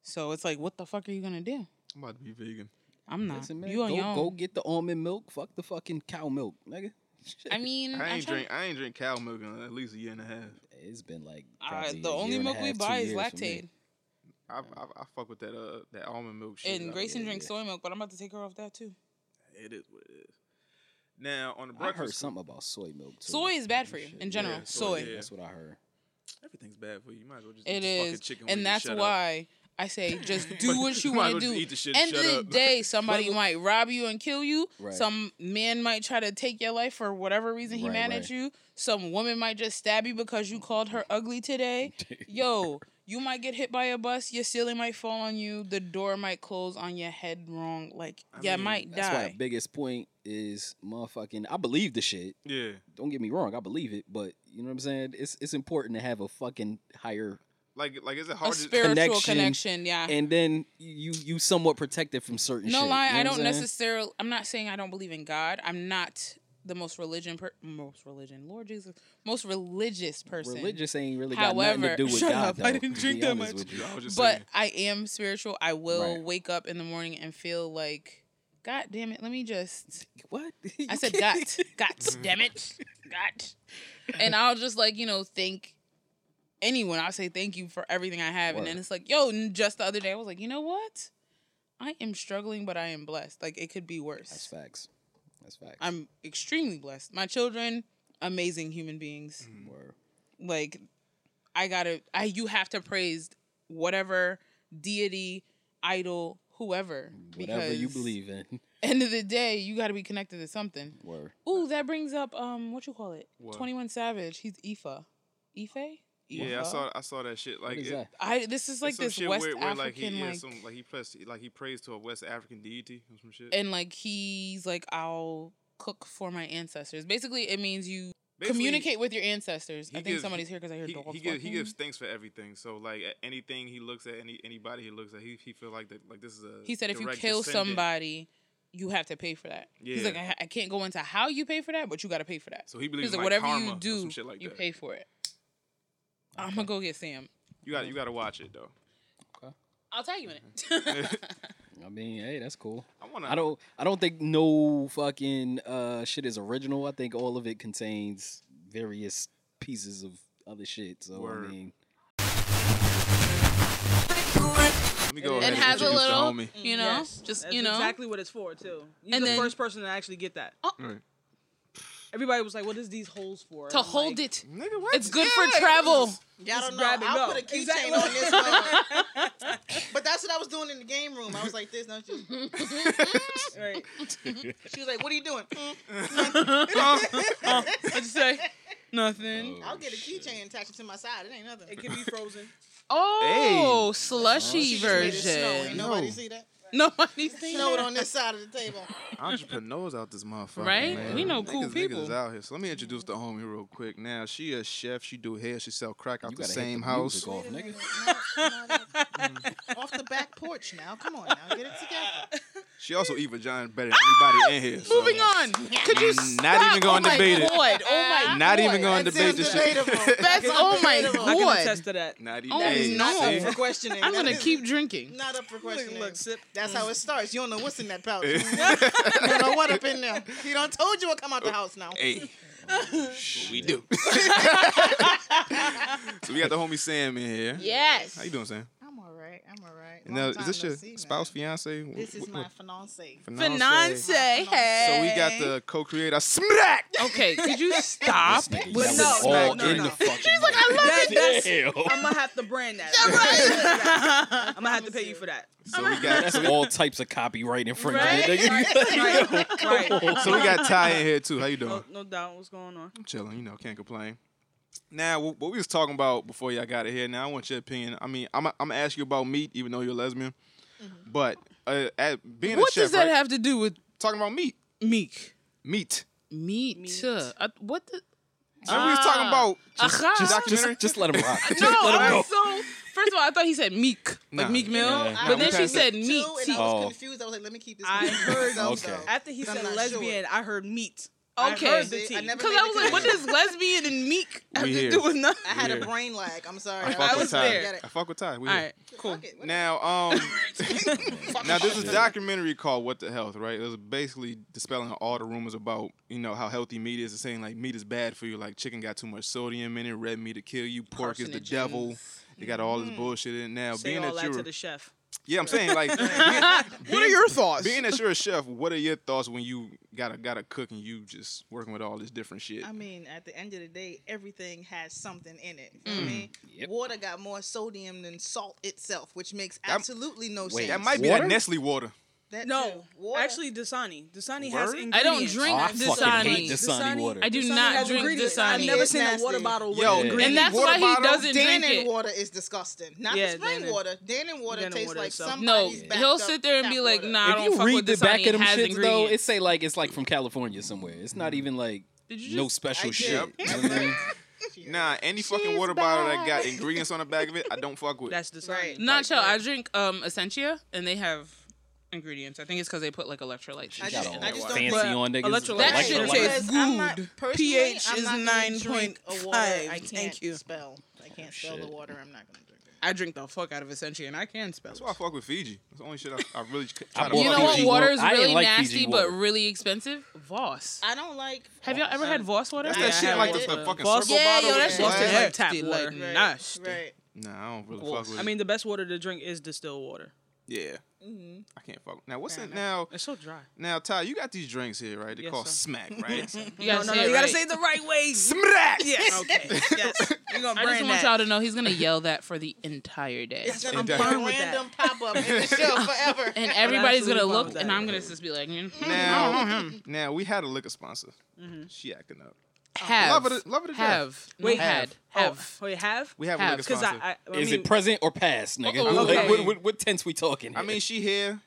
Speaker 6: So it's like, what the fuck are you gonna do?
Speaker 4: I'm about to be vegan.
Speaker 6: I'm not.
Speaker 5: Listen, man,
Speaker 6: you on
Speaker 5: go,
Speaker 6: your own.
Speaker 5: go get the almond milk. Fuck the fucking cow milk, nigga. Shit.
Speaker 6: I mean,
Speaker 4: I
Speaker 6: I'm
Speaker 4: ain't
Speaker 6: trying-
Speaker 4: drink. I ain't drink cow milk in at least a year and a half.
Speaker 5: it's been like
Speaker 6: Uh,
Speaker 5: probably
Speaker 6: the
Speaker 5: a year
Speaker 6: only
Speaker 5: and a
Speaker 6: milk we
Speaker 5: half, two
Speaker 6: buy is
Speaker 5: years for me.
Speaker 6: lactate.
Speaker 4: I, I, I fuck with that uh that almond milk shit.
Speaker 6: And
Speaker 4: I-
Speaker 6: Grayson
Speaker 4: yeah,
Speaker 6: drinks soy milk, but I'm about to take her off that too.
Speaker 4: yeah, It is what it is. Now on the
Speaker 5: I heard
Speaker 4: breakfast,
Speaker 5: something about soy milk too.
Speaker 6: Soy is bad for you
Speaker 5: Shit,
Speaker 6: in general.
Speaker 4: yeah, soy,
Speaker 6: soy.
Speaker 4: yeah.
Speaker 5: That's what I heard.
Speaker 4: everything's bad for you. You might as well just eat
Speaker 6: It
Speaker 4: this fucking
Speaker 6: is,
Speaker 4: chicken when
Speaker 6: and
Speaker 4: you
Speaker 6: that's
Speaker 4: shut up.
Speaker 6: why I say just do
Speaker 4: But
Speaker 6: what you
Speaker 4: you might as
Speaker 6: want to
Speaker 4: well just
Speaker 6: do.
Speaker 4: eat the shit and
Speaker 6: End of
Speaker 4: shut
Speaker 6: the
Speaker 4: up.
Speaker 6: day, somebody might rob you and kill you.
Speaker 5: Right.
Speaker 6: Some man might try to take your life for whatever reason he
Speaker 5: Right,
Speaker 6: mad
Speaker 5: right.
Speaker 6: at you. Some woman might just stab you because you called her ugly today. Yo, you might get hit by a bus. Your ceiling might fall on you. The door might close on your head wrong. Like
Speaker 4: I
Speaker 6: yeah,
Speaker 4: mean,
Speaker 6: might
Speaker 5: That's why
Speaker 6: die.
Speaker 5: the biggest point is motherfucking. I believe the shit.
Speaker 4: Yeah,
Speaker 5: Don't get me wrong, I believe it, but you know what I'm saying. It's it's important to have a fucking higher,
Speaker 4: like like is it
Speaker 6: A
Speaker 4: hard to
Speaker 6: spiritual connection.
Speaker 5: connection
Speaker 6: yeah.
Speaker 5: and then you you somewhat protected from certain.
Speaker 6: No
Speaker 5: shit,
Speaker 6: lie,
Speaker 5: you know
Speaker 6: I
Speaker 5: what
Speaker 6: don't
Speaker 5: I'm saying?
Speaker 6: necessarily. I'm not saying I don't believe in God. I'm not the most religion per, most religion. Lord Jesus, most religious person.
Speaker 5: Religious ain't really got nothing
Speaker 6: However-
Speaker 5: to do with
Speaker 6: Shut
Speaker 5: God.
Speaker 6: up, I
Speaker 5: though,
Speaker 6: didn't
Speaker 5: to
Speaker 6: drink
Speaker 5: be
Speaker 6: that
Speaker 5: honest
Speaker 6: much.
Speaker 5: with you.
Speaker 4: I was just
Speaker 6: but
Speaker 4: saying,
Speaker 6: I am spiritual. I will
Speaker 5: Right.
Speaker 6: wake up in the morning and feel like, God damn it, let me just.
Speaker 5: What?
Speaker 6: I
Speaker 5: You
Speaker 6: said,
Speaker 5: can't-
Speaker 6: God, God,
Speaker 5: Mm.
Speaker 6: damn it, God. And I'll just like you know thank anyone. I'll say thank you for everything I have, and then
Speaker 5: Word.
Speaker 6: it's like, yo, n- just the other day I was like, you know what? I am struggling, but I am blessed. Like it could be worse.
Speaker 5: That's facts. That's facts.
Speaker 6: I'm extremely blessed. My children, amazing human beings.
Speaker 5: Word.
Speaker 6: Like I gotta I you have to praise whatever deity, idol, whoever.
Speaker 5: Whatever you
Speaker 6: because
Speaker 5: believe in.
Speaker 6: End of the day, you gotta be connected to something.
Speaker 5: Word.
Speaker 6: Ooh, that brings up um what you call it?
Speaker 4: What?
Speaker 6: Twenty one Savage. He's Ifa. Ife?
Speaker 4: yeah, I
Speaker 6: Ifa?
Speaker 4: saw I saw that shit. Like
Speaker 5: What is
Speaker 4: it-
Speaker 5: that?
Speaker 6: I this is like
Speaker 4: some
Speaker 6: this
Speaker 4: shit
Speaker 6: West
Speaker 4: where- where,
Speaker 6: African
Speaker 4: like he yeah,
Speaker 6: like,
Speaker 4: some like he prays like he prays to a West African deity or some shit.
Speaker 6: and like he's like I'll cook for my ancestors. Basically it means you
Speaker 4: Basically,
Speaker 6: communicate with your ancestors.
Speaker 4: he
Speaker 6: I think
Speaker 4: gives-
Speaker 6: somebody's here because I hear
Speaker 4: He,
Speaker 6: dogs.
Speaker 4: he gives he
Speaker 6: barking.
Speaker 4: gives thanks for everything. So like at anything he looks at, any anybody he looks at, he he feel like that like this is a.
Speaker 6: He said if you
Speaker 4: direct
Speaker 6: kill
Speaker 4: descendant.
Speaker 6: somebody, you have to pay for that. He's like,
Speaker 4: Yeah.
Speaker 6: I, I can't go into how you pay for that, but you got to pay for that.
Speaker 4: so he believes
Speaker 6: He's
Speaker 4: in,
Speaker 6: like,
Speaker 4: like
Speaker 6: whatever
Speaker 4: karma
Speaker 6: you
Speaker 4: or
Speaker 6: do,
Speaker 4: some shit like
Speaker 6: you
Speaker 4: that.
Speaker 6: pay for it. I'm gonna go get Sam.
Speaker 4: You got you got to watch it though.
Speaker 6: I'll tag you in it.
Speaker 5: I mean, hey, that's cool.
Speaker 4: I wanna.
Speaker 5: I don't I don't think no fucking uh shit is original. I think all of it contains various pieces of other shit. So I
Speaker 4: Word.
Speaker 5: mean
Speaker 4: Let me go
Speaker 6: and
Speaker 4: ahead
Speaker 6: has a
Speaker 4: introduce the
Speaker 6: little,
Speaker 4: homie.
Speaker 6: you know,
Speaker 2: Yes,
Speaker 6: just
Speaker 2: that's
Speaker 6: you know,
Speaker 2: exactly what it's for too. You're
Speaker 6: And
Speaker 2: the
Speaker 6: then- Oh.
Speaker 2: first person to actually get that. Everybody was like, "What is these holes for?"
Speaker 6: to hold it.
Speaker 4: Nigga, what?
Speaker 6: It's good for travel.
Speaker 8: Y'all don't know.
Speaker 2: grab and
Speaker 8: I'll
Speaker 2: go.
Speaker 8: put a keychain
Speaker 2: Exactly.
Speaker 8: on this one. but that's what I was doing in the game room. I was like this, don't you?
Speaker 2: it. Right.
Speaker 8: She was like, "What are you doing?" "Mm,
Speaker 6: What'd you say? Nothing.
Speaker 4: Oh.
Speaker 8: I'll get a keychain and attach it to my side. It ain't nothing.
Speaker 2: It can be frozen.
Speaker 6: Oh, slushy
Speaker 8: She just made it snow. Ain't
Speaker 6: version.
Speaker 8: nobody see that.
Speaker 6: Nobody's seen
Speaker 8: Snowed
Speaker 6: that.
Speaker 8: on this side of the table.
Speaker 4: entrepreneurs out this motherfucker.
Speaker 6: Right?
Speaker 4: man.
Speaker 6: We know cool
Speaker 4: Niggas- niggas
Speaker 6: people.
Speaker 4: is out here. So let me introduce the homie real quick. Now she a chef. She do hair. She sell crack out
Speaker 5: you
Speaker 4: the
Speaker 5: gotta
Speaker 4: same
Speaker 5: hit the
Speaker 4: house.
Speaker 5: music off, nigga.
Speaker 8: Off the back porch now. Come on now. Get it together.
Speaker 4: She also eat vagina better than anybody in here. so-
Speaker 6: Moving on. Could you
Speaker 4: Not
Speaker 6: stop?
Speaker 4: even gonna
Speaker 6: oh my
Speaker 4: debate it.
Speaker 6: God. Oh
Speaker 8: Uh,
Speaker 6: my
Speaker 4: Not
Speaker 6: God.
Speaker 4: even going to
Speaker 8: That's
Speaker 4: debate this shit.
Speaker 8: debatable.
Speaker 6: That's oh my
Speaker 8: Debatable.
Speaker 2: I can
Speaker 6: god.
Speaker 2: attest to that.
Speaker 4: Not even.
Speaker 6: Oh,
Speaker 4: hey,
Speaker 6: no.
Speaker 4: see?
Speaker 8: For questioning.
Speaker 6: I'm
Speaker 8: That
Speaker 6: gonna
Speaker 8: is
Speaker 6: keep drinking.
Speaker 8: Not up for
Speaker 2: Look,
Speaker 8: questioning.
Speaker 2: look, sip.
Speaker 8: That's how it starts. You don't know what's in that pouch. you don't know what up in there. He done told you what come out the house now.
Speaker 4: Hey. What we do. so we got the homie Sam in here.
Speaker 6: Yes.
Speaker 4: How you doing, Sam?
Speaker 8: I'm all right. I'm all right.
Speaker 4: now,
Speaker 8: Long
Speaker 4: is
Speaker 8: time
Speaker 4: this
Speaker 8: no
Speaker 4: your
Speaker 8: see,
Speaker 4: spouse,
Speaker 8: man.
Speaker 4: fiance? Wh-
Speaker 8: This is
Speaker 4: wh-
Speaker 8: my fiance. Oh.
Speaker 6: Finance,
Speaker 8: hey.
Speaker 4: So we got the co-creator Smack.
Speaker 6: Okay, could you stop?
Speaker 5: But
Speaker 8: no, no,
Speaker 5: all
Speaker 8: no,
Speaker 5: in
Speaker 8: no.
Speaker 5: the fucking
Speaker 2: That- that's- I'm gonna have to brand that. I'm gonna have to pay you for that.
Speaker 4: So we got
Speaker 5: That's all types of copyright infringement.
Speaker 6: Right?
Speaker 5: nigga.
Speaker 2: Right. right.
Speaker 4: so we got Ty in here too. How you doing?
Speaker 8: Oh.
Speaker 2: No, no doubt. What's going on?
Speaker 4: I'm chilling, you know, can't complain. Now, wh- what we was talking about before y'all got it here. Now, I want your opinion. I mean, I'm I'm gonna ask you about meat, even though you're a lesbian.
Speaker 8: Mm-hmm.
Speaker 4: But uh, at being
Speaker 6: What
Speaker 4: a chef,
Speaker 6: does that
Speaker 4: right?
Speaker 6: have to do with
Speaker 4: Talking about meat,
Speaker 6: meek?
Speaker 4: meat.
Speaker 6: Meat. Uh, I, what the?
Speaker 4: So we was
Speaker 8: Ah.
Speaker 4: talking about
Speaker 6: Aha.
Speaker 4: documentary.
Speaker 5: Just, just let him rock.
Speaker 6: no,
Speaker 5: just let him
Speaker 6: I
Speaker 5: go.
Speaker 6: was so. First of all, I thought he said meek, like
Speaker 4: Nah.
Speaker 6: meek mill,
Speaker 5: Yeah.
Speaker 8: I
Speaker 6: but then she
Speaker 8: was
Speaker 6: said
Speaker 8: too,
Speaker 6: meat.
Speaker 8: And I was
Speaker 5: Oh.
Speaker 8: confused. I was like, let me keep this.
Speaker 2: I
Speaker 8: confused.
Speaker 2: heard-
Speaker 8: So, so.
Speaker 5: Okay.
Speaker 2: After he
Speaker 8: I'm
Speaker 2: said
Speaker 8: not
Speaker 2: lesbian, I heard meat.
Speaker 8: I
Speaker 6: Okay.
Speaker 8: heard the tea. I never
Speaker 6: Because
Speaker 8: made
Speaker 6: I
Speaker 8: the
Speaker 6: was like, what
Speaker 8: connection.
Speaker 6: does lesbian and meek have
Speaker 4: We
Speaker 6: to
Speaker 4: here.
Speaker 6: do with nothing?
Speaker 8: I had
Speaker 4: Yeah.
Speaker 8: a brain lag. I'm sorry.
Speaker 4: I
Speaker 8: I,
Speaker 4: fuck
Speaker 8: I
Speaker 4: with
Speaker 8: was
Speaker 4: Ty.
Speaker 8: there.
Speaker 4: I fuck with Ty. We
Speaker 6: All
Speaker 4: here.
Speaker 6: right, cool.
Speaker 8: Fuck it, whatever.
Speaker 4: Now, um, now this is a documentary called "What the Health," right? It was basically dispelling all the rumors about you know how healthy meat is and saying like meat is bad for you, like chicken got too much sodium in it, red meat to kill you, pork is the devil. They got all
Speaker 3: Mm-hmm.
Speaker 4: this bullshit in it now.
Speaker 2: Say
Speaker 4: being
Speaker 2: all
Speaker 4: that
Speaker 2: that
Speaker 4: you're,
Speaker 2: to the chef.
Speaker 4: yeah, I'm saying like,
Speaker 3: What are your thoughts?
Speaker 4: being that you're a chef, what are your thoughts when you gotta gotta cook and you just working with all this different shit?
Speaker 8: I mean, at the end of the day, everything has something in it. You know
Speaker 6: Mm.
Speaker 8: what I mean?
Speaker 4: Mm.
Speaker 8: Water got more sodium than salt itself, which makes absolutely no sense.
Speaker 4: that might be
Speaker 5: Water?
Speaker 4: that Nestle water.
Speaker 8: That
Speaker 2: No,
Speaker 8: too. Water.
Speaker 2: actually, Dasani. Dasani
Speaker 4: Word?
Speaker 2: has
Speaker 4: I don't
Speaker 2: ingredients.
Speaker 6: I don't drink
Speaker 5: Oh, I
Speaker 6: Dasani.
Speaker 5: fucking hate Dasani water.
Speaker 6: I do
Speaker 2: Dasani
Speaker 6: not
Speaker 2: has
Speaker 6: drink
Speaker 2: ingredients.
Speaker 6: Dasani.
Speaker 2: I've never
Speaker 8: It's
Speaker 2: seen a water
Speaker 8: nasty.
Speaker 2: bottle with
Speaker 4: Yo,
Speaker 2: ingredients.
Speaker 6: and that's
Speaker 4: water
Speaker 6: why he
Speaker 4: bottle,
Speaker 6: doesn't drink
Speaker 8: Dannon
Speaker 6: it.
Speaker 8: water is disgusting. Not
Speaker 2: Yeah,
Speaker 8: the spring
Speaker 2: Dannon.
Speaker 8: water. Dannon water
Speaker 2: Dannon
Speaker 8: tastes
Speaker 2: water
Speaker 8: like
Speaker 2: is something.
Speaker 8: somebody's
Speaker 6: No,
Speaker 8: backed
Speaker 6: he'll
Speaker 8: up
Speaker 6: sit there and be
Speaker 8: tap
Speaker 6: like,
Speaker 8: water.
Speaker 6: nah, I
Speaker 5: If
Speaker 6: don't
Speaker 5: you
Speaker 6: fuck
Speaker 5: read
Speaker 6: with
Speaker 5: the
Speaker 6: Dasani.
Speaker 5: back of
Speaker 6: it
Speaker 5: them
Speaker 6: has
Speaker 5: shits though, it
Speaker 6: ingredients.
Speaker 5: say like it's like from California somewhere. It's not even like
Speaker 6: Did you
Speaker 5: no
Speaker 6: just-
Speaker 5: special
Speaker 8: I
Speaker 5: shit.
Speaker 8: did.
Speaker 5: You know what I mean?
Speaker 4: Nah, any fucking water bottle that got ingredients on the back of it, I don't fuck with.
Speaker 2: That's Dasani.
Speaker 8: Right.
Speaker 6: Not chill. I drink um Essentia, and they have ingredients. I think it's because they put like electrolytes.
Speaker 8: I
Speaker 6: and
Speaker 8: just,
Speaker 6: shit in
Speaker 8: I
Speaker 6: it.
Speaker 8: just don't.
Speaker 5: Fancy
Speaker 8: But,
Speaker 5: on niggas.
Speaker 2: electrolyte-
Speaker 6: That
Speaker 5: Like
Speaker 6: shit
Speaker 5: the
Speaker 8: because
Speaker 5: light.
Speaker 6: tastes
Speaker 8: I'm not-
Speaker 6: good.
Speaker 8: personally,
Speaker 6: pH
Speaker 8: I'm
Speaker 6: is
Speaker 8: not gonna drink a water I
Speaker 6: 9.5.
Speaker 8: can't
Speaker 6: Thank you. Oh,
Speaker 8: Spell. I can't spell the water. I'm not gonna drink it.
Speaker 6: I drink the fuck out of Essentia, and I can spell.
Speaker 4: That's why I fuck with Fiji. That's the only shit I, I really c- try
Speaker 5: I
Speaker 4: to.
Speaker 5: bought
Speaker 6: You
Speaker 4: fuck
Speaker 6: know
Speaker 4: with.
Speaker 6: what
Speaker 5: Fiji
Speaker 6: water
Speaker 5: water.
Speaker 6: is
Speaker 5: I didn't
Speaker 6: really
Speaker 5: like
Speaker 6: nasty
Speaker 5: Fiji
Speaker 6: but
Speaker 5: water.
Speaker 6: really expensive? Voss.
Speaker 8: I don't like.
Speaker 6: Have y'all ever had Voss water?
Speaker 4: That's
Speaker 8: Yeah,
Speaker 4: that shit
Speaker 8: I
Speaker 4: like the,
Speaker 8: had
Speaker 4: the
Speaker 8: it.
Speaker 4: fucking
Speaker 2: Boss-
Speaker 4: circle
Speaker 2: Yeah, yo,
Speaker 4: bottle. with
Speaker 2: that's
Speaker 4: the
Speaker 2: just
Speaker 4: glass.
Speaker 2: like tap water.
Speaker 8: Right. Right.
Speaker 4: Nah, I don't really
Speaker 2: Well,
Speaker 4: fuck with
Speaker 2: I mean, the best water to drink is distilled water.
Speaker 4: it. Yeah.
Speaker 2: Mm-hmm.
Speaker 4: I can't fuck. Now, what's it now?
Speaker 2: It's so dry.
Speaker 4: Now, Ty, you got these drinks here, right? They
Speaker 2: Yes,
Speaker 4: call
Speaker 2: sir.
Speaker 4: smack, right?
Speaker 6: You gotta
Speaker 2: No,
Speaker 6: say
Speaker 2: no,
Speaker 6: it
Speaker 2: you gotta
Speaker 6: right.
Speaker 2: say it the right way.
Speaker 4: smack!
Speaker 2: Yes. Okay. Yes. You're gonna
Speaker 6: I just
Speaker 2: brand that.
Speaker 6: want y'all to know he's gonna yell that for the entire day.
Speaker 8: It's gonna
Speaker 4: And
Speaker 8: be a
Speaker 4: that-
Speaker 8: random pop up in the show forever.
Speaker 6: And everybody's gonna
Speaker 2: absolutely
Speaker 6: look,
Speaker 2: fine with
Speaker 6: and
Speaker 2: that.
Speaker 6: I'm gonna just be like, mm,
Speaker 4: Now,
Speaker 2: Mm-hmm.
Speaker 4: now we had a liquor sponsor. She acting up.
Speaker 6: have,
Speaker 4: Love it- love it to death.
Speaker 6: have,
Speaker 2: Wait,
Speaker 6: no, had,
Speaker 2: Oh,
Speaker 6: have.
Speaker 2: wait, have?
Speaker 4: We have,
Speaker 6: Have.
Speaker 4: a liquor
Speaker 2: 'Cause I,
Speaker 4: sponsor. I,
Speaker 2: I, I
Speaker 5: Is
Speaker 2: mean,
Speaker 5: it present or past, nigga?
Speaker 6: Uh-oh.
Speaker 5: Like,
Speaker 2: Okay.
Speaker 5: what, what, what tense we talking? here?
Speaker 4: mean, she here.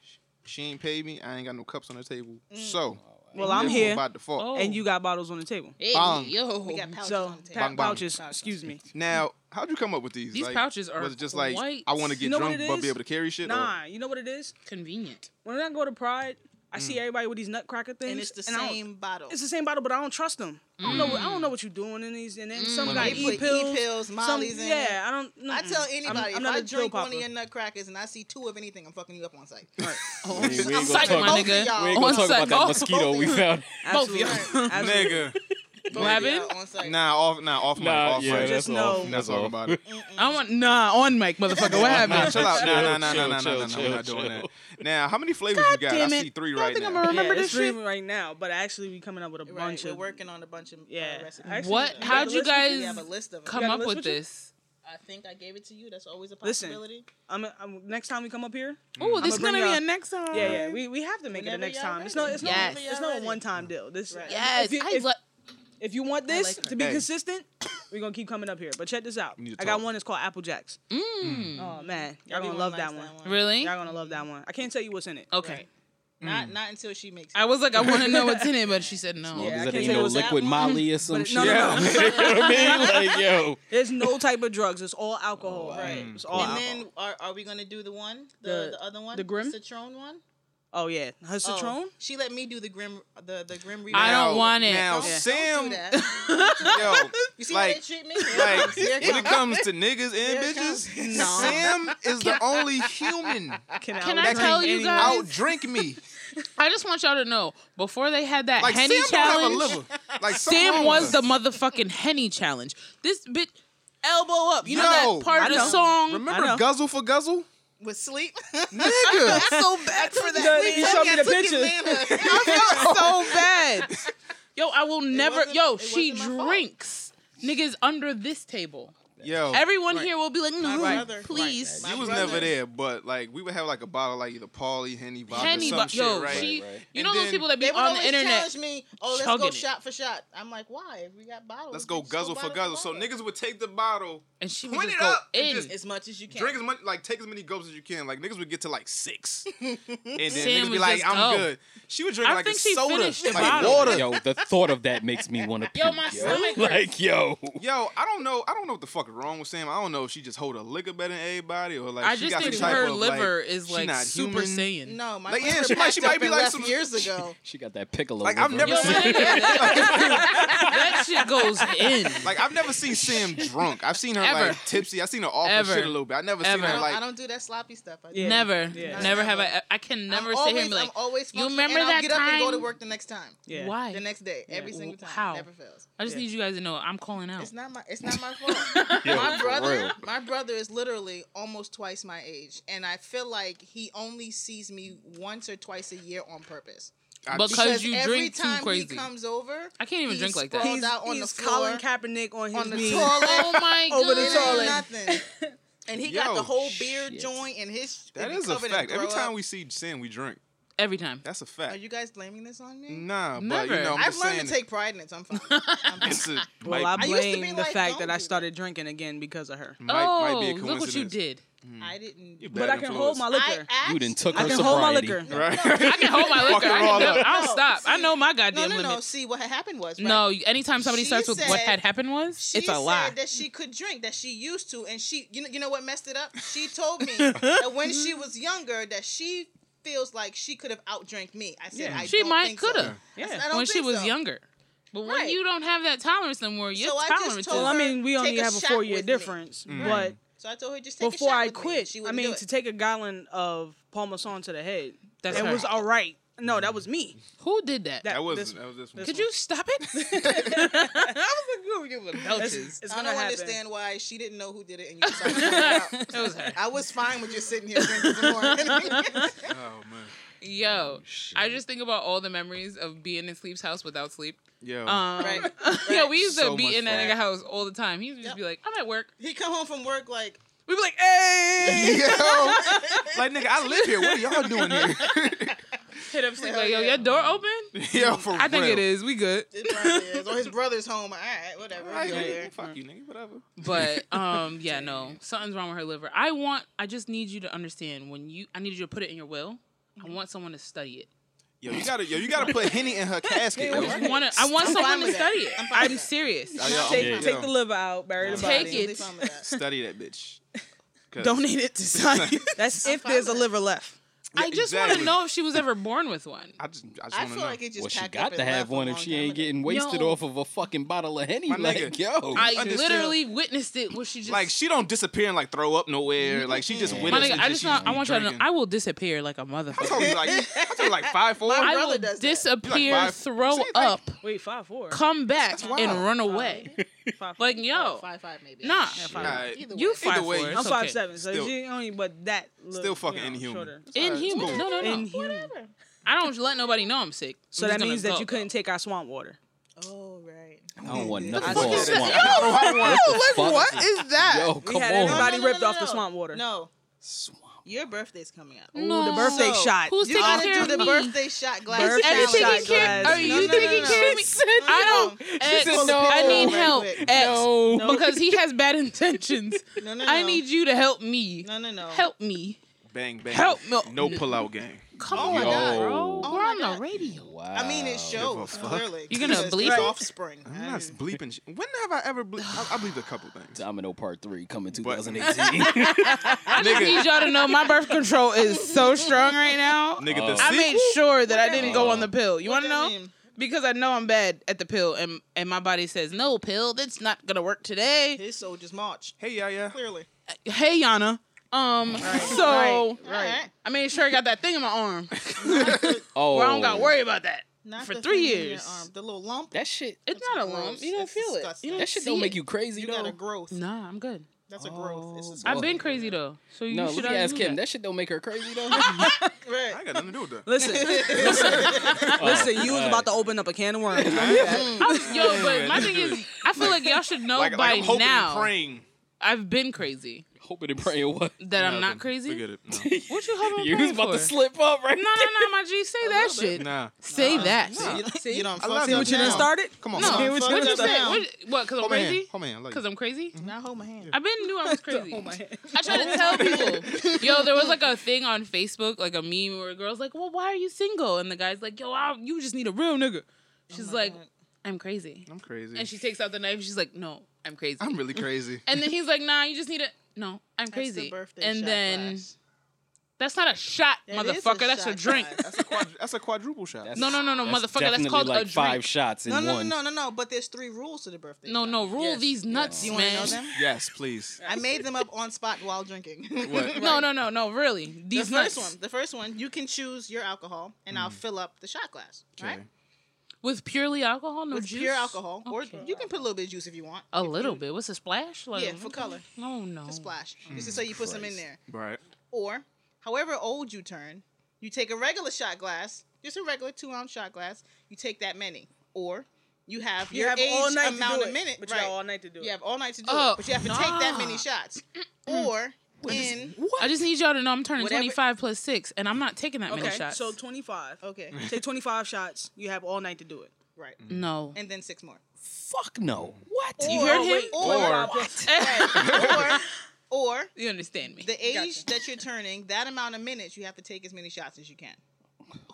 Speaker 4: She ain't paid me. I ain't got no cups on the table. So,
Speaker 2: Well, Mm. I'm
Speaker 4: therefore,
Speaker 2: here,
Speaker 4: by default.
Speaker 6: Oh.
Speaker 2: and you got bottles on the table.
Speaker 6: Hey,
Speaker 4: Bong.
Speaker 6: yo.
Speaker 8: We got pouches
Speaker 2: So,
Speaker 8: on the
Speaker 2: pa-
Speaker 8: table.
Speaker 4: Bang, bang.
Speaker 2: pouches. Excuse me.
Speaker 4: Now, how'd you come up with these?
Speaker 6: These
Speaker 4: Like,
Speaker 6: pouches are
Speaker 4: Was it just like
Speaker 6: quite-
Speaker 4: I want to get
Speaker 2: You know what
Speaker 4: drunk
Speaker 2: it
Speaker 4: but be
Speaker 2: is?
Speaker 4: able to carry shit? or-
Speaker 2: Nah, you know what it is?
Speaker 6: Convenient.
Speaker 2: When I go to Pride, I see everybody with these nutcracker things,
Speaker 8: Mm. And it's the
Speaker 2: I don't-
Speaker 8: same bottle.
Speaker 2: It's the same bottle, but I don't trust them. I don't know. What, I don't know what you're doing in these. And then some got
Speaker 8: Mm. They
Speaker 2: e
Speaker 8: put
Speaker 2: pills.
Speaker 8: E-pills,
Speaker 2: some,
Speaker 8: Molly's in.
Speaker 2: yeah, I don't. No,
Speaker 8: I tell
Speaker 2: mm.
Speaker 8: anybody,
Speaker 2: I'm, I'm
Speaker 8: if
Speaker 2: not
Speaker 8: I
Speaker 2: a pill
Speaker 8: drink one
Speaker 2: popper.
Speaker 8: of your nutcrackers and I see two of anything, I'm fucking you up on sight.
Speaker 5: we ain't gonna
Speaker 6: Psych,
Speaker 5: talk-
Speaker 6: my
Speaker 8: Both of
Speaker 6: nigga.
Speaker 8: y'all.
Speaker 5: we ain't gonna
Speaker 6: On
Speaker 5: talk about that
Speaker 6: site.
Speaker 5: mosquito we found.
Speaker 6: Both of
Speaker 2: Absolutely.
Speaker 6: y'all.
Speaker 2: Absolutely.
Speaker 4: nigga.
Speaker 6: What happened?
Speaker 8: on sight.
Speaker 4: Nah, off, nah, off mic,
Speaker 5: Nah,
Speaker 4: off
Speaker 5: yeah,
Speaker 4: mic.
Speaker 5: that's
Speaker 2: Just know-
Speaker 5: off.
Speaker 4: That's
Speaker 5: That's
Speaker 4: all
Speaker 5: off.
Speaker 4: about it.
Speaker 6: I want nah on Mike, motherfucker. What
Speaker 4: Nah,
Speaker 6: happened?
Speaker 4: chill out. Nah, nah, nah, nah,
Speaker 5: Chill,
Speaker 4: nah,
Speaker 5: chill,
Speaker 4: nah, nah. We're not
Speaker 5: chill,
Speaker 4: doing that.
Speaker 5: chill.
Speaker 4: Now, how many flavors you got? I
Speaker 6: damn
Speaker 4: see
Speaker 6: it.
Speaker 4: three
Speaker 6: Don't
Speaker 4: right
Speaker 6: think
Speaker 4: now.
Speaker 6: I'm Remember
Speaker 2: yeah,
Speaker 6: this
Speaker 2: it's three
Speaker 6: shit?
Speaker 2: right now, but actually we coming up with a
Speaker 8: Right,
Speaker 2: bunch
Speaker 8: we're
Speaker 2: of
Speaker 8: working on a bunch of
Speaker 2: yeah.
Speaker 8: uh, recipes.
Speaker 2: Actually,
Speaker 6: What?
Speaker 2: we got
Speaker 6: How'd
Speaker 2: the
Speaker 6: you
Speaker 2: list.
Speaker 8: We have a
Speaker 6: guys
Speaker 8: list of them.
Speaker 6: come
Speaker 2: got a
Speaker 6: up
Speaker 2: list
Speaker 6: with
Speaker 2: with you?
Speaker 6: this?
Speaker 8: I think I gave it to you. That's always a
Speaker 2: Listen.
Speaker 8: possibility.
Speaker 2: I'm, I'm, next time we come up here,
Speaker 4: Mm.
Speaker 6: Oh, this is
Speaker 2: bring
Speaker 6: gonna be
Speaker 2: y'all-
Speaker 6: a next time.
Speaker 2: yeah, yeah, we, we have to make it
Speaker 8: Whenever
Speaker 2: the next
Speaker 8: y'all
Speaker 2: time. It's no,
Speaker 8: ready.
Speaker 2: it's no,
Speaker 6: Yes.
Speaker 2: it's
Speaker 8: Whenever
Speaker 2: not
Speaker 8: y'all
Speaker 2: a one time deal. This
Speaker 8: Right.
Speaker 6: Yes,
Speaker 2: If you-
Speaker 6: I
Speaker 2: if-
Speaker 6: lo-
Speaker 2: If you want this
Speaker 6: like
Speaker 2: to be
Speaker 4: Hey.
Speaker 2: consistent, we're gonna keep coming up here. But check this out.
Speaker 4: need to
Speaker 2: I got
Speaker 4: talk.
Speaker 2: one that's called Apple Jacks.
Speaker 4: Mm.
Speaker 2: Oh man, y'all gonna
Speaker 8: Everyone
Speaker 2: love
Speaker 8: Mm. likes
Speaker 2: that one.
Speaker 6: mm. really.
Speaker 2: Y'all gonna love that one. I can't tell you what's in it.
Speaker 6: Okay.
Speaker 8: Right. Not not until she makes it.
Speaker 6: I was like, I want to know what's in it, but she said no.
Speaker 5: As long
Speaker 2: Yeah, I
Speaker 5: as it
Speaker 2: can't
Speaker 5: ain't
Speaker 2: say
Speaker 5: no
Speaker 2: it was that
Speaker 5: liquid
Speaker 8: one,
Speaker 5: Molly or some
Speaker 2: but it-
Speaker 5: shit.
Speaker 2: no, no, no.
Speaker 5: you know what I mean? Like, yo.
Speaker 2: There's no type of drugs. It's all alcohol.
Speaker 8: Right.
Speaker 2: It's all
Speaker 8: and
Speaker 2: alcohol.
Speaker 8: then are, are we gonna do the one, the,
Speaker 2: The-
Speaker 8: the, other one,
Speaker 2: the Grim?
Speaker 8: Citrone one?
Speaker 2: oh yeah, her
Speaker 8: Oh,
Speaker 2: Citron.
Speaker 8: she let me do the Grim, the the Grim Reaper.
Speaker 6: I don't want it.
Speaker 4: Now,
Speaker 8: Don't
Speaker 4: Sam,
Speaker 8: do that.
Speaker 4: yo,
Speaker 8: You see
Speaker 4: like,
Speaker 8: how they treat me?
Speaker 4: like
Speaker 8: Here it
Speaker 4: when it
Speaker 8: comes.
Speaker 4: comes to niggas and
Speaker 8: Here it
Speaker 4: bitches,
Speaker 8: comes. No.
Speaker 4: Sam is the only human
Speaker 2: Can,
Speaker 6: Can I
Speaker 4: that
Speaker 6: tell
Speaker 4: can
Speaker 6: you guys?
Speaker 4: out drink me.
Speaker 6: I just want y'all to know before they had that
Speaker 4: Like Sam
Speaker 6: Henny
Speaker 4: don't have a
Speaker 6: challenge,
Speaker 4: liver. Like something
Speaker 6: Sam
Speaker 4: wrong
Speaker 6: was
Speaker 4: with
Speaker 6: the
Speaker 4: her.
Speaker 6: motherfucking Henny challenge. This bitch, elbow up. You know
Speaker 4: No,
Speaker 6: that part
Speaker 2: I
Speaker 6: of the
Speaker 2: know.
Speaker 6: song.
Speaker 4: Remember
Speaker 2: know.
Speaker 4: Guzzle for Guzzle?
Speaker 8: with sleep.
Speaker 4: Nigga.
Speaker 8: so bad for
Speaker 2: No,
Speaker 8: that.
Speaker 2: you
Speaker 8: Look
Speaker 2: showed me
Speaker 8: at-
Speaker 2: the
Speaker 8: look at
Speaker 2: picture.
Speaker 8: Lana.
Speaker 6: so bad. Yo, I will never.
Speaker 8: wasn't-
Speaker 6: Yo,
Speaker 8: it
Speaker 6: she
Speaker 8: wasn't my fault.
Speaker 6: drinks niggas under this table.
Speaker 4: Yo.
Speaker 6: Everyone here will be like, no,
Speaker 8: brother.
Speaker 6: please.
Speaker 8: Right.
Speaker 4: You was
Speaker 8: brothers.
Speaker 4: never there, but like we would have like a bottle like either Polly, Henny, vodka,
Speaker 6: Henny,
Speaker 4: some
Speaker 6: but
Speaker 4: shit,
Speaker 6: yo,
Speaker 4: right?
Speaker 6: she.
Speaker 5: right.
Speaker 6: You
Speaker 4: And
Speaker 6: know those
Speaker 4: then
Speaker 6: people that be
Speaker 8: They would
Speaker 6: on the
Speaker 8: always
Speaker 6: internet.
Speaker 8: challenge me. Oh, let's
Speaker 6: chugging
Speaker 8: go
Speaker 6: it.
Speaker 8: shot for shot. I'm like, why? If we got bottles,
Speaker 4: Let's go
Speaker 8: just
Speaker 4: guzzle for
Speaker 8: bottle
Speaker 4: guzzle. So
Speaker 8: bottle.
Speaker 4: niggas would take the bottle,
Speaker 6: And she would
Speaker 4: Point
Speaker 6: just
Speaker 4: it
Speaker 6: go
Speaker 4: up and
Speaker 6: in.
Speaker 4: just-
Speaker 8: as much as you can.
Speaker 4: drink as much, like take as many gulps as you can. Like niggas would get to like six, and then niggas be
Speaker 6: would
Speaker 4: like,
Speaker 6: just
Speaker 4: "I'm
Speaker 6: go.
Speaker 4: good." She would drink
Speaker 6: I
Speaker 4: like a
Speaker 6: think she
Speaker 4: soda,
Speaker 6: finished the
Speaker 4: like
Speaker 6: bottle.
Speaker 4: water. Yo.
Speaker 5: Yo, the thought of that makes me want to.
Speaker 6: Yo, my stomach hurts.
Speaker 5: Like, yo.
Speaker 4: I don't know. I don't know what the fuck wrong with Sam. I don't know if she just hold her liquor better than everybody or like
Speaker 6: I
Speaker 4: she
Speaker 6: just
Speaker 4: got
Speaker 6: think
Speaker 4: some type
Speaker 6: her
Speaker 4: of,
Speaker 6: liver
Speaker 4: like,
Speaker 6: is
Speaker 4: she
Speaker 6: like
Speaker 4: not
Speaker 6: super
Speaker 4: human.
Speaker 6: saiyan.
Speaker 8: No, my
Speaker 4: Like, yeah,
Speaker 8: sister
Speaker 4: she might- she
Speaker 8: packed
Speaker 4: might
Speaker 8: up
Speaker 4: be
Speaker 8: and
Speaker 4: like
Speaker 8: left
Speaker 4: some-
Speaker 8: years ago.
Speaker 5: She got that piccolo.
Speaker 4: Like I've
Speaker 5: liver.
Speaker 4: never
Speaker 6: Yo,
Speaker 4: seen
Speaker 6: man, that shit goes in.
Speaker 4: Like I've never seen Sam drunk. I've seen her
Speaker 6: Ever.
Speaker 4: like tipsy. I've seen her off
Speaker 6: Ever.
Speaker 4: her shit a little bit. I never seen
Speaker 6: Ever.
Speaker 8: I
Speaker 4: her
Speaker 8: don't,
Speaker 4: like
Speaker 8: I don't do that sloppy stuff. I do.
Speaker 2: Yeah.
Speaker 6: Never,
Speaker 2: Yeah.
Speaker 6: never have I. I can never
Speaker 8: I'm
Speaker 6: sit here
Speaker 8: always,
Speaker 6: and be like,
Speaker 8: I'm always
Speaker 6: you
Speaker 8: functional,
Speaker 6: remember
Speaker 8: and I'll
Speaker 6: that
Speaker 8: get up and go to
Speaker 6: time?
Speaker 8: work the next time.
Speaker 2: Yeah.
Speaker 6: why?
Speaker 8: The next day, every
Speaker 6: Yeah.
Speaker 8: single time,
Speaker 6: How?
Speaker 8: never fails.
Speaker 6: I just
Speaker 2: Yeah.
Speaker 6: need you guys to know I'm calling out.
Speaker 8: It's not my it's not my fault. my
Speaker 9: for
Speaker 8: brother
Speaker 9: real.
Speaker 8: my brother is literally almost twice my age and I feel like he only sees me once or twice a year on purpose.
Speaker 4: I-
Speaker 6: Because- you
Speaker 8: every
Speaker 6: drink too
Speaker 8: time
Speaker 6: crazy.
Speaker 8: he comes over,
Speaker 6: I can't even
Speaker 8: he's
Speaker 6: drink like that.
Speaker 8: sprawled
Speaker 2: He's,
Speaker 8: out on
Speaker 2: he's
Speaker 8: the floor,
Speaker 2: Colin Kaepernick on his
Speaker 8: on the
Speaker 2: knee.
Speaker 8: toilet.
Speaker 6: oh my god!
Speaker 2: Over the
Speaker 8: it ain't
Speaker 2: toilet.
Speaker 8: nothing. And he got
Speaker 4: Yo,
Speaker 8: the whole beard
Speaker 5: shit.
Speaker 8: joint and his
Speaker 4: that
Speaker 8: it be
Speaker 4: is a
Speaker 8: covered in
Speaker 4: fact. Every
Speaker 8: throw
Speaker 4: time
Speaker 8: up.
Speaker 4: we see Sam, we drink.
Speaker 6: Every time.
Speaker 4: That's a
Speaker 8: Are
Speaker 4: fact.
Speaker 8: you guys blaming this on me?
Speaker 4: Nah, but
Speaker 6: Never.
Speaker 4: you know Mm, I'm
Speaker 8: I've
Speaker 4: just
Speaker 8: learned
Speaker 4: saying
Speaker 8: to take pride in it, so I'm fine. I'm fine.
Speaker 4: it's a,
Speaker 2: Well,
Speaker 4: might,
Speaker 2: I
Speaker 8: I used to be
Speaker 2: blame the
Speaker 8: like,
Speaker 2: fact
Speaker 8: don't
Speaker 2: that I
Speaker 8: do
Speaker 2: started drinking again because of her.
Speaker 4: might, might be a
Speaker 6: Oh,
Speaker 4: coincidence.
Speaker 6: look what you did!
Speaker 8: I didn't.
Speaker 4: You
Speaker 2: But
Speaker 4: bad
Speaker 2: I can hold
Speaker 4: influence.
Speaker 2: my
Speaker 8: I
Speaker 2: liquor.
Speaker 8: asked,
Speaker 5: You done took
Speaker 2: I
Speaker 5: her
Speaker 2: can hold my
Speaker 5: sobriety.
Speaker 2: liquor.
Speaker 4: Right.
Speaker 6: I can hold my liquor.
Speaker 4: Fucking
Speaker 6: I
Speaker 4: all
Speaker 6: can never,
Speaker 4: up.
Speaker 6: I don't stop. I know my
Speaker 8: No,
Speaker 6: goddamn
Speaker 8: no, no.
Speaker 6: limits.
Speaker 8: See what had happened was right?
Speaker 6: No, anytime somebody
Speaker 8: She
Speaker 6: starts with
Speaker 8: said-
Speaker 6: what had happened was,
Speaker 8: She
Speaker 6: it's a
Speaker 8: said
Speaker 6: lie.
Speaker 8: that she could drink, that she used to, and she, you know, you know what messed it up? She told me that when she was younger, that she feels like she could have outdrank me. I said,
Speaker 2: Yeah.
Speaker 8: I
Speaker 6: she
Speaker 8: don't
Speaker 6: might
Speaker 8: think
Speaker 6: could
Speaker 8: so.
Speaker 6: have
Speaker 8: I said,
Speaker 2: Yeah.
Speaker 8: I don't
Speaker 6: when she
Speaker 8: think
Speaker 6: was
Speaker 8: so.
Speaker 6: younger. But when
Speaker 8: Right.
Speaker 6: you don't have that tolerance no more, your
Speaker 8: So I just
Speaker 6: tolerance
Speaker 8: told
Speaker 2: Well,
Speaker 6: is
Speaker 2: I mean, we
Speaker 8: Take
Speaker 2: only
Speaker 8: a
Speaker 2: have a
Speaker 8: shot
Speaker 2: four year
Speaker 8: with me.
Speaker 2: difference, but
Speaker 8: So I told her just take
Speaker 2: before
Speaker 8: a shot
Speaker 2: I
Speaker 8: with me."
Speaker 2: quit,
Speaker 8: She
Speaker 2: I
Speaker 8: wouldn't do
Speaker 2: mean,
Speaker 8: it.
Speaker 2: to take a gallon of Parmesan to the head,
Speaker 6: That's
Speaker 2: it
Speaker 6: her.
Speaker 2: was all right. No, that was me.
Speaker 6: Who did that?
Speaker 2: That
Speaker 4: That was
Speaker 2: this-
Speaker 4: that was this one.
Speaker 6: Could you stop it?
Speaker 2: It's, it's
Speaker 8: I
Speaker 2: gonna
Speaker 8: don't
Speaker 2: happen.
Speaker 8: understand why she didn't know who did it, and you decided to point it out.
Speaker 6: That was her.
Speaker 8: I was fine with just sitting here drinking some more.
Speaker 4: Oh man.
Speaker 6: Yo, I just think about all the memories of being in Sleep's house without sleep.
Speaker 4: Yo.
Speaker 6: Um,
Speaker 8: Right.
Speaker 6: Yeah, we used to
Speaker 4: Oh. So
Speaker 6: be
Speaker 4: much
Speaker 6: in that
Speaker 4: fun.
Speaker 6: nigga house all the time. He would just
Speaker 8: Yep.
Speaker 6: be like, "I'm at work."
Speaker 8: he come home from work like,
Speaker 6: We'd be like, "Hey,"
Speaker 4: Yo. Like nigga, I live here. What are y'all doing here?
Speaker 6: hit up sleep like, "Yo, your door open?"
Speaker 4: Yo, for
Speaker 6: I think
Speaker 4: real.
Speaker 6: it is. We good.
Speaker 8: it probably is. or his brother's home. All right, whatever.
Speaker 4: Right,
Speaker 8: Go
Speaker 4: nigga.
Speaker 8: there.
Speaker 4: Fuck you, nigga. Whatever.
Speaker 6: But um, yeah, no, something's wrong with her liver. I want. I just need you to understand when you. I need you to put it in your will. I want someone to study it.
Speaker 4: Yo, you gotta, yo, you gotta put Henny in her casket.
Speaker 6: I
Speaker 4: yo.
Speaker 6: just want. I want
Speaker 8: I'm
Speaker 6: someone
Speaker 8: fine
Speaker 6: to
Speaker 8: with that.
Speaker 6: study it.
Speaker 8: I'm fine
Speaker 6: I'm
Speaker 8: with that.
Speaker 6: serious.
Speaker 4: Yo,
Speaker 2: Take,
Speaker 4: yo,
Speaker 2: take the liver out, bury the
Speaker 6: Take
Speaker 2: body.
Speaker 6: it.
Speaker 8: Really fine with that.
Speaker 4: study that bitch. 'Cause-
Speaker 2: Donate it to science. That's if
Speaker 8: fine
Speaker 2: there's a
Speaker 8: with it.
Speaker 2: liver left.
Speaker 4: Yeah,
Speaker 6: I just want
Speaker 4: exactly.
Speaker 6: to know if she was ever born with one.
Speaker 4: I just, I just
Speaker 8: I
Speaker 4: want to
Speaker 8: feel
Speaker 4: know.
Speaker 8: like it just
Speaker 5: Well, she
Speaker 8: packed
Speaker 5: got
Speaker 8: up and
Speaker 5: to have
Speaker 8: left a
Speaker 5: one if
Speaker 8: long
Speaker 5: she
Speaker 8: time
Speaker 5: ain't
Speaker 8: ago.
Speaker 5: getting wasted
Speaker 6: Yo.
Speaker 5: off of a fucking bottle of Henny.
Speaker 4: My
Speaker 5: Like,
Speaker 4: nigga.
Speaker 5: yo.
Speaker 6: I
Speaker 4: understand.
Speaker 6: literally witnessed it. Where she just
Speaker 4: like she don't disappear and like throw up nowhere. Like she just with
Speaker 6: My
Speaker 4: us.
Speaker 6: nigga,
Speaker 4: It's
Speaker 6: I just
Speaker 4: she
Speaker 6: not, I
Speaker 4: be
Speaker 6: want y'all to know.
Speaker 4: drinking.
Speaker 6: I will disappear like a
Speaker 4: I told
Speaker 6: motherfucker.
Speaker 4: you like, I told you like five four.
Speaker 8: My-
Speaker 6: I
Speaker 8: brother
Speaker 6: will
Speaker 8: does that.
Speaker 6: disappear,
Speaker 4: You're like five-
Speaker 6: throw
Speaker 4: See, like-
Speaker 6: up,
Speaker 2: Wait, five four.
Speaker 6: come back,
Speaker 4: wild.
Speaker 6: and run away.
Speaker 2: Five, four.
Speaker 6: Like yo,
Speaker 8: Five five maybe.
Speaker 6: nah,
Speaker 4: Nah,
Speaker 6: you
Speaker 4: Either
Speaker 6: five
Speaker 4: way,
Speaker 6: four.
Speaker 4: you-
Speaker 6: it's
Speaker 2: I'm five
Speaker 6: okay.
Speaker 2: seven, so
Speaker 4: Still-
Speaker 2: she only but that little,
Speaker 4: Still fucking
Speaker 2: you know,
Speaker 4: inhuman.
Speaker 2: shorter.
Speaker 6: Inhuman. No, no, no.
Speaker 2: Inhuman.
Speaker 6: I don't let nobody know I'm sick. I'm
Speaker 2: So
Speaker 6: just
Speaker 2: that
Speaker 6: gonna
Speaker 2: means that
Speaker 6: go.
Speaker 2: you couldn't take our swamp water.
Speaker 8: Oh right.
Speaker 5: I don't want nothing
Speaker 4: fuck
Speaker 5: for a
Speaker 4: is that?
Speaker 5: swamp.
Speaker 4: Yo, I don't want-
Speaker 5: What the fuck
Speaker 3: What
Speaker 5: is-
Speaker 3: is that?
Speaker 5: Yo, come
Speaker 2: had
Speaker 5: on.
Speaker 2: everybody- ripped off the swamp water.
Speaker 8: No,
Speaker 5: Swamp.
Speaker 8: your birthday's coming up.
Speaker 6: No.
Speaker 2: Ooh, the birthday
Speaker 8: So,
Speaker 2: shot.
Speaker 6: Who's
Speaker 8: You
Speaker 6: taking
Speaker 8: gotta
Speaker 6: care
Speaker 8: do
Speaker 6: of
Speaker 8: the
Speaker 6: me?
Speaker 8: birthday shot glass.
Speaker 2: Birthday
Speaker 8: challenge.
Speaker 2: shot
Speaker 6: taking care?
Speaker 2: glass.
Speaker 6: Are
Speaker 2: No,
Speaker 6: you
Speaker 8: no, no,
Speaker 6: taking
Speaker 8: no.
Speaker 6: care of me? I don't. X,
Speaker 8: said no.
Speaker 6: I need
Speaker 8: Right
Speaker 6: help.
Speaker 8: quick.
Speaker 6: X, because he has bad intentions.
Speaker 8: No, no, no.
Speaker 6: I need you to help me.
Speaker 8: No, no, no.
Speaker 6: Help me.
Speaker 4: bang bang.
Speaker 6: Help me.
Speaker 4: No pullout game.
Speaker 6: Come
Speaker 8: Oh
Speaker 6: on,
Speaker 8: my God.
Speaker 6: bro.
Speaker 8: Oh
Speaker 6: We're
Speaker 8: my
Speaker 6: on
Speaker 8: God.
Speaker 6: the radio.
Speaker 5: Wow.
Speaker 8: I mean, it shows
Speaker 4: fuck.
Speaker 8: clearly.
Speaker 6: You gonna
Speaker 8: Jesus,
Speaker 6: bleep
Speaker 8: it's
Speaker 6: it?
Speaker 8: offspring.
Speaker 4: I'm not bleeping. shit. When have I ever bleeped? I, I bleeped a couple things.
Speaker 5: Domino Part 3 coming
Speaker 4: But-
Speaker 5: 2018.
Speaker 6: I just
Speaker 4: Nigga.
Speaker 6: need y'all to know my birth control is so strong right now.
Speaker 4: Nigga, the
Speaker 5: Oh.
Speaker 4: sequel.
Speaker 6: I made sure that I didn't go
Speaker 5: mean?
Speaker 6: on the pill. You
Speaker 8: What
Speaker 6: want to
Speaker 8: that
Speaker 6: know?
Speaker 8: mean?
Speaker 6: Because I know I'm bad at the pill, and and my body says no pill. That's not gonna work today.
Speaker 8: His soldiers march.
Speaker 4: Hey, yeah, yeah.
Speaker 8: Clearly.
Speaker 6: Hey, Yana. Um. So
Speaker 8: Right.
Speaker 6: I made sure I got that thing in my arm.
Speaker 5: oh,
Speaker 6: Where I don't gotta worry about that.
Speaker 8: Not
Speaker 6: For
Speaker 8: the
Speaker 6: three
Speaker 8: thing in your
Speaker 6: years.
Speaker 8: arm, the little lump.
Speaker 5: That shit.
Speaker 6: It's not a lump.
Speaker 8: gross.
Speaker 6: You don't
Speaker 8: It's
Speaker 6: feel it.
Speaker 8: disgusting.
Speaker 6: You don't
Speaker 5: That shit
Speaker 6: see
Speaker 5: don't make
Speaker 6: it.
Speaker 5: you crazy
Speaker 8: You
Speaker 5: though.
Speaker 8: got a growth.
Speaker 6: Nah, I'm good.
Speaker 8: That's a growth. It's
Speaker 5: Oh.
Speaker 8: disgusting.
Speaker 6: I've been crazy though, so you
Speaker 5: no,
Speaker 6: should
Speaker 5: look at ass
Speaker 6: ask
Speaker 5: Kim.
Speaker 6: him.
Speaker 5: That. shit don't make her crazy though.
Speaker 4: I
Speaker 8: Right.
Speaker 4: aingot nothing to do with that.
Speaker 2: Listen, listen,
Speaker 4: Oh,
Speaker 2: listen. You was about to open up a can of worms.
Speaker 6: Yo, but my
Speaker 4: Let's
Speaker 6: thing
Speaker 4: do
Speaker 6: is, I feel like y'all should know
Speaker 4: Like, like
Speaker 6: by
Speaker 4: I'm hoping and
Speaker 6: now.
Speaker 4: praying.
Speaker 6: I've been crazy.
Speaker 5: Hoping and praying what?
Speaker 6: That I'm
Speaker 4: Nothing.
Speaker 6: not crazy.
Speaker 4: Forget it. No.
Speaker 6: What you hoping? and
Speaker 5: You was
Speaker 6: praying
Speaker 5: about
Speaker 6: for?
Speaker 5: to slip up right
Speaker 6: No, no, no, my G. Say that
Speaker 8: little
Speaker 6: shit.
Speaker 4: Nah.
Speaker 6: Say that.
Speaker 8: You done- You know,
Speaker 4: I love
Speaker 8: I'm
Speaker 4: you.
Speaker 2: what you done started?
Speaker 4: Come on.
Speaker 6: No,
Speaker 4: come on.
Speaker 2: what
Speaker 6: what
Speaker 8: fucked
Speaker 6: you
Speaker 8: up
Speaker 6: say?
Speaker 8: now.
Speaker 6: What? What? Cause I'm
Speaker 4: Hold my hand.
Speaker 6: crazy?
Speaker 4: Hold my hand. I love you.
Speaker 6: Cause I'm crazy?
Speaker 8: Now hold my hand.
Speaker 6: I've been knew I was crazy.
Speaker 8: Oh
Speaker 6: I try
Speaker 5: Oh
Speaker 6: to tell people. Yo, there was like a thing on Facebook, like a
Speaker 8: Oh
Speaker 6: meme where a girl's like, "Well, why are you single?" And the guy's like, "Yo, I, you just need a real nigga." She's like, I'm crazy.
Speaker 4: I'm crazy.
Speaker 6: And she takes out the knife. She's like, no, I'm crazy.
Speaker 4: I'm really crazy.
Speaker 6: and then he's like, nah, you just need a no. I'm
Speaker 8: That's
Speaker 6: crazy.
Speaker 8: the birthday
Speaker 6: and
Speaker 8: shot
Speaker 6: then
Speaker 8: glass.
Speaker 6: that's not a shot,
Speaker 8: That is a
Speaker 6: motherfucker. that's a
Speaker 8: shot
Speaker 6: drink.
Speaker 8: glass.
Speaker 4: That's a quadru- that's a quadruple shot.
Speaker 5: That's-
Speaker 6: No, no, no, no,
Speaker 5: that's
Speaker 6: motherfucker. That's
Speaker 5: definitely
Speaker 6: called
Speaker 5: like
Speaker 6: a drink.
Speaker 5: five shots in
Speaker 8: No, no, no,
Speaker 5: one.
Speaker 8: no, no, no. But there's three rules to the birthday.
Speaker 6: No,
Speaker 8: shot.
Speaker 6: no, rule
Speaker 2: Yes.
Speaker 6: these nuts,
Speaker 8: Do you want to
Speaker 6: man.
Speaker 8: know them?
Speaker 4: yes, please.
Speaker 8: I made them up on spot while drinking.
Speaker 4: What?
Speaker 6: No, no, no, no, really.
Speaker 8: The
Speaker 6: These
Speaker 8: first
Speaker 6: nuts
Speaker 8: one, the first one, you can choose your alcohol, and I'll fill up the shot glass. Right?
Speaker 6: with purely alcohol, no
Speaker 8: With
Speaker 6: juice.
Speaker 8: pure alcohol, or
Speaker 6: Okay.
Speaker 8: you can put a little bit of juice if you want.
Speaker 6: A little bit. Oh. What's a splash? Like, mm.
Speaker 8: Yeah, for color.
Speaker 6: No, no.
Speaker 8: A splash. This is so you put some in there.
Speaker 4: Right.
Speaker 8: Or, however old you turn, you take a regular shot glass, just a regular two ounce shot glass. You take that many, or you have
Speaker 2: You
Speaker 8: your
Speaker 2: have
Speaker 8: age
Speaker 2: all night to
Speaker 8: amount
Speaker 2: do
Speaker 8: of
Speaker 2: it,
Speaker 8: minute.
Speaker 2: but you
Speaker 8: right.
Speaker 2: have all night to do
Speaker 8: You
Speaker 2: it.
Speaker 8: have all night to do
Speaker 6: Oh,
Speaker 8: it, but you have to take that many
Speaker 6: nah.
Speaker 8: shots. or in
Speaker 6: I just need y'all to know I'm turning
Speaker 8: Whatever-
Speaker 6: 25 plus six, and I'm not taking that
Speaker 2: Okay,
Speaker 6: many shots.
Speaker 2: so 25.
Speaker 8: okay,
Speaker 2: Take 25 shots. You have all night to do it.
Speaker 8: right,
Speaker 6: no.
Speaker 8: and then six more.
Speaker 5: Fuck no. What?
Speaker 6: You heard him?
Speaker 8: Or, or, or
Speaker 6: you understand me?
Speaker 8: the age that you're turning, that amount of minutes, you have to take as many shots as you can.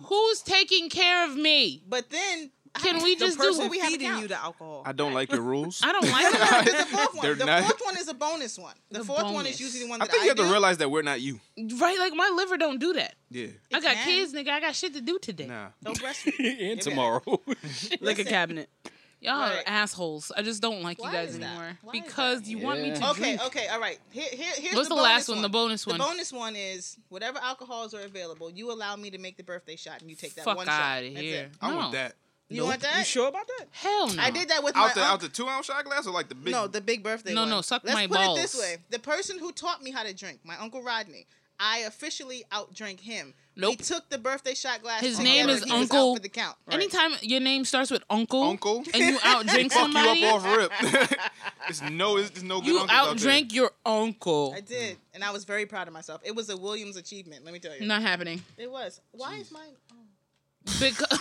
Speaker 6: Who's taking care of me?
Speaker 8: But then,
Speaker 6: Can we just do
Speaker 2: Person
Speaker 8: Well, we have to
Speaker 2: feeding
Speaker 8: count.
Speaker 2: you the alcohol.
Speaker 4: I don't like your rules.
Speaker 6: I don't like that.
Speaker 8: there's a fourth one.
Speaker 4: They're
Speaker 8: the
Speaker 4: not-
Speaker 8: fourth one is a bonus one. The,
Speaker 6: The
Speaker 8: fourth one is
Speaker 6: bonus.
Speaker 8: usually the one
Speaker 4: I
Speaker 8: that I,
Speaker 4: think you have
Speaker 8: do.
Speaker 4: to realize that we're not you.
Speaker 6: right? Like my liver don't do that.
Speaker 4: Yeah.
Speaker 6: I got
Speaker 8: can.
Speaker 6: kids, nigga. I got shit to do today.
Speaker 4: Nah.
Speaker 8: Don't breastfeed.
Speaker 5: and tomorrow.
Speaker 2: Liquor cabinet.
Speaker 6: Y'all all are
Speaker 8: Right.
Speaker 6: assholes. I just don't like
Speaker 8: Why
Speaker 6: you guys
Speaker 8: is that?
Speaker 6: anymore
Speaker 8: Why is
Speaker 6: because you want me
Speaker 5: Yeah.
Speaker 6: to
Speaker 8: okay,
Speaker 6: drink.
Speaker 8: okay, all right. Here, here, here's
Speaker 6: What's
Speaker 8: the,
Speaker 6: the last
Speaker 8: bonus
Speaker 6: one? The bonus one.
Speaker 8: The bonus one is whatever alcohols are available, you allow me to make the birthday shot, and you take that
Speaker 6: Fuck
Speaker 8: one
Speaker 6: out
Speaker 8: shot.
Speaker 6: of
Speaker 8: That's
Speaker 6: here.
Speaker 8: it.
Speaker 4: I
Speaker 6: no.
Speaker 4: want that.
Speaker 8: You want that?
Speaker 2: You sure about that?
Speaker 6: Hell no.
Speaker 8: I did that with my
Speaker 4: Out the
Speaker 8: uncle.
Speaker 4: out the two ounce shot glass or like the big
Speaker 8: No, the big birthday.
Speaker 6: No,
Speaker 8: one.
Speaker 6: no, suck
Speaker 8: Let's
Speaker 6: my
Speaker 8: put it this
Speaker 6: balls.
Speaker 8: way: the person who taught me how to drink, my uncle Rodney, I officially outdrank him. We
Speaker 6: Nope.
Speaker 8: took the birthday shot glass.
Speaker 6: His
Speaker 8: together.
Speaker 6: name is
Speaker 8: He was out
Speaker 6: Uncle-
Speaker 8: for the count.
Speaker 6: Anytime your name starts with uncle,
Speaker 4: uncle.
Speaker 6: and you
Speaker 4: Fuck
Speaker 6: outdrink somebody,
Speaker 4: you up off rip. it's no it's no good
Speaker 6: you
Speaker 4: uncles out there.
Speaker 6: outdrank your uncle.
Speaker 8: I did, and I was very proud of myself. It was a Williams achievement. Let me tell you,
Speaker 6: Not happening.
Speaker 8: it was. Why is mine?
Speaker 6: Because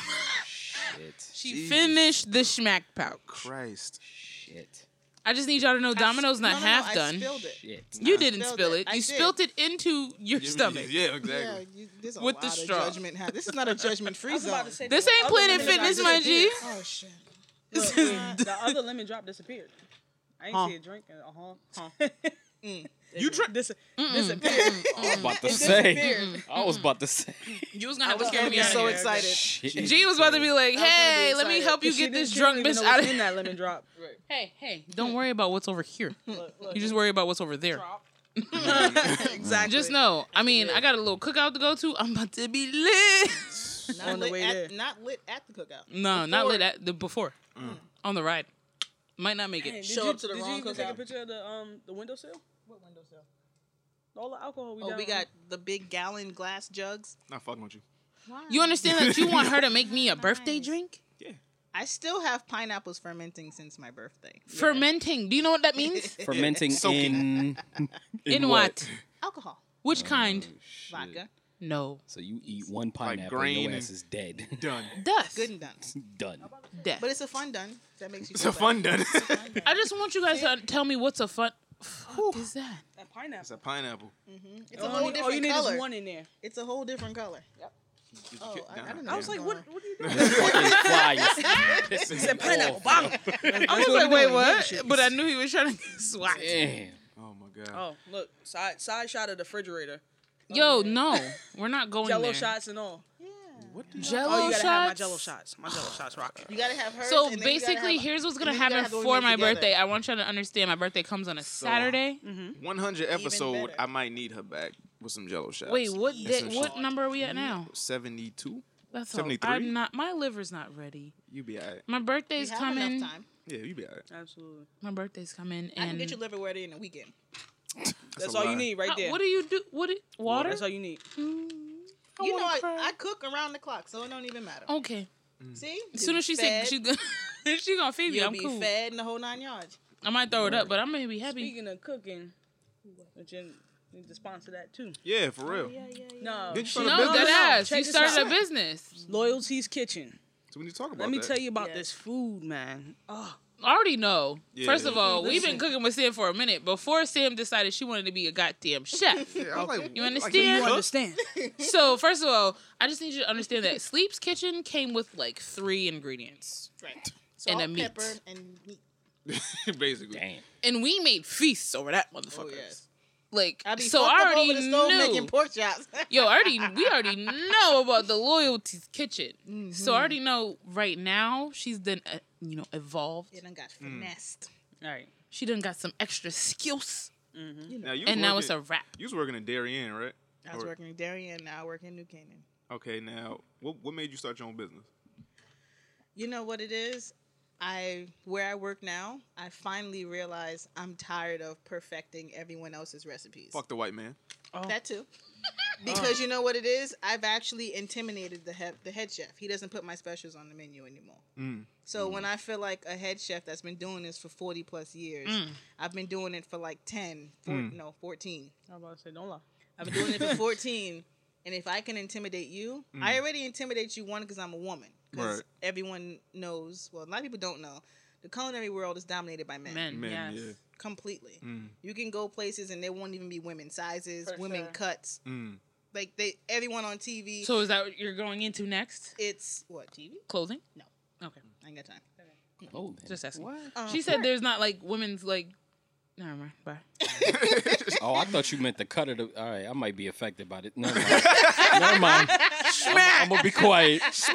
Speaker 6: she finished the schmack pouch.
Speaker 4: Christ.
Speaker 5: Shit.
Speaker 6: I just need y'all to know Domino's not
Speaker 8: No, no, no,
Speaker 6: half
Speaker 8: I
Speaker 6: done.
Speaker 8: spilled it.
Speaker 5: Shit.
Speaker 6: You didn't
Speaker 8: spilled
Speaker 6: spill
Speaker 8: it.
Speaker 6: it.
Speaker 8: I
Speaker 6: You
Speaker 8: did.
Speaker 6: spilled it into your stomach.
Speaker 4: Yeah,
Speaker 8: Yeah,
Speaker 4: exactly.
Speaker 8: you, there's a
Speaker 6: With the
Speaker 8: lot of
Speaker 6: straw.
Speaker 8: judgment. hap- This is not a judgment free zone.
Speaker 6: This ain't Planet Fitness, my G.
Speaker 8: Oh shit!
Speaker 2: Look, wait, the other lemon drop disappeared. I ain't see a drink. Uh huh.
Speaker 6: Mm.
Speaker 2: You drink this disappeared.
Speaker 5: I was about to say. I was about to say.
Speaker 6: You was gonna have to
Speaker 2: was gonna
Speaker 6: carry me
Speaker 2: be
Speaker 6: out of
Speaker 2: so
Speaker 6: here.
Speaker 8: excited.
Speaker 5: Shit.
Speaker 6: G was about to be like, "Hey, let me
Speaker 2: excited.
Speaker 6: help you
Speaker 2: She
Speaker 6: get
Speaker 2: didn't-
Speaker 6: this
Speaker 2: she
Speaker 6: drunk
Speaker 2: didn't even
Speaker 6: bitch
Speaker 2: know
Speaker 6: out
Speaker 2: what's
Speaker 6: of
Speaker 2: in
Speaker 6: here."
Speaker 2: that lemon drop.
Speaker 6: Hey, hey, don't worry about what's over here. You just worry about what's over there.
Speaker 2: exactly.
Speaker 6: Just know, I mean, I got a little cookout to go to. I'm about to be lit.
Speaker 8: Not
Speaker 2: On the
Speaker 8: lit
Speaker 2: way
Speaker 8: at,
Speaker 2: there.
Speaker 8: Not lit at the cookout.
Speaker 6: No, not lit at the before. On the ride, might not make it.
Speaker 2: Show
Speaker 8: up to the
Speaker 2: did
Speaker 8: wrong
Speaker 2: you even take a
Speaker 8: cookout.
Speaker 2: picture of the um the windowsill? What windowsill? All the alcohol we
Speaker 8: Oh,
Speaker 2: got.
Speaker 8: we got the big gallon glass jugs.
Speaker 4: Not fucking with you.
Speaker 6: You understand that you want her to make me a birthday drink?
Speaker 8: I still have pineapples fermenting since my birthday.
Speaker 6: Fermenting. Do you know what that means?
Speaker 5: Fermenting
Speaker 4: Soaking.
Speaker 5: in.
Speaker 6: In what?
Speaker 8: Alcohol,
Speaker 6: Which kind?
Speaker 8: vodka,
Speaker 6: No.
Speaker 5: So you eat one pineapple,
Speaker 4: grain
Speaker 5: your ass
Speaker 4: and-
Speaker 5: is dead.
Speaker 4: Done.
Speaker 6: Death.
Speaker 8: good and done.
Speaker 5: Done.
Speaker 6: Death.
Speaker 8: But it's a fun done. That makes you.
Speaker 4: It's
Speaker 8: feel
Speaker 4: a fun done.
Speaker 6: I just want you guys to tell me what's a fun. What is that?
Speaker 2: that pineapple.
Speaker 4: it's a pineapple.
Speaker 8: better.
Speaker 6: Oh,
Speaker 8: It's a
Speaker 2: All
Speaker 8: whole
Speaker 2: you- all you
Speaker 8: different
Speaker 2: need
Speaker 8: color.
Speaker 2: is one in there.
Speaker 8: It's a whole different color. Oh, I, I don't know.
Speaker 2: I was like, what? What are you doing?
Speaker 5: Flies.
Speaker 2: That pineapple bottle.
Speaker 6: I was like, wait, what? But I knew he was trying to swat.
Speaker 5: Damn.
Speaker 4: Oh my god.
Speaker 2: Oh, look, side side shot of the refrigerator.
Speaker 6: Yo, no, we're not going
Speaker 2: Jello
Speaker 6: there.
Speaker 2: shots and all.
Speaker 6: Jello
Speaker 2: Oh, you gotta
Speaker 6: shots.
Speaker 2: have my jello shots. My jello shots rock.
Speaker 8: You gotta have her.
Speaker 6: So basically, here's what's gonna
Speaker 8: then you gotta
Speaker 6: happen
Speaker 8: have the
Speaker 6: for
Speaker 8: women
Speaker 6: my
Speaker 8: together.
Speaker 6: birthday. I want y'all to understand. My birthday comes on a Saturday.
Speaker 4: 100 episode,
Speaker 8: better.
Speaker 4: I might need her back with some jello shots.
Speaker 6: Wait, what? Day,
Speaker 4: some
Speaker 6: what
Speaker 4: shit.
Speaker 6: number are we at now?
Speaker 4: 72?
Speaker 6: That's all.
Speaker 4: 73?
Speaker 6: I'm not. My liver's not ready.
Speaker 4: You be alright.
Speaker 6: My birthday's coming.
Speaker 8: Time.
Speaker 4: Yeah, you be alright.
Speaker 2: Absolutely.
Speaker 6: My birthday's coming.
Speaker 8: I can
Speaker 6: And
Speaker 8: get your liver ready in a weekend.
Speaker 2: That's,
Speaker 4: a
Speaker 2: all
Speaker 4: lie.
Speaker 2: you need right
Speaker 6: How-
Speaker 2: there.
Speaker 6: what do you do? What? it- Water?
Speaker 2: That's all you need.
Speaker 8: you know,
Speaker 6: wanna
Speaker 8: I,
Speaker 6: cry.
Speaker 8: I cook around the clock, so it don't even matter.
Speaker 6: Okay.
Speaker 8: See,
Speaker 6: As soon as she said
Speaker 8: fed,
Speaker 6: she's gonna, she gonna feed me.
Speaker 8: you'll
Speaker 6: I'm
Speaker 8: be
Speaker 6: cool.
Speaker 8: fed in the whole nine yards.
Speaker 6: I might throw it up, but I'm gonna be happy.
Speaker 2: Speaking of cooking, which you need to sponsor that too.
Speaker 4: Yeah, for real.
Speaker 2: No,
Speaker 4: Did you start a
Speaker 6: No,
Speaker 4: business?
Speaker 6: dead ass.
Speaker 2: Check
Speaker 6: You
Speaker 2: this
Speaker 6: started
Speaker 2: out.
Speaker 6: a business.
Speaker 2: Loyalty's Kitchen.
Speaker 4: So we need to talk about
Speaker 2: Let me
Speaker 4: that.
Speaker 2: tell you about
Speaker 8: Yes.
Speaker 2: this food, man. Oh,
Speaker 6: I already know.
Speaker 4: Yeah.
Speaker 6: First of all, we've been
Speaker 2: Listen.
Speaker 6: cooking with Sam for a minute before Sam decided she wanted to be a goddamn chef.
Speaker 4: Yeah, I was like,
Speaker 6: You
Speaker 4: like,
Speaker 6: understand?
Speaker 2: you understand?
Speaker 6: so first of all, I just need you to understand that Sleep's Kitchen came with like three ingredients.
Speaker 8: Right. Salt,
Speaker 6: a meat.
Speaker 8: pepper, and meat.
Speaker 4: Basically.
Speaker 5: Damn.
Speaker 6: and we made feasts over that motherfucker.
Speaker 8: yes.
Speaker 6: Like
Speaker 8: I be
Speaker 6: so,
Speaker 8: fucked
Speaker 6: I
Speaker 8: up
Speaker 6: already
Speaker 8: over the stove
Speaker 6: knew.
Speaker 8: making pork chops.
Speaker 6: Yo, I already we already know about the loyalties kitchen. So I
Speaker 8: Mm-hmm.
Speaker 6: already know right now she's done uh, you know evolved.
Speaker 8: it done got finessed.
Speaker 2: All right.
Speaker 6: She done got some extra skills,
Speaker 4: Now you was
Speaker 6: and now it's
Speaker 4: working-
Speaker 6: a wrap.
Speaker 4: You was working at Dairy Inn, right?
Speaker 8: I was
Speaker 4: Or-
Speaker 8: working in Darien, now I work in New Canaan.
Speaker 4: Okay, now what what made you start your own business?
Speaker 8: You know what it is? I where I work now, I finally realized I'm tired of perfecting everyone else's recipes.
Speaker 4: Fuck the white man.
Speaker 8: That too. Because you know what it is? I've actually intimidated the head, the head chef. He doesn't put my specials on the menu anymore. So
Speaker 4: Mm.
Speaker 8: when I feel like a head chef that's been doing this for 40 plus years,
Speaker 2: Mm.
Speaker 8: I've been doing it for like 10, four,
Speaker 4: Mm.
Speaker 8: no, 14.
Speaker 2: I was about to say, don't lie.
Speaker 8: I've been doing it for 14. And if I can intimidate you, I already intimidate you, one, because I'm a woman. Because
Speaker 4: Mm. Right.
Speaker 8: everyone knows, well, a lot of people don't know, the culinary world is dominated by men.
Speaker 6: Man,
Speaker 4: Mm, Man,
Speaker 2: Yes.
Speaker 4: yeah.
Speaker 8: Completely.
Speaker 4: Mm.
Speaker 8: You can go places and there won't even be women sizes,
Speaker 2: For
Speaker 8: women
Speaker 2: sure.
Speaker 8: cuts.
Speaker 4: Mm.
Speaker 8: Like they, everyone on TV,
Speaker 6: so is that what you're going into next?
Speaker 8: it's what TV?
Speaker 6: Clothing?
Speaker 8: No.
Speaker 6: Okay,
Speaker 8: I ain't got time.
Speaker 5: Oh, then.
Speaker 6: just asking.
Speaker 8: Uh,
Speaker 6: She said there's not like women's like. Never mind. Bye.
Speaker 5: Oh, I thought you meant the cut of the. All right, I might be affected by it. Never mind. Never mind. I'm, I'm gonna be quiet. I'm,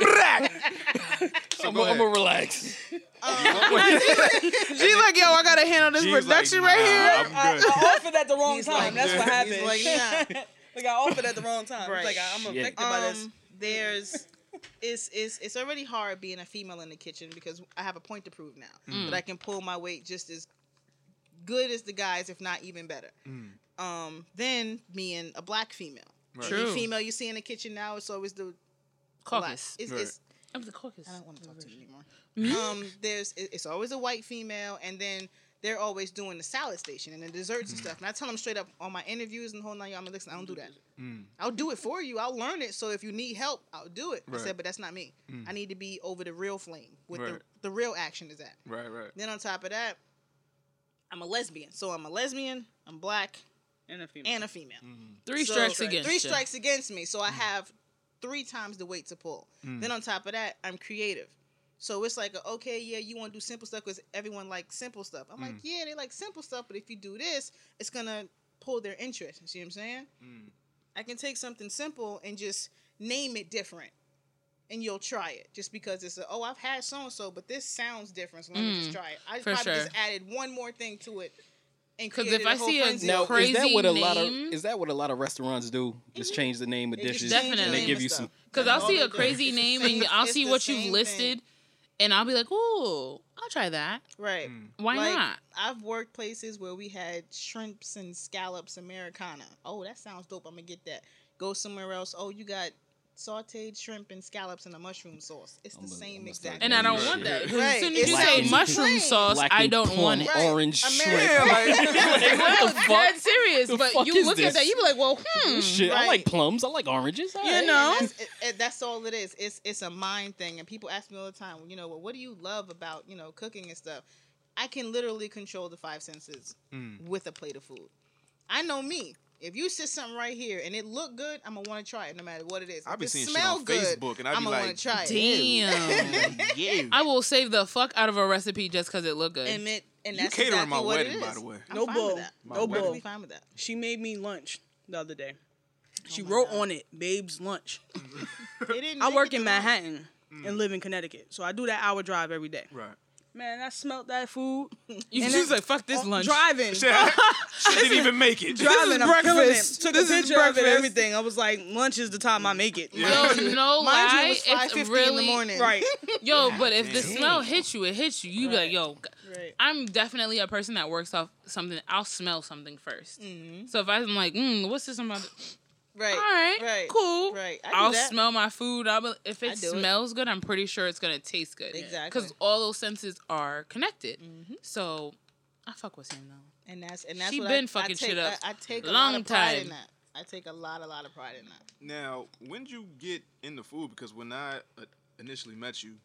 Speaker 5: gonna, I'm gonna relax.
Speaker 3: She's like, yo, I gotta handle this
Speaker 4: She's like,
Speaker 3: production
Speaker 4: nah,
Speaker 3: right here.
Speaker 2: I,
Speaker 4: I'm good.
Speaker 2: I offered at the wrong time. That's what happened.
Speaker 8: He's like, nah.
Speaker 2: Like, I offered at the wrong time.
Speaker 8: Right.
Speaker 2: It's like, I- I'm
Speaker 5: Shit.
Speaker 2: affected by this.
Speaker 8: Um, there's it's, it's it's already hard being a female in the kitchen because I have a point to prove now that I can pull my weight just as good as the guys, if not even better. Um, then being a black female,
Speaker 4: Right.
Speaker 8: Every female you see in the kitchen now, it's always the black.
Speaker 6: Caucus.
Speaker 8: It's,
Speaker 4: Right.
Speaker 8: it's
Speaker 6: I'm the caucus.
Speaker 8: I don't want to talk to you anymore. Um, there's it- it's always a white female, and then they're always doing the salad station and the desserts
Speaker 4: Mm.
Speaker 8: and stuff. And I tell them straight up on my interviews and the whole nine. I'm like, listen, I don't do that.
Speaker 4: Mm.
Speaker 8: I'll do it for you. I'll learn it. So if you need help, I'll do it. I
Speaker 4: Right. Mm.
Speaker 8: said, but that's not me. I need to be over the real flame with
Speaker 4: Right.
Speaker 8: the the real action is at.
Speaker 4: Right, right.
Speaker 8: Then on top of that, I'm a lesbian. So I'm a lesbian. I'm black
Speaker 2: And a female.
Speaker 8: and a female.
Speaker 6: Three
Speaker 8: So,
Speaker 6: strikes against.
Speaker 8: Three
Speaker 6: you.
Speaker 8: strikes against me. So I
Speaker 5: Mm.
Speaker 8: have three times the weight to pull. Then on top of that, I'm creative. So it's like, okay, yeah, you want to do simple stuff because everyone likes simple stuff. I'm
Speaker 5: Mm.
Speaker 8: like, yeah, they like simple stuff, but if you do this, it's gonna pull their interest. You see what I'm saying?
Speaker 5: Mm.
Speaker 8: I can take something simple and just name it different, and you'll try it just because it's a, oh, I've had so and so, but this sounds different, so let me just try it. I
Speaker 6: Mm. for
Speaker 8: probably
Speaker 6: sure.
Speaker 8: just added one more thing to it. Because
Speaker 6: if I see a
Speaker 5: Now,
Speaker 6: Crazy
Speaker 5: is that what a lot of
Speaker 6: name. Mm-hmm.
Speaker 5: is that what a lot of restaurants do? Just change the name of
Speaker 8: just
Speaker 5: dishes
Speaker 8: change
Speaker 6: the
Speaker 5: and
Speaker 6: name
Speaker 5: they give
Speaker 8: of
Speaker 5: you
Speaker 8: stuff.
Speaker 5: some.
Speaker 6: Because I'll see a
Speaker 8: It's the
Speaker 6: crazy name and
Speaker 8: same-
Speaker 6: I'll
Speaker 8: it's
Speaker 6: see
Speaker 8: the
Speaker 6: what you've
Speaker 8: same
Speaker 6: listed,
Speaker 8: thing.
Speaker 6: and I'll be like, "Ooh, I'll try that.
Speaker 8: right?
Speaker 6: Why
Speaker 8: Like,
Speaker 6: not?"
Speaker 8: I've worked places where we had shrimps and scallops Americana. Oh, that sounds dope. I'm gonna get that. Go somewhere else. Oh, you got sauteed shrimp and scallops in a mushroom sauce. It's the
Speaker 5: I'm gonna- I'm
Speaker 8: same
Speaker 5: gonna
Speaker 8: exact.
Speaker 5: start
Speaker 6: And I don't
Speaker 5: Right.
Speaker 6: want that. 'cause
Speaker 8: Right.
Speaker 6: As soon
Speaker 8: It
Speaker 6: as you
Speaker 5: sounds
Speaker 6: say
Speaker 5: plain.
Speaker 6: mushroom sauce,
Speaker 5: Black
Speaker 6: I
Speaker 5: and
Speaker 6: don't
Speaker 5: plum
Speaker 6: want it.
Speaker 8: Right.
Speaker 5: Orange shrimp.
Speaker 6: Like, what the fuck? That's serious.
Speaker 5: The
Speaker 6: but
Speaker 5: fuck
Speaker 6: you
Speaker 5: is
Speaker 6: look
Speaker 5: this?
Speaker 6: at that, you be like, "Well, hmm."
Speaker 5: Shit, I like
Speaker 8: Right.
Speaker 5: plums. I like oranges. All
Speaker 8: Right?
Speaker 5: right.
Speaker 8: And
Speaker 6: know?
Speaker 8: that's, it, it- that's all it is. It's it's a mind thing, and people ask me all the time. You know, well, what do you love about you know cooking and stuff? I can literally control the five senses
Speaker 4: Mm.
Speaker 8: with a plate of food. I know me. If you sit something right here and it look good, I'm gonna want to try it no matter what it is.
Speaker 4: I
Speaker 8: If
Speaker 4: be
Speaker 8: it
Speaker 4: seeing shit
Speaker 8: smell
Speaker 4: on
Speaker 8: good,
Speaker 4: Facebook, and I be
Speaker 8: I'ma wanna
Speaker 4: like,
Speaker 8: try it.
Speaker 6: Damn. I will save the fuck out of a recipe just because it look good.
Speaker 8: And it, and
Speaker 4: You
Speaker 8: that's
Speaker 4: catering
Speaker 8: exactly
Speaker 4: my
Speaker 8: what
Speaker 4: wedding,
Speaker 8: it
Speaker 4: by
Speaker 8: is.
Speaker 4: the way.
Speaker 8: I'm
Speaker 2: No
Speaker 8: fine
Speaker 2: bull.
Speaker 8: With that.
Speaker 2: No
Speaker 8: I'm
Speaker 2: bull.
Speaker 8: perfectly fine with that.
Speaker 2: She made me lunch the other day. She wrote on it, "Babe's lunch."
Speaker 8: They didn't
Speaker 2: I
Speaker 8: make
Speaker 2: work
Speaker 8: it
Speaker 2: in
Speaker 8: to lunch.
Speaker 2: Manhattan
Speaker 4: Mm.
Speaker 2: and live in Connecticut, so I do that hour drive every day.
Speaker 4: Right.
Speaker 2: Man, I smelt that food
Speaker 6: you just like, "Fuck this lunch."
Speaker 2: driving.
Speaker 4: She didn't even make it.
Speaker 2: Driving, I'm killing
Speaker 6: breakfast.
Speaker 2: It. Took
Speaker 6: This
Speaker 2: a
Speaker 6: is
Speaker 2: picture of it,
Speaker 6: breakfast.
Speaker 2: everything. I was like, lunch is the time I make it.
Speaker 6: Yo, no
Speaker 8: Mind you,
Speaker 6: lie,
Speaker 8: it was five
Speaker 6: it's
Speaker 8: fifty
Speaker 6: really
Speaker 8: in the morning.
Speaker 2: Right.
Speaker 6: yo. But if the smell hits you, it hits you. You be like, "Yo, g-
Speaker 8: Right.
Speaker 6: I'm definitely a person that works off something. I'll smell something 1st
Speaker 8: Mm-hmm.
Speaker 6: So if I'm like, mm, "What's this about?"
Speaker 8: Right.
Speaker 6: All right,
Speaker 8: Right.
Speaker 6: cool.
Speaker 8: Right. I do
Speaker 6: I'll
Speaker 8: that.
Speaker 6: smell my food. I'll be, if it
Speaker 8: do it.
Speaker 6: smells good, I'm pretty sure it's gonna taste good.
Speaker 8: Exactly. Mm-hmm.
Speaker 6: Because all those senses are connected. So I fuck with him though.
Speaker 8: And that's and that's
Speaker 6: She
Speaker 8: what
Speaker 6: been
Speaker 8: I, I
Speaker 6: fucking
Speaker 8: take,
Speaker 6: shit up
Speaker 8: I, I take a
Speaker 6: long
Speaker 8: lot of pride
Speaker 6: time.
Speaker 8: in that. I take a lot, a lot of pride in that.
Speaker 4: Now, when did you get into food? Because when I uh, initially met you,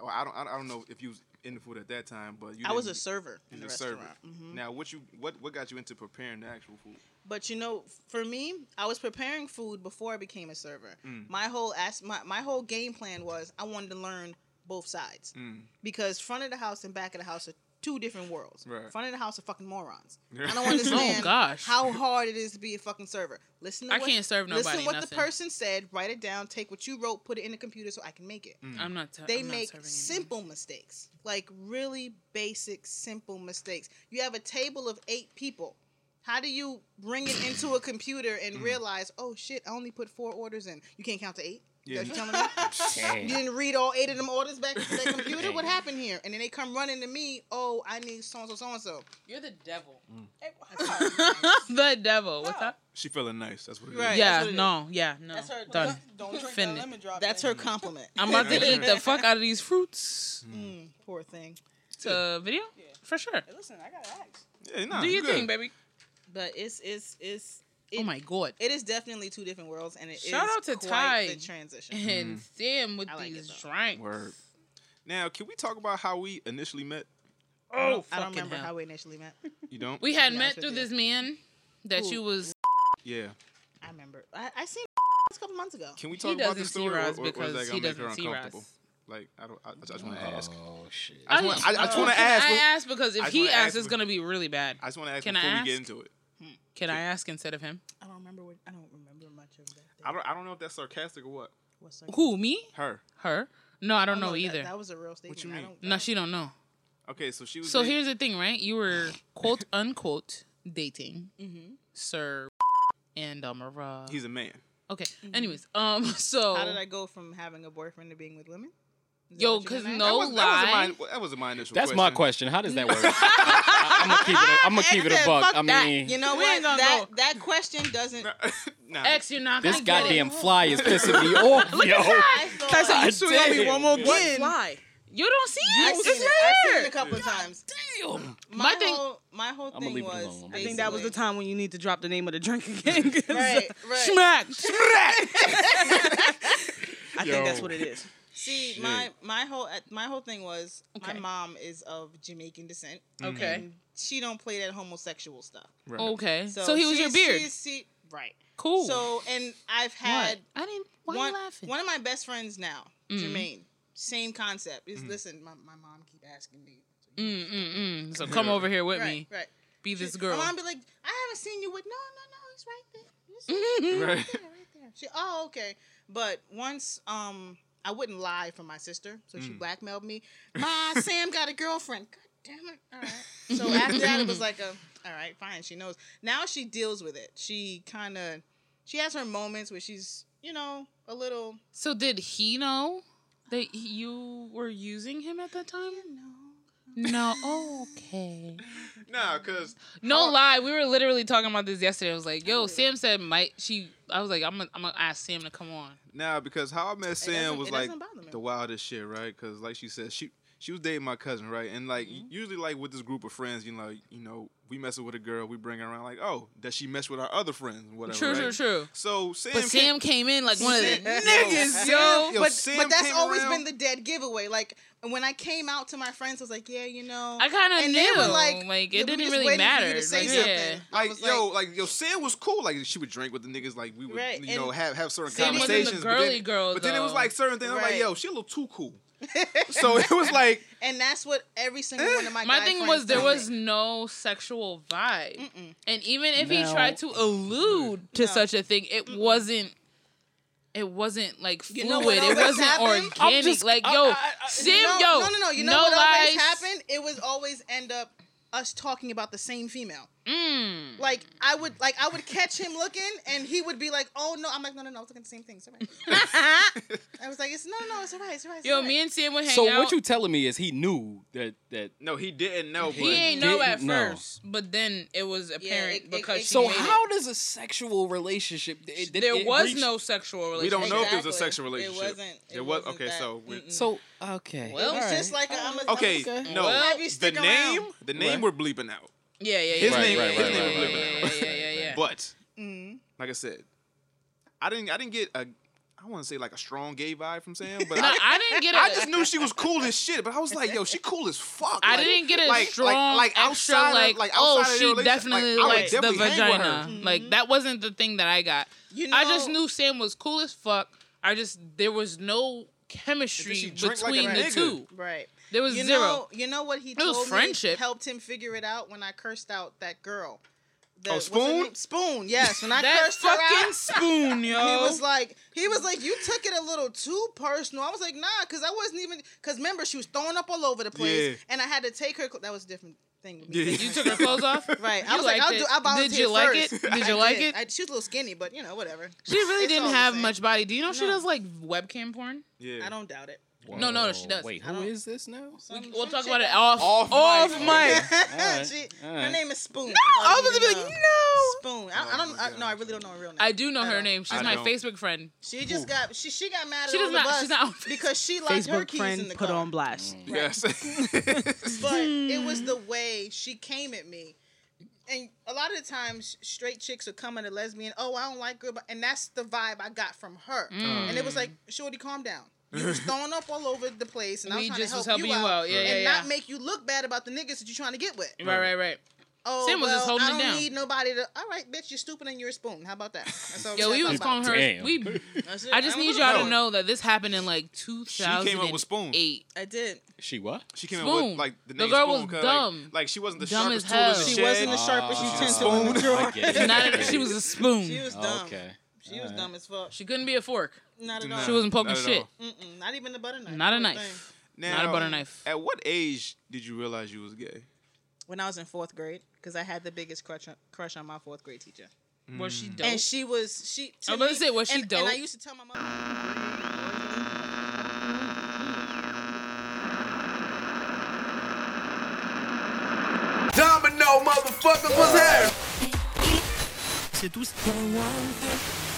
Speaker 4: oh, I don't, I don't know if you was into food at that time, but you
Speaker 8: I was a
Speaker 4: didn't-
Speaker 8: server
Speaker 4: you
Speaker 8: in the
Speaker 4: was a
Speaker 8: restaurant.
Speaker 4: Now, what you, what, what got you into preparing the actual food?
Speaker 8: But you know, for me, I was preparing food before I became a server. My whole as my, my whole game plan was I wanted to learn both sides because front of the house and back of the house are two different worlds.
Speaker 4: Right.
Speaker 8: Front of the house are fucking morons. I don't understand
Speaker 6: Oh, gosh.
Speaker 8: how hard it is to be a fucking server. Listen, to
Speaker 6: I
Speaker 8: what,
Speaker 6: can't serve
Speaker 8: Listen
Speaker 6: nobody
Speaker 8: to what the
Speaker 6: nothing.
Speaker 8: person said. Write it down. Take what you wrote. Put it in the computer so I can make it.
Speaker 4: Mm.
Speaker 6: I'm not. T-
Speaker 8: They
Speaker 6: I'm not
Speaker 8: make
Speaker 6: serving anyone.
Speaker 8: simple mistakes, like really basic, simple mistakes. You have a table of eight people. How do you bring it into a computer and
Speaker 6: Mm.
Speaker 8: realize, oh shit, I only put four orders in? You can't count to eight. Yeah. Is that what you're telling me? You didn't read all eight of them orders back to the computer. What happened here? And then they come running to me. Oh, I need so and so, so and so.
Speaker 2: You're the devil.
Speaker 6: the devil. What's that?
Speaker 4: She feeling nice. That's what it is.
Speaker 8: Oh. Right.
Speaker 6: Yeah.
Speaker 8: that's what it
Speaker 6: No. Yeah. No.
Speaker 2: That's her.
Speaker 6: Done.
Speaker 2: Don't drink that
Speaker 6: Finish.
Speaker 2: lemon drop.
Speaker 8: That's
Speaker 2: man.
Speaker 8: her compliment.
Speaker 6: I'm about to eat the fuck out of these fruits.
Speaker 8: Mm, poor thing.
Speaker 6: It's a video for sure.
Speaker 2: Hey, Listen, I gotta ask.
Speaker 4: Yeah, nah,
Speaker 6: Do
Speaker 4: you
Speaker 6: your
Speaker 4: Ah, good.
Speaker 6: thing, baby.
Speaker 8: But it's it's it's. It,
Speaker 6: Oh my god.
Speaker 8: It is definitely two different worlds, and it is
Speaker 6: Shout out to
Speaker 8: quite
Speaker 6: Ty.
Speaker 8: the transition.
Speaker 6: And Sam with
Speaker 8: I like it,
Speaker 6: these
Speaker 8: though.
Speaker 6: drinks.
Speaker 4: Mm. Word. Now, can we talk about how we initially met?
Speaker 6: Oh,
Speaker 8: I don't
Speaker 6: fucking
Speaker 8: remember
Speaker 6: hell.
Speaker 8: how we initially met.
Speaker 4: You don't?
Speaker 6: we had
Speaker 8: Yeah,
Speaker 6: met
Speaker 8: that's
Speaker 6: through
Speaker 8: what
Speaker 6: this man that
Speaker 8: Who?
Speaker 6: you was.
Speaker 4: yeah.
Speaker 8: I remember. I, I seen a couple months ago.
Speaker 4: Can we talk
Speaker 6: He
Speaker 4: about
Speaker 6: doesn't
Speaker 4: the
Speaker 6: see
Speaker 4: story, or, or,
Speaker 6: Roz
Speaker 4: or is that
Speaker 6: because
Speaker 4: gonna
Speaker 6: he
Speaker 4: make her
Speaker 6: doesn't see
Speaker 4: uncomfortable?
Speaker 6: Roz.
Speaker 4: Like, I don't. I, I just want to ask.
Speaker 5: Oh shit.
Speaker 4: I just wanna- I- I just wanna
Speaker 6: can
Speaker 4: ask
Speaker 6: I
Speaker 4: what-
Speaker 6: ask because if
Speaker 4: I just
Speaker 6: he
Speaker 4: wanna
Speaker 6: asks,
Speaker 4: ask
Speaker 6: it's
Speaker 4: what-
Speaker 6: gonna be really bad.
Speaker 4: I just want to ask
Speaker 6: Can I
Speaker 4: before we get
Speaker 6: ask?
Speaker 4: into it.
Speaker 6: Can I ask instead of him?
Speaker 8: I don't remember. What, I don't remember much of that.
Speaker 4: I don't. I don't know if that's sarcastic or what.
Speaker 8: What's
Speaker 6: Who? Me?
Speaker 4: Her.
Speaker 6: Her? No, I don't know
Speaker 8: Oh, that-
Speaker 6: either.
Speaker 8: That, was a real statement.
Speaker 4: you
Speaker 8: I
Speaker 4: mean?
Speaker 8: don't-
Speaker 6: no, she don't know.
Speaker 4: Okay, so she was.
Speaker 6: So
Speaker 4: dating-
Speaker 6: here's the thing, right? You were quote unquote dating
Speaker 8: Mm-hmm.
Speaker 6: Sir and Amara.
Speaker 4: He's a man.
Speaker 6: Okay. Anyways, um, so
Speaker 8: Mm-hmm. How did I go from having a boyfriend to being with women? Is that
Speaker 6: Yo,
Speaker 8: what you
Speaker 6: 'cause
Speaker 8: gonna
Speaker 6: no-
Speaker 8: ask?
Speaker 4: That
Speaker 6: Oh,
Speaker 4: wasn't, that
Speaker 6: lie.
Speaker 4: wasn't my. That wasn't my initial.
Speaker 5: That's
Speaker 4: question.
Speaker 5: my question. How does that work? I, am gonna keep it. I'm gonna keep it a buck. I mean,
Speaker 8: You know
Speaker 6: We
Speaker 8: what?
Speaker 6: ain't gonna
Speaker 8: That
Speaker 6: go.
Speaker 8: that question doesn't.
Speaker 4: nah.
Speaker 6: X, you're not
Speaker 5: this
Speaker 6: gonna get
Speaker 5: goddamn
Speaker 6: it.
Speaker 5: fly is pissing me off, yo.
Speaker 8: I feel like-
Speaker 3: you swing on me
Speaker 5: did.
Speaker 3: one more
Speaker 2: What
Speaker 3: again.
Speaker 2: fly?
Speaker 6: You don't see
Speaker 8: I've
Speaker 6: it.
Speaker 8: seen
Speaker 6: It's
Speaker 8: it. I've
Speaker 6: right
Speaker 8: seen it
Speaker 6: here.
Speaker 8: a couple of times.
Speaker 5: Damn.
Speaker 8: My,
Speaker 6: thing-
Speaker 8: whole my whole
Speaker 5: I'ma
Speaker 8: thing
Speaker 5: leave it
Speaker 8: was.
Speaker 5: alone.
Speaker 2: I think that was the
Speaker 8: basically-
Speaker 2: time when you need to drop the name of the drink again. 'cause
Speaker 8: Right, right.
Speaker 6: Smack.
Speaker 2: I think that's what it is.
Speaker 8: See, my my whole my whole thing was my mom is of Jamaican descent.
Speaker 6: Okay.
Speaker 8: She don't play that homosexual stuff.
Speaker 6: Okay.
Speaker 8: So,
Speaker 6: So, he was your
Speaker 8: she's-
Speaker 6: beard.
Speaker 8: she's- she- right.
Speaker 6: cool.
Speaker 8: So and I've
Speaker 6: what?
Speaker 8: had
Speaker 6: I didn't. Why
Speaker 8: one,
Speaker 6: you laughing? Mm.
Speaker 8: one of my best friends now, Jermaine. Same concept. Is listen, my, my mom keep asking me.
Speaker 6: Mm, mm, mm. So come over here with
Speaker 8: right,
Speaker 6: me.
Speaker 8: right.
Speaker 6: Be this
Speaker 8: She-
Speaker 6: girl.
Speaker 8: My mom be like, I haven't seen you with. No, no, no. He's right there. He's
Speaker 4: Right.
Speaker 8: right there. She, oh, okay. But once, um, I wouldn't lie for my sister, so she blackmailed me. Ma, Sam got a girlfriend. God damn it! All right. So after that, it was like a, all right, fine. She knows. Now she deals with it. She kind of, she has her moments where she's, you know, a little.
Speaker 6: so did he know that he- you were using him at that time? No. No. Okay.
Speaker 4: Nah, cause
Speaker 6: No lie, we were literally talking about this yesterday. I was like, "Yo, Sam said might she." I was like, "I'm gonna, I'm gonna ask Sam to come on."
Speaker 4: nah, because how I met Sam
Speaker 8: doesn't-
Speaker 4: was
Speaker 8: it
Speaker 4: like
Speaker 8: doesn't bother me.
Speaker 4: the wildest shit, right? Cause like she said, she she was dating my cousin, right? And like
Speaker 8: Mm-hmm.
Speaker 4: usually, like with this group of friends, you know, like, you know, we messing with a girl, we bring her around, like, oh, does she mesh with our other friends, whatever.
Speaker 6: True,
Speaker 4: right?
Speaker 6: true, true.
Speaker 4: So Sam,
Speaker 6: But
Speaker 4: came-
Speaker 6: Sam came in like one of the niggas,
Speaker 4: Sam-
Speaker 6: yo.
Speaker 4: yo,
Speaker 8: But,
Speaker 4: Sam
Speaker 8: but that's
Speaker 4: came
Speaker 8: always
Speaker 4: around-
Speaker 8: been the dead giveaway. Like when I came out to my friends, I was like, "Yeah, you know."
Speaker 6: I kinda
Speaker 8: And they were
Speaker 6: knew. Like, it
Speaker 8: "Yeah, we
Speaker 6: didn't
Speaker 8: just
Speaker 6: really
Speaker 8: waiting for you
Speaker 6: matter."
Speaker 8: to say
Speaker 6: Like,
Speaker 8: something.
Speaker 6: yeah.
Speaker 8: I
Speaker 4: Like,
Speaker 8: was
Speaker 4: yo, like yo, Sam was cool. Like she would drink with the niggas. Like we would,
Speaker 8: Right,
Speaker 4: you know,
Speaker 8: and-
Speaker 4: have have certain
Speaker 6: Sam wasn't the
Speaker 4: conversations. but then-
Speaker 6: girly girl,
Speaker 4: But then it was
Speaker 6: though.
Speaker 4: like certain things. I'm like,
Speaker 8: Right.
Speaker 4: yo, she a little too cool. so it was like, Eh.
Speaker 8: and that's what every single one of my
Speaker 6: My
Speaker 8: guy
Speaker 6: thing
Speaker 8: friends
Speaker 6: was there
Speaker 8: told me.
Speaker 6: was no sexual vibe, and even if he
Speaker 5: No.
Speaker 6: tried to allude to such a thing, it wasn't. It wasn't like fluid.
Speaker 8: You know what
Speaker 6: it
Speaker 8: always
Speaker 6: wasn't
Speaker 8: happened?
Speaker 5: I'm
Speaker 6: organic.
Speaker 5: just-
Speaker 6: like
Speaker 5: I-
Speaker 6: yo,
Speaker 5: I- I-
Speaker 6: Sam,
Speaker 8: no,
Speaker 6: yo,
Speaker 8: no, no, no. You know
Speaker 6: no
Speaker 8: what always
Speaker 6: lies.
Speaker 8: happened? It was always end up us talking about the same female.
Speaker 6: Mm.
Speaker 8: Like I would, like I would catch him looking, and he would be like, "Oh no!" I'm like, "No, no, no, I was looking at the same thing." It's alright. I was like, "It's no, no, no, it's alright, it's alright." it's
Speaker 6: Yo,
Speaker 8: alright."
Speaker 6: me and Sam would hang
Speaker 5: So
Speaker 6: out.
Speaker 5: what you telling me is he knew that that.
Speaker 4: no, he didn't know. But
Speaker 6: He ain't know
Speaker 5: didn't
Speaker 6: at
Speaker 5: know.
Speaker 6: first, but then it was apparent
Speaker 8: it- it-
Speaker 6: because
Speaker 8: it-
Speaker 6: she
Speaker 5: So
Speaker 6: made it.
Speaker 5: how does a sexual relationship? It, it-
Speaker 6: there
Speaker 5: it
Speaker 6: was
Speaker 5: reached-
Speaker 6: no sexual
Speaker 4: we
Speaker 6: relationship.
Speaker 4: don't know if it was a
Speaker 8: Exactly.
Speaker 4: sexual
Speaker 8: It
Speaker 4: relationship.
Speaker 8: wasn't- it
Speaker 4: was
Speaker 8: wasn't
Speaker 4: okay.
Speaker 8: that-
Speaker 4: So we-
Speaker 5: So okay.
Speaker 6: Well,
Speaker 8: It's
Speaker 5: All
Speaker 8: just
Speaker 5: right.
Speaker 8: like a, I'm a,
Speaker 4: okay,
Speaker 8: I'm
Speaker 4: no,
Speaker 6: Well,
Speaker 4: the
Speaker 8: stick
Speaker 4: name,
Speaker 8: around.
Speaker 4: the name we're bleeping out.
Speaker 6: Yeah, yeah, yeah.
Speaker 4: His
Speaker 6: yeah,
Speaker 4: name,
Speaker 6: yeah,
Speaker 4: his
Speaker 6: yeah,
Speaker 4: name
Speaker 6: yeah,
Speaker 4: we're bleeping out.
Speaker 6: yeah, yeah, yeah, yeah.
Speaker 4: But
Speaker 8: Mm.
Speaker 4: like I said, I didn't, I didn't get a, I want to say like a strong gay vibe from Sam, but
Speaker 6: No,
Speaker 4: I,
Speaker 6: I didn't get it.
Speaker 4: I just knew she was cool as shit. But I was like, yo, she cool as fuck.
Speaker 6: I
Speaker 4: Like-
Speaker 6: didn't get a
Speaker 4: like-
Speaker 6: strong
Speaker 4: like- like
Speaker 6: extra
Speaker 4: outside of-
Speaker 6: like,
Speaker 4: like,
Speaker 6: oh
Speaker 4: outside of the
Speaker 6: she
Speaker 4: relationship,
Speaker 6: definitely
Speaker 4: like, I would
Speaker 6: likes the
Speaker 4: definitely hang with
Speaker 6: vagina
Speaker 8: Mm-hmm.
Speaker 6: like that wasn't the thing that I got
Speaker 8: You
Speaker 6: I just
Speaker 8: know-
Speaker 6: knew Sam was cool as fuck I just there was no chemistry
Speaker 4: Did she drink like a
Speaker 6: between the
Speaker 4: nigga?
Speaker 6: two.
Speaker 8: Right.
Speaker 6: There was
Speaker 8: You
Speaker 6: zero.
Speaker 8: know, you know what he
Speaker 6: was
Speaker 8: told me
Speaker 6: friendship.
Speaker 8: helped him figure it out when I cursed out that girl. The,
Speaker 4: Oh,
Speaker 8: what's her
Speaker 4: Spoon?
Speaker 8: name? Spoon, yes. When I
Speaker 6: that
Speaker 8: cursed her
Speaker 6: fucking
Speaker 8: out,
Speaker 6: spoon, yo.
Speaker 8: he was like, he was like, you took it a little too personal. I was like, nah, because I wasn't even, because remember she was throwing up all over the place,
Speaker 4: Yeah.
Speaker 8: and I had to take her. clo- That was a different thing. With
Speaker 4: Yeah.
Speaker 8: me.
Speaker 6: you took her clothes off.
Speaker 8: Right. I
Speaker 6: You
Speaker 8: was like,
Speaker 6: liked
Speaker 8: I'll
Speaker 6: it.
Speaker 8: do. I volunteer
Speaker 6: Did you like
Speaker 8: first.
Speaker 6: it? Did
Speaker 8: I
Speaker 6: you like it?
Speaker 8: I, she was a little skinny, but you know, whatever.
Speaker 6: She really
Speaker 8: It's all
Speaker 6: didn't
Speaker 8: the
Speaker 6: have
Speaker 8: same.
Speaker 6: much body. Do you know she
Speaker 8: No.
Speaker 6: does like webcam porn?
Speaker 4: Yeah.
Speaker 8: I don't doubt it.
Speaker 6: No, no, no, she does.
Speaker 5: Wait,
Speaker 8: I
Speaker 5: who
Speaker 8: don't-
Speaker 5: is this now?
Speaker 8: Some-
Speaker 6: We'll
Speaker 8: some
Speaker 6: talk
Speaker 8: chick
Speaker 6: about it
Speaker 8: that-
Speaker 6: off off, mic.
Speaker 5: right.
Speaker 8: she,
Speaker 5: All
Speaker 8: Her
Speaker 5: right.
Speaker 8: name is Spoon. No,
Speaker 6: I was gonna be like, no.
Speaker 8: Spoon. I,
Speaker 6: Oh
Speaker 8: I don't. I, no, I really don't know her real name.
Speaker 6: I do know
Speaker 8: I
Speaker 6: her
Speaker 8: don't.
Speaker 6: name. She's
Speaker 4: I
Speaker 6: my
Speaker 4: don't.
Speaker 6: Facebook friend.
Speaker 8: She just got. She she got mad at
Speaker 6: She
Speaker 8: all
Speaker 6: does
Speaker 8: of
Speaker 6: not-
Speaker 8: us
Speaker 6: she's not on Facebook.
Speaker 8: because she locked her
Speaker 2: Facebook
Speaker 8: keys in
Speaker 2: friend
Speaker 8: the
Speaker 2: put
Speaker 8: car.
Speaker 2: on blast.
Speaker 8: Mm.
Speaker 4: Yes.
Speaker 8: But it was
Speaker 6: Hmm.
Speaker 8: the way she came at me. And a lot of the times, straight chicks are coming to lesbian. Oh, I don't like her, but and that's the vibe I got from her.
Speaker 6: Hmm.
Speaker 8: And it was like, Shorty, calm down. You was throwing up all over the place, and I was
Speaker 6: We
Speaker 8: trying
Speaker 6: just
Speaker 8: to
Speaker 6: was
Speaker 8: help
Speaker 6: helping
Speaker 8: you
Speaker 6: you
Speaker 8: out,
Speaker 6: out. Yeah,
Speaker 8: and
Speaker 6: yeah,
Speaker 8: not
Speaker 6: yeah.
Speaker 8: make you look bad about the niggas that you're trying to get with.
Speaker 6: Right, right, right.
Speaker 8: Oh,
Speaker 6: Sam was
Speaker 8: well,
Speaker 6: just holding
Speaker 8: I
Speaker 6: it
Speaker 8: don't
Speaker 6: down.
Speaker 8: need nobody to. All right, bitch, you're stupid and you're a spoon. How about that? That's all we
Speaker 6: Yo,
Speaker 8: gotta
Speaker 6: we
Speaker 8: talk
Speaker 6: was
Speaker 8: about.
Speaker 6: calling her.
Speaker 5: Damn.
Speaker 6: We.
Speaker 8: That's it.
Speaker 6: I just
Speaker 8: don't
Speaker 6: need
Speaker 8: wanna
Speaker 6: y'all to
Speaker 8: it.
Speaker 6: know that this happened in like 2008.
Speaker 4: came up with Spoon.
Speaker 8: I did.
Speaker 5: She what?
Speaker 4: She came in
Speaker 6: Spoon.
Speaker 4: with like the,
Speaker 6: The
Speaker 4: name
Speaker 6: girl
Speaker 4: Spoon,
Speaker 6: was
Speaker 4: 'cause,
Speaker 6: dumb.
Speaker 4: Like, like she wasn't the
Speaker 6: Dumb
Speaker 4: sharpest
Speaker 6: as
Speaker 4: tool in
Speaker 6: hell.
Speaker 4: the
Speaker 8: She
Speaker 4: shed.
Speaker 8: wasn't the sharpest
Speaker 5: Ah.
Speaker 8: utensil in the drawer.
Speaker 6: Not a, she was a spoon.
Speaker 8: She
Speaker 6: She,
Speaker 8: was dumb.
Speaker 5: Okay.
Speaker 8: She was dumb as fuck.
Speaker 6: couldn't be a fork.
Speaker 8: Not at
Speaker 4: Nah,
Speaker 8: all.
Speaker 6: She wasn't poking
Speaker 4: not at
Speaker 6: shit.
Speaker 4: all.
Speaker 8: Mm-mm, not even a butter knife.
Speaker 6: Not a
Speaker 8: Poor
Speaker 6: knife.
Speaker 8: thing.
Speaker 6: Not a
Speaker 4: Now,
Speaker 6: butter knife.
Speaker 4: At what age did you realize you was gay?
Speaker 8: When I was in fourth grade, because I had the biggest crush on, crush on my fourth grade teacher,
Speaker 6: Was
Speaker 4: Mm.
Speaker 6: she dope?
Speaker 8: and she was she. To
Speaker 6: I was about to
Speaker 8: me-
Speaker 6: say, was she
Speaker 8: and, And I
Speaker 6: dope?
Speaker 8: used to tell my mom.
Speaker 7: Domino, motherfucker, what's happening?